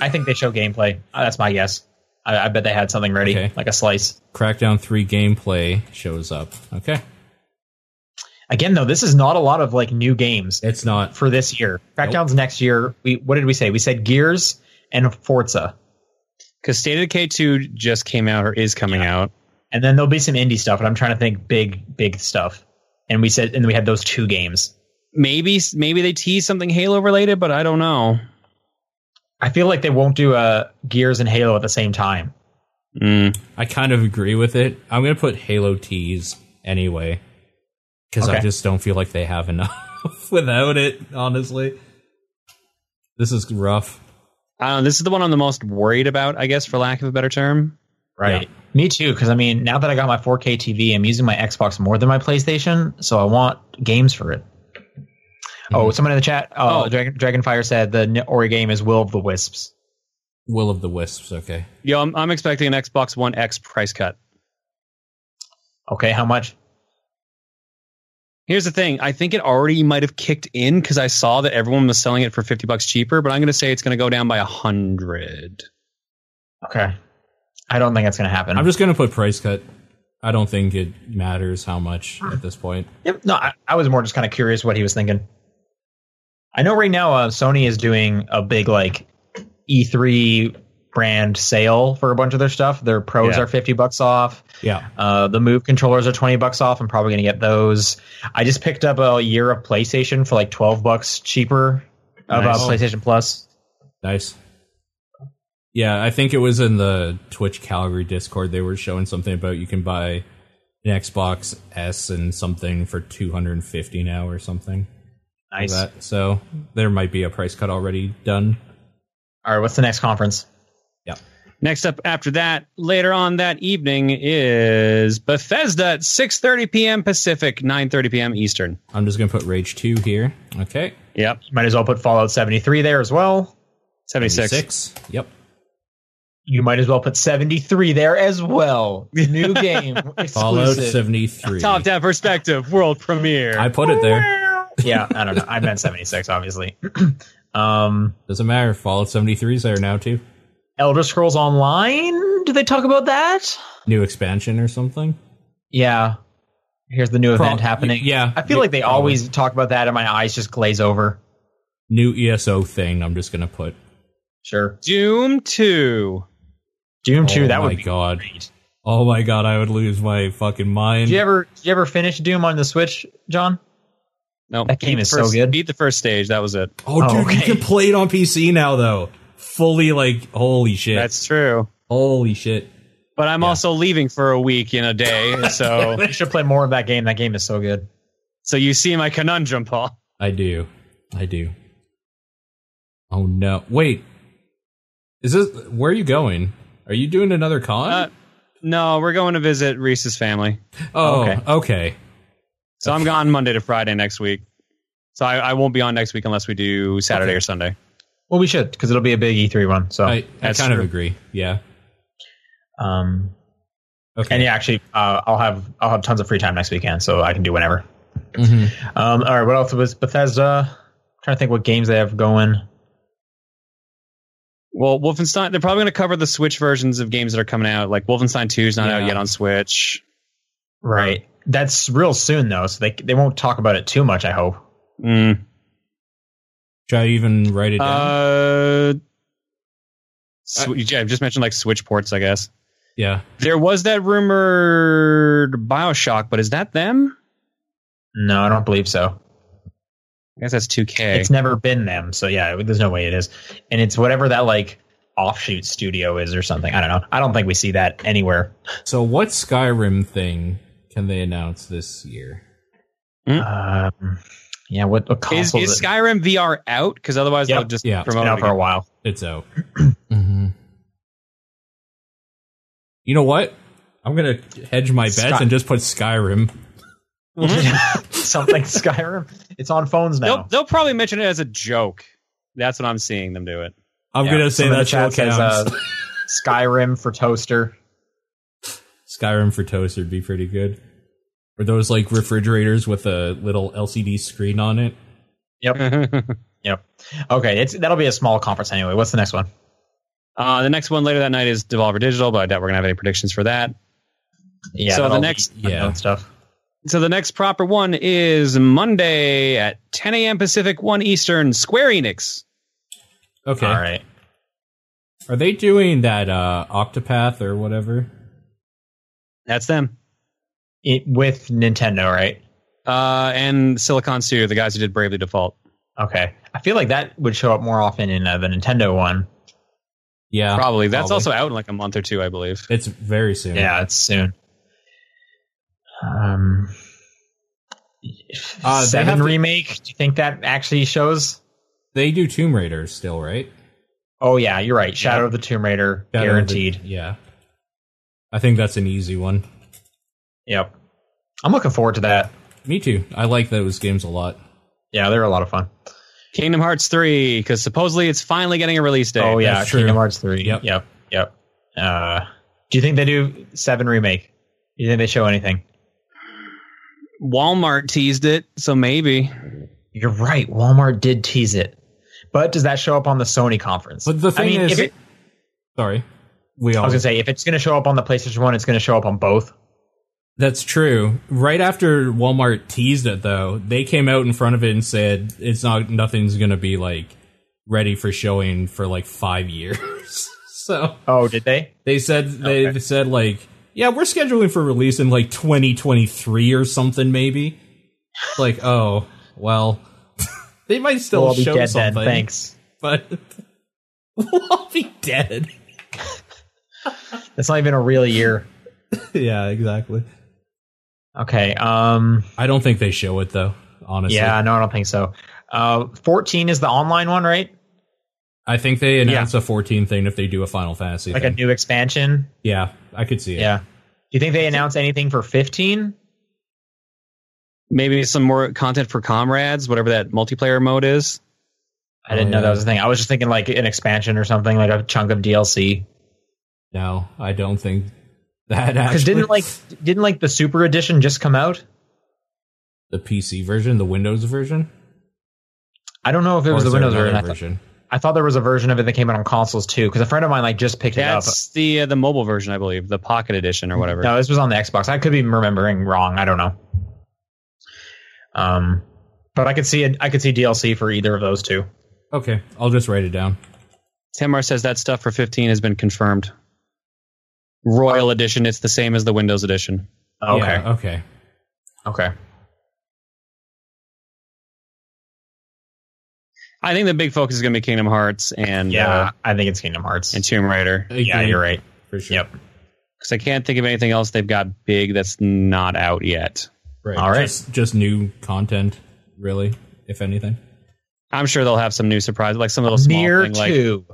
Speaker 1: I think they show gameplay. Uh, that's my guess. I, I bet they had something ready,
Speaker 2: Okay.
Speaker 1: like a slice.
Speaker 2: Crackdown Three gameplay shows up. Okay,
Speaker 1: Again, though, this is not a lot of like new games
Speaker 2: it's not.
Speaker 1: for this year. Crackdown's next year. We what did we say? We said Gears and Forza,
Speaker 3: Because State of K 2 just came out or is coming out.
Speaker 1: and then there'll be some indie stuff. And I'm trying to think big, big stuff. And we said, and we had those two games.
Speaker 3: Maybe maybe they tease something Halo related, but I don't know.
Speaker 1: I feel like they won't do uh, Gears and Halo at the same time.
Speaker 3: Mm.
Speaker 2: I kind of agree with it. I'm gonna put Halo tease anyway because I
Speaker 1: Okay.
Speaker 2: just don't feel like they have enough without it. Honestly, this is rough.
Speaker 3: I don't know. This is the one I'm the most worried about, I guess, for lack of a better term.
Speaker 1: Right. Me too, because I mean, now that I got my 4K TV, I'm using my Xbox more than my PlayStation, so I want games for it. Oh, someone in the chat, uh,
Speaker 3: Oh.
Speaker 1: Dragon, Dragonfire said the n- Ori game is Will of the Wisps.
Speaker 2: Will of the Wisps. Okay,
Speaker 3: Yo, I'm, I'm expecting an Xbox One X price cut.
Speaker 1: Okay, how much?
Speaker 3: Here's the thing. I think it already might have kicked in because I saw that everyone was selling it for 50 bucks cheaper, but I'm going to say it's going to go down by 100.
Speaker 1: Okay. I don't think that's going to happen.
Speaker 2: I'm just gonna put price cut. I don't think it matters how much at this point.
Speaker 1: Yep, no, I, I was more just kind of curious what he was thinking. I know right now uh, Sony is doing a big like E3 brand sale for a bunch of their stuff. Their pros
Speaker 3: Yeah.
Speaker 1: are 50 bucks off.
Speaker 2: Yeah,
Speaker 1: Uh, the Move controllers are 20 bucks off. I'm probably going to get those. I just picked up a year of PlayStation for like 12 bucks cheaper of
Speaker 3: Nice.
Speaker 1: uh, PlayStation Plus.
Speaker 2: nice. Yeah, I think it was in the Twitch Calgary Discord. They were showing something about you can buy an Xbox S and something for 250 now or something. for
Speaker 1: Nice.
Speaker 2: that. So there might be a price cut already done.
Speaker 1: All right, what's the next conference?
Speaker 3: Next up after that, later on that evening is Bethesda at 6:30 p.m. Pacific, 9:30 p.m. Eastern.
Speaker 2: I'm just gonna put Rage Two here. Okay,
Speaker 3: Yep,
Speaker 1: You might as well put Fallout 73 there as well.
Speaker 3: 76.
Speaker 2: six. Yep.
Speaker 1: You might as well put 73 there as well. New game.
Speaker 2: Fallout
Speaker 1: exclusive.
Speaker 2: 73.
Speaker 3: Top down perspective, world premiere.
Speaker 2: I put it there.
Speaker 1: yeah, I don't know. I meant 76, obviously. um,
Speaker 2: Doesn't matter. Fallout 73 is there now too.
Speaker 1: Elder Scrolls Online. Do they talk about that?
Speaker 2: New expansion or something?
Speaker 1: Yeah. Here's the new
Speaker 2: Pro-
Speaker 1: event happening.
Speaker 2: yeah,
Speaker 1: I feel like they
Speaker 2: probably.
Speaker 1: always talk about that, and my eyes just glaze over.
Speaker 2: New ESO thing, I'm just going to put.
Speaker 1: Sure.
Speaker 3: Doom 2.
Speaker 1: Doom
Speaker 2: Oh
Speaker 1: Two. That
Speaker 2: my
Speaker 1: would be
Speaker 2: God.
Speaker 1: Great.
Speaker 2: Oh my god, I would lose my fucking mind.
Speaker 1: Did you ever? Did you ever finish Doom on the Switch, John?
Speaker 3: No,
Speaker 1: That game
Speaker 3: beat the
Speaker 1: is so
Speaker 3: first-
Speaker 1: good.
Speaker 3: Beat the first stage. That was it.
Speaker 2: Oh,
Speaker 1: Oh,
Speaker 2: dude, you
Speaker 1: okay.
Speaker 2: can play it on PC now, though. Fully, like, holy shit.
Speaker 3: That's true.
Speaker 2: holy shit.
Speaker 3: But I'm also leaving for a week in a day, so
Speaker 1: You should play more of that game. That game is so good.
Speaker 3: so you see my conundrum, Paul.
Speaker 2: I do. I do. Oh no. Wait. Is this where are you going? Are you doing another con?
Speaker 3: Uh, No, we're going to visit Reese's family.
Speaker 2: oh,
Speaker 1: okay.
Speaker 2: okay.
Speaker 3: So I'm gone Monday to Friday next week. So I, I won't be on next week unless we do Saturday or Sunday.
Speaker 1: Well, we should because it'll be a big E3 one. So,
Speaker 2: I, I
Speaker 3: That's
Speaker 2: kind of
Speaker 3: true.
Speaker 2: agree. Yeah.
Speaker 1: um,
Speaker 2: Okay.
Speaker 1: and yeah, actually, uh, I'll have I'll have tons of free time next weekend, so I can do whenever.
Speaker 2: Mhm.
Speaker 1: Um, all right, what else was Bethesda? I'm trying to think what games they have going.
Speaker 3: Well, Wolfenstein, they're probably going to cover the Switch versions of games that are coming out. Like Wolfenstein 2 is not out
Speaker 2: Yeah.
Speaker 3: yet on Switch.
Speaker 1: Right, that's real soon though, so they they won't talk about it too much. I hope.
Speaker 3: Mm.
Speaker 2: Should I even write it down?
Speaker 3: Uh, sw- yeah, I've just mentioned like Switch ports, I guess.
Speaker 2: yeah.
Speaker 3: There was that rumored Bioshock, but is that them?
Speaker 1: No, I don't believe so.
Speaker 3: I guess that's 2K.
Speaker 1: It's never been them, so yeah, there's no way it is. And it's whatever that like offshoot studio is or something. I don't know. I don't think we see that anywhere.
Speaker 2: So what Skyrim thing can they announce this year?
Speaker 1: Um, yeah, what, what
Speaker 3: Is,
Speaker 1: console
Speaker 3: is Skyrim VR out? Because otherwise
Speaker 1: Yep.
Speaker 3: they'll just
Speaker 2: Yeah.
Speaker 1: been
Speaker 3: promote it
Speaker 1: out for a while?
Speaker 2: It's out. hmm You know what? I'm gonna hedge my bets
Speaker 1: Sky-
Speaker 2: and just put Skyrim.
Speaker 1: something Skyrim. It's on phones
Speaker 3: again.
Speaker 1: now.
Speaker 3: They'll, they'll probably mention it as a joke. That's what I'm seeing them do it.
Speaker 2: I'm
Speaker 1: Yeah,
Speaker 2: gonna say
Speaker 1: someone in the
Speaker 2: that's what
Speaker 1: chat says,
Speaker 2: counts.
Speaker 1: uh, Skyrim for toaster.
Speaker 2: Skyrim for toast would be pretty good. Or those like refrigerators with a little LCD screen on it.
Speaker 1: Yep. Okay, it's that'll be a small conference anyway. What's the next one?
Speaker 3: uh, the next one later that night is Devolver Digital, but I doubt we're going to have any predictions for that.
Speaker 1: Yeah.
Speaker 3: So the
Speaker 1: that'll
Speaker 3: next-
Speaker 1: be unknown
Speaker 2: yeah.
Speaker 1: stuff.
Speaker 3: So the next proper one is Monday at 10 a.m. Pacific, 1 Eastern, Square Enix.
Speaker 2: Okay.
Speaker 1: All right.
Speaker 2: Are they doing that uh Octopath or whatever?
Speaker 3: That's them.
Speaker 1: It, with Nintendo, right?
Speaker 3: Uh, and Silicon Studio, the guys who did Bravely Default.
Speaker 1: Okay. I feel like that would show up more often in uh, the Nintendo one. Uh,
Speaker 2: Yeah.
Speaker 3: Probably. That's
Speaker 2: probably.
Speaker 3: also out in like a month or two, I believe.
Speaker 2: It's very soon.
Speaker 1: Yeah, it's soon. Um,
Speaker 2: Uh, they have
Speaker 1: seven
Speaker 2: to-
Speaker 1: remake. Do you think that actually shows?
Speaker 2: They do Tomb Raider still, right?
Speaker 1: Oh yeah, you're right. Shadow of the Tomb Raider,
Speaker 2: Shadow of the-
Speaker 1: guaranteed.
Speaker 2: yeah. I think that's an easy one.
Speaker 1: Yep. I'm looking forward to that.
Speaker 2: Me too. I like those games a lot.
Speaker 1: Yeah, they're a lot of fun.
Speaker 3: Kingdom Hearts 3, because supposedly it's finally getting a release date.
Speaker 1: oh yeah,
Speaker 2: that's true.
Speaker 1: Kingdom Hearts three.
Speaker 2: Yep.
Speaker 1: yep, yep. Uh, do you think they do seven remake? Do you think they show anything?
Speaker 3: Walmart teased it, so maybe.
Speaker 1: You're right. Walmart did tease it, but does that show up on the Sony conference?
Speaker 2: But the
Speaker 1: I
Speaker 2: thing
Speaker 1: mean,
Speaker 2: is
Speaker 1: if it,
Speaker 2: Sorry. We
Speaker 1: I
Speaker 2: all
Speaker 1: was gonna say if it's gonna show up on the PlayStation One, it's gonna show up on both.
Speaker 2: That's true. Right after Walmart teased it, though, they came out in front of it and said it's not nothing's gonna be like ready for showing for like five years. so
Speaker 1: Oh, did they?
Speaker 2: they said they
Speaker 1: Okay.
Speaker 2: said like, yeah, we're scheduling for release in like 2023 or something, maybe. like, oh well, they might still
Speaker 1: We'll all be
Speaker 2: show
Speaker 1: dead then.
Speaker 2: something,
Speaker 1: Thanks.
Speaker 2: but we'll all be dead.
Speaker 1: That's not even a real year.
Speaker 2: yeah, exactly.
Speaker 1: Okay. Um.
Speaker 2: I don't think they show it though. Honestly,
Speaker 1: Yeah. No, I don't think so. Uh, fourteen is the online one, right?
Speaker 2: I think they announced a 14 thing if they do a Final Fantasy.
Speaker 1: Like a
Speaker 2: thing.
Speaker 1: new expansion.
Speaker 2: yeah, I could see it.
Speaker 1: Yeah. Do you think they announce anything for fifteen?
Speaker 3: Maybe some more content for comrades, whatever that multiplayer mode is.
Speaker 1: I didn't
Speaker 2: Oh,
Speaker 1: know that
Speaker 2: yeah.
Speaker 1: was a thing. I was just thinking like an expansion or something, like a chunk of DLC.
Speaker 2: No, I don't think that actually.
Speaker 1: Because didn't like didn't like the Super Edition just come out?
Speaker 2: the PC version, the Windows version,
Speaker 1: I don't know if it
Speaker 2: Or
Speaker 1: was
Speaker 2: is
Speaker 1: the
Speaker 2: there
Speaker 1: Windows version.
Speaker 2: another
Speaker 1: I, thought-
Speaker 2: version?
Speaker 1: I I thought there was a version of it that came out on consoles too, because a friend of mine like just picked it up.
Speaker 3: That's the uh, the mobile version, I believe, the Pocket Edition or whatever.
Speaker 1: No, this was on the Xbox. I could be remembering wrong. I don't know. Um, but I could see it. I could see DLC for either of those two.
Speaker 2: Okay, I'll just write it down.
Speaker 3: Tamar says that stuff for 15 has been confirmed. Royal Edition, it's the same as the Windows Edition.
Speaker 1: Okay.
Speaker 2: Yeah, okay.
Speaker 1: Okay.
Speaker 3: I think the big focus is going to be Kingdom Hearts and
Speaker 1: Yeah,
Speaker 3: uh,
Speaker 1: I think it's Kingdom Hearts.
Speaker 3: and Tomb Raider
Speaker 1: yeah,
Speaker 2: Agreed,
Speaker 1: you're right.
Speaker 2: For sure.
Speaker 1: Yep.
Speaker 3: because I can't think of anything else they've got big that's not out yet.
Speaker 2: Right.
Speaker 1: All right.
Speaker 2: Just, just new content, really, if anything.
Speaker 3: I'm sure they'll have some new surprises, like some little small
Speaker 1: Near
Speaker 3: thing, like
Speaker 1: two.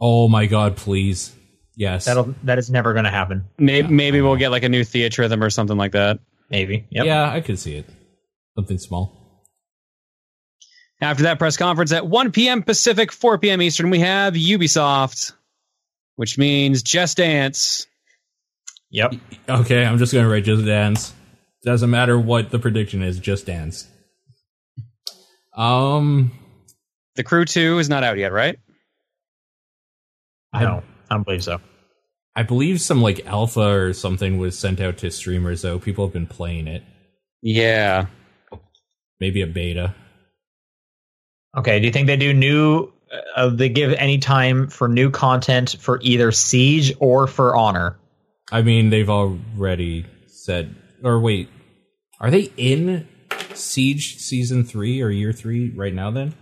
Speaker 2: Oh my god, please. Yes.
Speaker 1: That'll that is never going to happen.
Speaker 3: maybe, maybe we'll get like a new theater rhythm or something like that.
Speaker 1: Maybe. Yep.
Speaker 2: Yeah, I could see it. Something small.
Speaker 3: After that press conference at 1 p.m. Pacific, 4 p.m. Eastern, we have Ubisoft, which means Just Dance.
Speaker 1: Yep.
Speaker 2: Okay, I'm just gonna write just dance. Doesn't matter what the prediction is, just dance. Um
Speaker 3: The Crew 2 is not out yet, right?
Speaker 1: I don't. I don't believe so.
Speaker 2: I believe some like alpha or something was sent out to streamers though. People have been playing it.
Speaker 3: Yeah.
Speaker 2: Maybe a beta.
Speaker 1: Okay. Do you think they do new? Uh, they give any time for new content for either Siege or for Honor?
Speaker 2: I mean, they've already said. Or wait, are they in Siege season three or year three right now? Then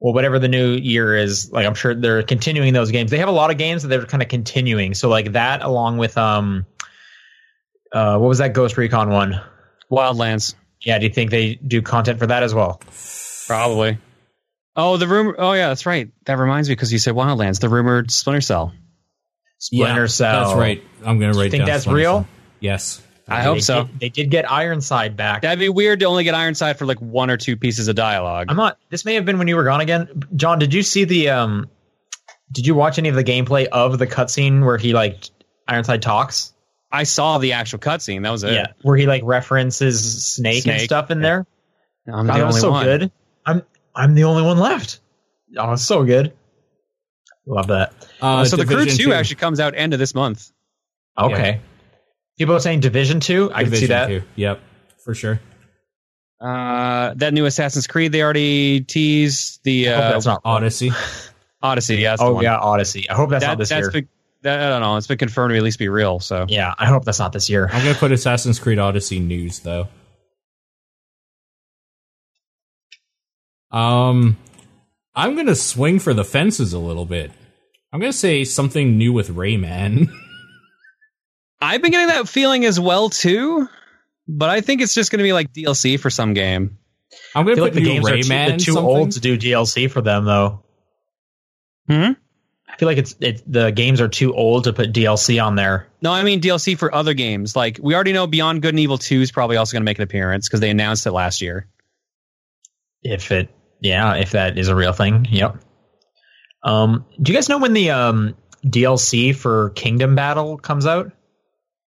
Speaker 1: Well, whatever the new year is, like I'm sure they're continuing those games. They have a lot of games that they're kind of continuing. So like that, along with um, uh, what was that Ghost Recon one?
Speaker 3: Wildlands,
Speaker 1: Yeah. Do you think they do content for that as well?
Speaker 3: probably. Oh, the rumor. Oh, yeah, that's right. That reminds me because you said Wildlands, the rumored Splinter Cell.
Speaker 1: Splinter Cell.
Speaker 2: That's right. I'm gonna write.
Speaker 1: think
Speaker 2: down
Speaker 1: that's
Speaker 2: Splinter
Speaker 1: real?
Speaker 2: Cell. Yes.
Speaker 3: I hope
Speaker 1: They
Speaker 3: so.
Speaker 1: did- they did get Ironside back.
Speaker 3: That'd be weird to only get Ironside for like one or two pieces of dialogue.
Speaker 1: I'm not. This may have been when you were gone again, John. Did you see the? um Did you watch any of the gameplay of the cutscene where he like Ironside talks?
Speaker 3: I saw the actual cutscene. That was it.
Speaker 1: where he like references Snake, and
Speaker 3: Uh, Snake,
Speaker 1: stuff in there.
Speaker 3: I'm the
Speaker 1: God, that was
Speaker 3: only
Speaker 1: so
Speaker 3: one.
Speaker 1: good. I'm I'm the only one left. Oh, it's so good. Love that.
Speaker 2: Uh,
Speaker 3: Uh, so the crew
Speaker 2: Division
Speaker 3: two, actually comes out end of this month.
Speaker 1: Okay. People are saying Division Two. I can see
Speaker 2: Division
Speaker 1: that.
Speaker 2: two. Yep, for sure.
Speaker 3: Uh, that new Assassin's Creed they already teased the
Speaker 1: I hope
Speaker 3: uh,
Speaker 1: that's not.
Speaker 2: Odyssey.
Speaker 3: Odyssey. Yeah, that's the
Speaker 1: Oh
Speaker 3: one.
Speaker 1: yeah, Odyssey. I hope that's
Speaker 3: that,
Speaker 1: not this
Speaker 3: has
Speaker 1: year.
Speaker 3: been that, I don't know. It's been confirmed to at least be real. So
Speaker 1: yeah, I hope that's not this year.
Speaker 2: I'm gonna put Assassin's Creed Odyssey news though. Um, I'm gonna swing for the fences a little bit. I'm gonna say something new with Rayman.
Speaker 3: I've been getting that feeling as well too, but I think it's just going to be like DLC for some game.
Speaker 2: I'm
Speaker 1: I
Speaker 2: gonna
Speaker 1: feel like
Speaker 2: put
Speaker 1: the
Speaker 2: new
Speaker 1: games are too,
Speaker 2: Rayman.
Speaker 1: they're too
Speaker 2: something.
Speaker 1: old to do DLC for them though.
Speaker 3: Hmm?
Speaker 1: I feel like it's it, the games are too old to put DLC on there.
Speaker 3: No, I mean DLC for other games. Like we already know Beyond Good and Evil Two is probably also going to make an appearance because they announced it last year.
Speaker 1: If it, yeah, if that is a real thing, yep. Um, do you guys know when the um DLC for Kingdom Battle comes out?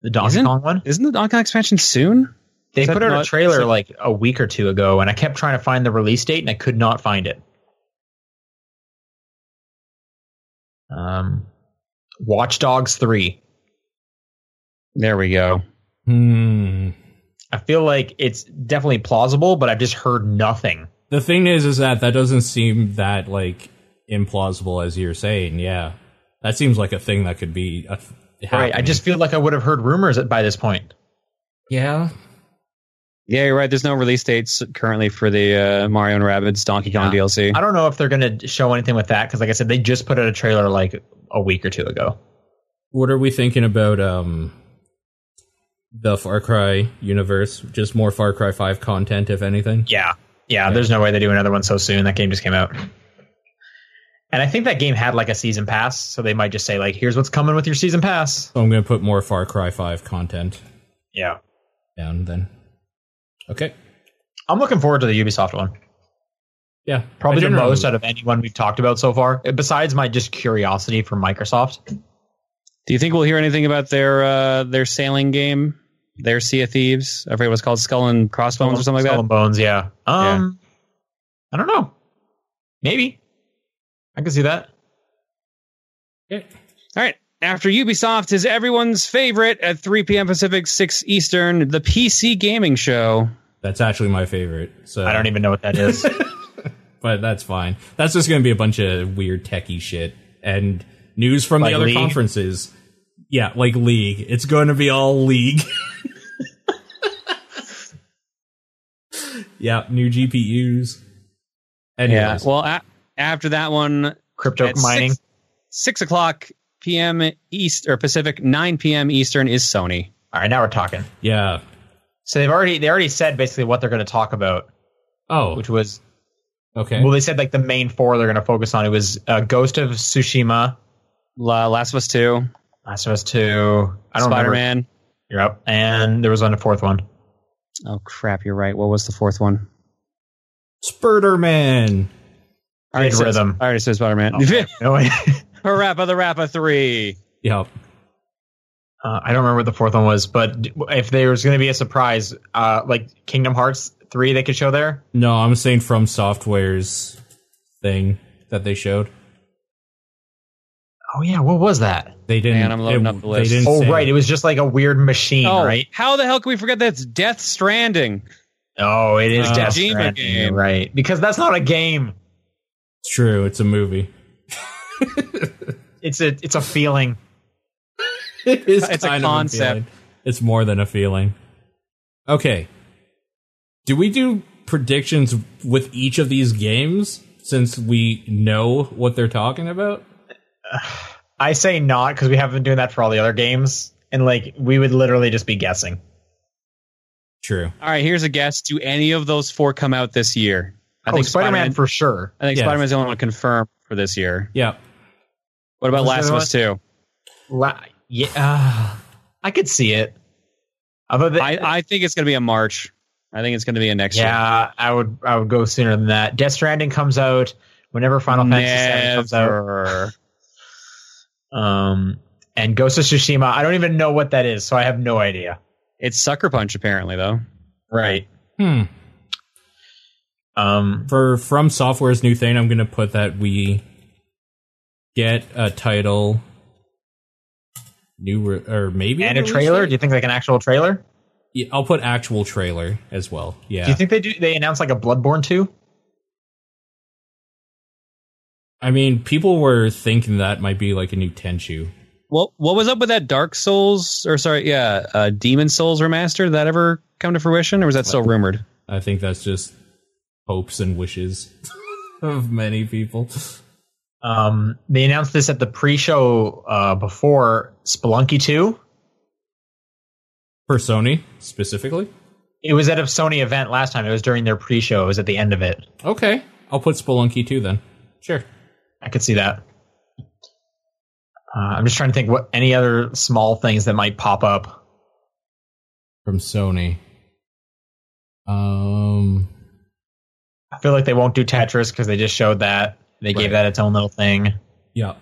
Speaker 1: The Donkey
Speaker 3: Isn't-
Speaker 1: Kong one.
Speaker 3: Isn't the Donkey Kong expansion soon?
Speaker 1: They
Speaker 3: is that
Speaker 1: put out a
Speaker 3: not-
Speaker 1: trailer
Speaker 3: is it-
Speaker 1: like a week or two ago, and I kept trying to find the release date, and I could not find it. Um, Watch Dogs three.
Speaker 3: There we go.
Speaker 2: Hmm.
Speaker 1: I feel like it's definitely plausible, but I've just heard nothing.
Speaker 2: The thing is, is that that doesn't seem that like implausible as you're saying. Yeah, that seems like a thing that could be. A th-
Speaker 1: Right. I
Speaker 2: happening.
Speaker 1: just feel like I would have heard rumors by this point.
Speaker 2: yeah.
Speaker 3: Yeah, you're right. There's no release dates currently for the uh, Mario and Rabbids Donkey Kong
Speaker 1: Yeah.
Speaker 3: DLC.
Speaker 1: I don't know if they're going to show anything with that because, like I said, they just put out a trailer like a week or two ago.
Speaker 2: What are we thinking about? Um, the Far Cry universe, just more Far Cry Five content, if anything.
Speaker 1: Yeah. Yeah. There's no way they do another one so soon. That game just came out. And I think that game had like a season pass, so they might just say like, "Here's what's coming with your season pass."
Speaker 2: So I'm gonna put more Far Cry Five content
Speaker 1: Yeah,
Speaker 2: down then. Okay.
Speaker 1: I'm looking forward to the Ubisoft one.
Speaker 2: Yeah.
Speaker 1: Probably
Speaker 2: I
Speaker 1: the
Speaker 2: generally-
Speaker 1: most out of anyone we've talked about so far, eh, besides my just curiosity for Microsoft.
Speaker 3: Do you think we'll hear anything about their uh, their sailing game, their Sea of Thieves? I forget what's called Skull and Crossbones or something like
Speaker 1: Skull
Speaker 3: that.
Speaker 1: and Bones, yeah. Um, I don't know. Maybe I can see that.
Speaker 2: Yeah.
Speaker 3: All right. After Ubisoft is everyone's favorite at 3 p.m. Pacific, 6 Eastern, the PC Gaming Show.
Speaker 2: That's actually my favorite. So
Speaker 1: I don't even know what that is.
Speaker 2: but that's fine. That's just going to be a bunch of weird techie shit and news from
Speaker 1: Like
Speaker 2: the other
Speaker 1: League?
Speaker 2: conferences. Yeah, like League. It's going to be all League. yeah, new GPUs. Anyways,
Speaker 3: Well, a- after that one,
Speaker 1: Crypto
Speaker 3: at
Speaker 1: mining.
Speaker 3: Six, six o'clock p.m. East or Pacific, 9 p.m. Eastern is Sony.
Speaker 1: All right, now we're talking.
Speaker 2: yeah.
Speaker 1: So they've already they already said basically what they're going to talk about,
Speaker 2: Oh,
Speaker 1: which was
Speaker 2: okay.
Speaker 1: well they said like the main four they're going to focus on. It was uh, Ghost of Tsushima,
Speaker 3: La- Last of Us 2,
Speaker 1: Last of Us Two. I don't
Speaker 3: Spider
Speaker 1: remember.
Speaker 3: Man.
Speaker 1: You're up, and there was on a fourth one.
Speaker 3: Oh, crap. You're right. What was the fourth one?
Speaker 2: Spider-Man.
Speaker 3: I already
Speaker 1: Dead
Speaker 3: said-
Speaker 1: Rhythm.
Speaker 3: I already said Spider Man.
Speaker 1: Oh, No, I,
Speaker 3: Parappa the Rappa 3.
Speaker 2: Yep.
Speaker 1: uh, I don't remember what the fourth one was, but d- if there was going to be a surprise, uh, like Kingdom Hearts three, they could show there.
Speaker 2: No, I'm saying from Software's thing that they showed.
Speaker 1: Oh yeah, what was that?
Speaker 2: They didn't.
Speaker 3: Man, I'm loading
Speaker 2: it-
Speaker 3: up the list.
Speaker 2: They didn't
Speaker 1: Oh
Speaker 2: say.
Speaker 1: right, it was just like a weird machine,
Speaker 3: Oh,
Speaker 1: right?
Speaker 3: how the hell can we forget that's Death Stranding?
Speaker 1: Oh, it is
Speaker 2: Oh.
Speaker 1: Death
Speaker 3: Kojima
Speaker 1: Stranding,
Speaker 3: Uh, game.
Speaker 1: right? Because that's not a game.
Speaker 2: It's true. It's a movie.
Speaker 1: It's a it's a feeling.
Speaker 2: it is
Speaker 3: It's a
Speaker 2: kind of
Speaker 3: concept.
Speaker 2: feeling. it's more than a feeling. Okay. Do we do predictions with each of these games since we know what they're talking about?
Speaker 1: I say not because we have been doing that for all the other games, and like we would literally just be guessing.
Speaker 2: True.
Speaker 3: All right, here's a guess. Do any of those four come out this year? I
Speaker 1: oh, Spider Man for sure.
Speaker 3: I think
Speaker 2: Yes.
Speaker 3: Spider Man's the only one confirmed for this year.
Speaker 2: Yeah.
Speaker 3: What about
Speaker 1: Was
Speaker 3: Last
Speaker 1: there
Speaker 3: of Us Two?
Speaker 1: La- yeah, uh, I could see it. Although the,
Speaker 3: I, I think it's going to be a March. I think it's going to be a next year.
Speaker 1: yeah, I would I would go sooner than that. Death Stranding comes out whenever Final Fantasy VII comes out.
Speaker 3: Never.
Speaker 1: Um, and Ghost of Tsushima, I don't even know what that is, so I have no idea.
Speaker 3: It's Sucker Punch apparently though.
Speaker 1: Right.
Speaker 2: Hmm.
Speaker 1: Um,
Speaker 2: For From Software's new thing, I'm going to put that we get a title, new re- or maybe
Speaker 1: and a
Speaker 2: release
Speaker 1: trailer?
Speaker 2: date?
Speaker 1: Do you think like an actual trailer?
Speaker 2: Yeah, I'll put actual trailer as well. Yeah.
Speaker 1: Do you think they do? They announce like a Bloodborne two?
Speaker 2: I mean, people were thinking that might be like a new Tenchu.
Speaker 3: What what was up with that Dark Souls or sorry, yeah, uh, Demon Souls remaster? Did that ever come to fruition, or was that still rumored?
Speaker 2: I think that's just hopes and wishes of many people.
Speaker 1: Um, they announced this at the pre-show uh, before Spelunky two.
Speaker 2: For Sony specifically.
Speaker 1: It was at a Sony event last time. It was during their pre-show. It was at the end of it.
Speaker 2: Okay. I'll put Spelunky too then. Sure.
Speaker 1: I could see that. Uh, I'm just trying to think what any other small things that might pop up.
Speaker 2: From Sony. Um
Speaker 1: I feel like they won't do Tetris because they just showed that. They
Speaker 2: Right.
Speaker 1: gave that its own little thing.
Speaker 2: yeah.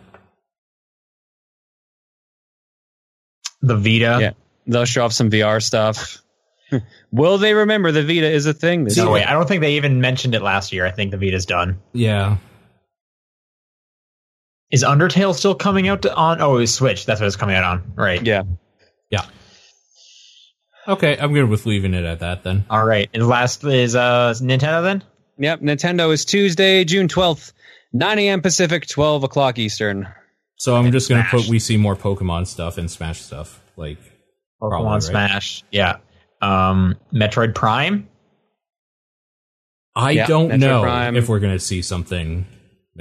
Speaker 1: The Vita.
Speaker 3: Yeah. They'll show off some VR stuff. Will they remember the Vita is a thing? This
Speaker 1: No
Speaker 3: year?
Speaker 1: way. I don't think they even mentioned it last year. I think the Vita's done.
Speaker 2: Yeah.
Speaker 1: Is Undertale still coming out to, on? Oh, it was Switch. That's what it's coming out on. Right.
Speaker 3: Yeah.
Speaker 2: Okay, I'm good with leaving it at that then.
Speaker 1: All right. And last is uh Nintendo then?
Speaker 3: Yep, Nintendo is Tuesday, June 12th, 9 a.m. Pacific, 12 o'clock Eastern.
Speaker 2: So I'm just gonna
Speaker 1: Smash.
Speaker 2: put we see more Pokemon stuff and Smash stuff. Like
Speaker 1: Pokemon
Speaker 2: Probably, right?
Speaker 1: Smash. Yeah. Um Metroid Prime.
Speaker 2: I
Speaker 3: Yeah,
Speaker 2: don't
Speaker 3: Metroid
Speaker 2: know
Speaker 3: Prime.
Speaker 2: if we're gonna see something.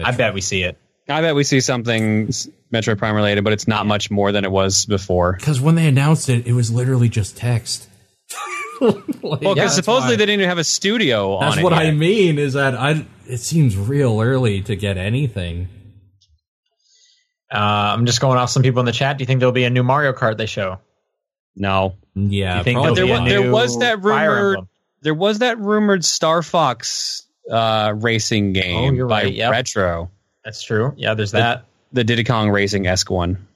Speaker 1: I bet we see it.
Speaker 3: I bet we see something s- Metroid Prime related, but it's not much more than it was before.
Speaker 2: because when they announced it, it was literally just text. Like,
Speaker 3: Well, because
Speaker 2: yeah, that's
Speaker 3: supposedly
Speaker 2: why-
Speaker 3: they didn't even have a studio
Speaker 2: That's
Speaker 3: on it.
Speaker 2: what I
Speaker 3: yet.
Speaker 2: mean is that I it seems real early to get anything.
Speaker 1: Uh, I'm just going off some people in the chat. Do you think there'll be a new Mario Kart they show?
Speaker 3: No.
Speaker 2: Yeah,
Speaker 1: you think
Speaker 2: probably
Speaker 1: there'll be
Speaker 3: But there
Speaker 1: a
Speaker 2: not.
Speaker 3: wa- there
Speaker 1: new
Speaker 3: was that
Speaker 1: Fire
Speaker 3: rumor-
Speaker 1: Emblem?
Speaker 3: There was that rumored Star Fox uh, racing game
Speaker 1: you're
Speaker 3: by
Speaker 1: right, yep.
Speaker 3: Retro,
Speaker 1: That's true. Yeah, there's
Speaker 3: The-
Speaker 1: that.
Speaker 3: the Diddy Kong Racing esque one.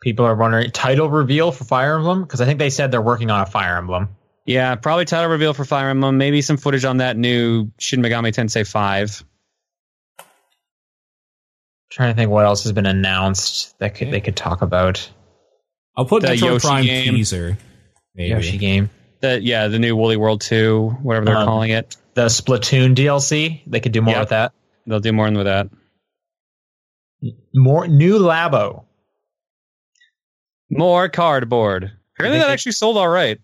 Speaker 1: People are wondering title reveal for Fire Emblem because I think they said they're working on a Fire Emblem.
Speaker 3: Yeah, probably title reveal for Fire Emblem, maybe some footage on that new Shin Megami Tensei 5.
Speaker 1: trying to think what else has been announced that could they could talk about.
Speaker 2: I'll put
Speaker 3: The
Speaker 2: Metroid
Speaker 3: Yoshi
Speaker 2: Prime
Speaker 3: game.
Speaker 2: teaser. Maybe.
Speaker 1: Yoshi game,
Speaker 3: The, yeah, the new Woolly World 2, whatever they're
Speaker 1: Um,
Speaker 3: calling it.
Speaker 1: the Splatoon DLC. They could do more
Speaker 3: Yeah.
Speaker 1: with that.
Speaker 3: They'll do more with that.
Speaker 1: More new Labo.
Speaker 3: More cardboard. Apparently,
Speaker 1: I think
Speaker 3: that
Speaker 1: it-
Speaker 3: actually sold all right.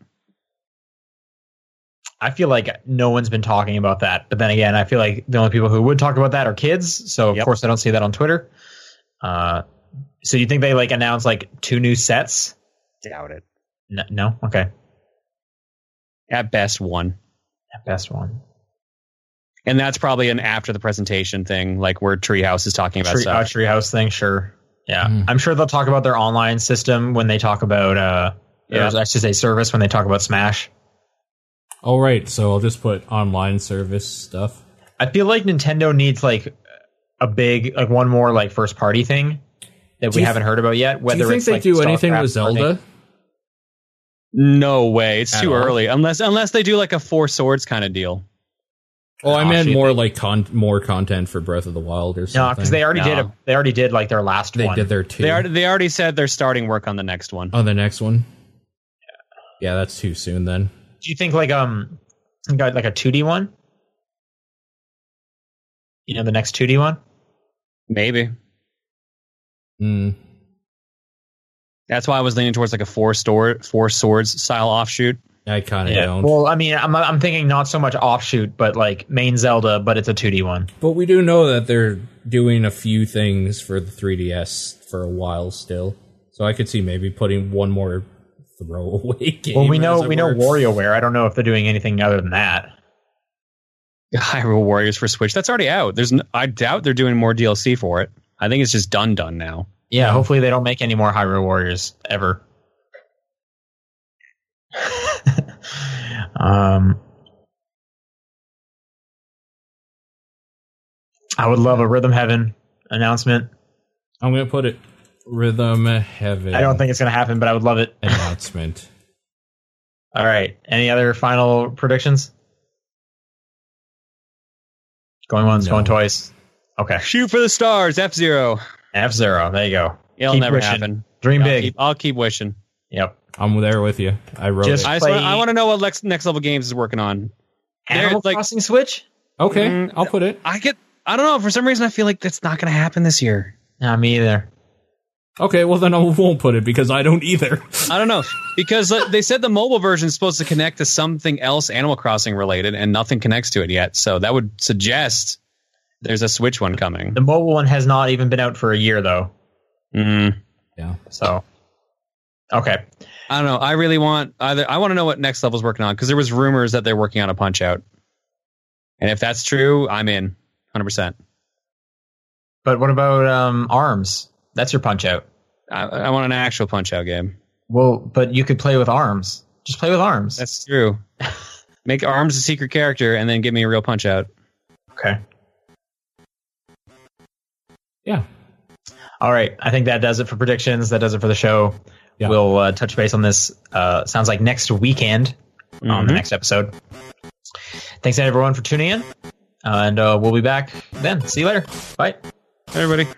Speaker 1: I feel like no one's been talking about that. But then again, I feel like the only people who would talk about that are kids. So of
Speaker 3: Yep.
Speaker 1: course I don't see that on Twitter. Uh, so you think they like announced like two new sets?
Speaker 3: Doubt it.
Speaker 1: No, no? okay,
Speaker 3: At best, one.
Speaker 1: That best one.
Speaker 3: And that's probably an after the presentation thing, like where Treehouse is talking about
Speaker 1: Tree, uh,
Speaker 3: stuff.
Speaker 1: treehouse thing, sure. Yeah,
Speaker 2: Mm.
Speaker 1: I'm sure they'll talk about their online system when they talk about uh,
Speaker 3: Yeah.
Speaker 1: or I should say service when they talk about Smash.
Speaker 2: All right, so I'll just put online service stuff.
Speaker 1: I feel like Nintendo needs like a big like one more like first party thing that
Speaker 2: Do
Speaker 1: we
Speaker 2: you-
Speaker 1: haven't heard about yet. Whether
Speaker 2: do you think
Speaker 1: it's,
Speaker 2: they
Speaker 1: like,
Speaker 2: do anything
Speaker 1: StarCraft
Speaker 2: with
Speaker 1: or
Speaker 2: Zelda?
Speaker 1: anything.
Speaker 3: No way. It's
Speaker 2: At
Speaker 3: too
Speaker 2: all.
Speaker 3: early. Unless unless they do like a four swords kind of deal.
Speaker 2: Oh, I
Speaker 1: Oh,
Speaker 2: meant
Speaker 1: shit.
Speaker 2: more like con- more content for Breath of the Wild or something.
Speaker 1: No, because they already
Speaker 3: No.
Speaker 1: did. A, they already did like their last
Speaker 2: They
Speaker 1: one.
Speaker 2: did their two
Speaker 3: They already they already said they're starting work on the next one.
Speaker 2: on the next one. Yeah, that's too soon then.
Speaker 1: do you think like um, you got like a two D one? You know, the next two D one.
Speaker 3: Maybe.
Speaker 2: Mm.
Speaker 3: That's why I was leaning towards like a four store four swords style offshoot.
Speaker 2: I kind of don't.
Speaker 1: Well, I mean, I'm I'm thinking not so much offshoot, but like main Zelda, but it's a two D one.
Speaker 2: but we do know that they're doing a few things for the 3DS for a while still. So I could see maybe putting one more throwaway game.
Speaker 1: Well, we know
Speaker 2: as it
Speaker 1: we know
Speaker 2: were.
Speaker 1: WarioWare. I don't know if they're doing anything other than that.
Speaker 3: Hyrule Warriors for Switch. That's already out. There's n I I doubt they're doing more DLC for it. I think it's just done done now.
Speaker 1: Yeah, hopefully they don't make any more Hyrule Warriors ever. um, I would love a Rhythm Heaven announcement.
Speaker 2: I'm gonna put it Rhythm Heaven.
Speaker 1: I don't think it's going to happen, but I would love it.
Speaker 2: announcement.
Speaker 1: All right. Any other final predictions? Going once,
Speaker 2: No.
Speaker 1: going twice. Okay.
Speaker 3: Shoot for the stars, F Zero.
Speaker 1: F Zero. There you go.
Speaker 3: It'll
Speaker 1: Keep
Speaker 3: never
Speaker 1: wishing.
Speaker 3: happen.
Speaker 1: Dream
Speaker 3: I'll
Speaker 1: big.
Speaker 3: keep, I'll keep wishing.
Speaker 1: yep.
Speaker 2: I'm there with you. I wrote
Speaker 1: Just-
Speaker 2: it.
Speaker 3: I, just
Speaker 1: Play-
Speaker 3: wanna, I want to know what Lex, next level games is working on. There,
Speaker 1: Animal
Speaker 3: like-
Speaker 1: Crossing Switch?
Speaker 2: Okay,
Speaker 3: Mm,
Speaker 2: I'll put it.
Speaker 3: I get. I don't know. For some reason, I feel like that's not going to happen this year.
Speaker 1: Not me either.
Speaker 2: Okay, well then I won't put it because I don't either.
Speaker 3: I don't know because uh, they said the mobile version is supposed to connect to something else Animal Crossing related, and nothing connects to it yet. So that would suggest there's a Switch one coming.
Speaker 1: The mobile one has not even been out for a year, though.
Speaker 3: Mm.
Speaker 2: yeah.
Speaker 1: So, okay.
Speaker 3: I don't know. I really want either. I want to know what Next Level's working on because there was rumors that they're working on a Punch Out, and if that's true, I'm in 100. percent
Speaker 1: But what about um, Arms? That's your punch out.
Speaker 3: I, I want an actual Punch Out game.
Speaker 1: Well, but you could play with Arms. Just play with Arms.
Speaker 3: That's true. Make Arms a secret character, and then give me a real Punch Out.
Speaker 1: okay.
Speaker 2: Yeah.
Speaker 1: All right. I think that does it for predictions. That does it for the show.
Speaker 2: Yeah.
Speaker 1: We'll uh, touch base on this. Uh, sounds like next weekend on the
Speaker 3: Mhm.
Speaker 1: next episode. Thanks to everyone for tuning in, uh, and uh, we'll be back then. See you later. Bye.
Speaker 3: Everybody.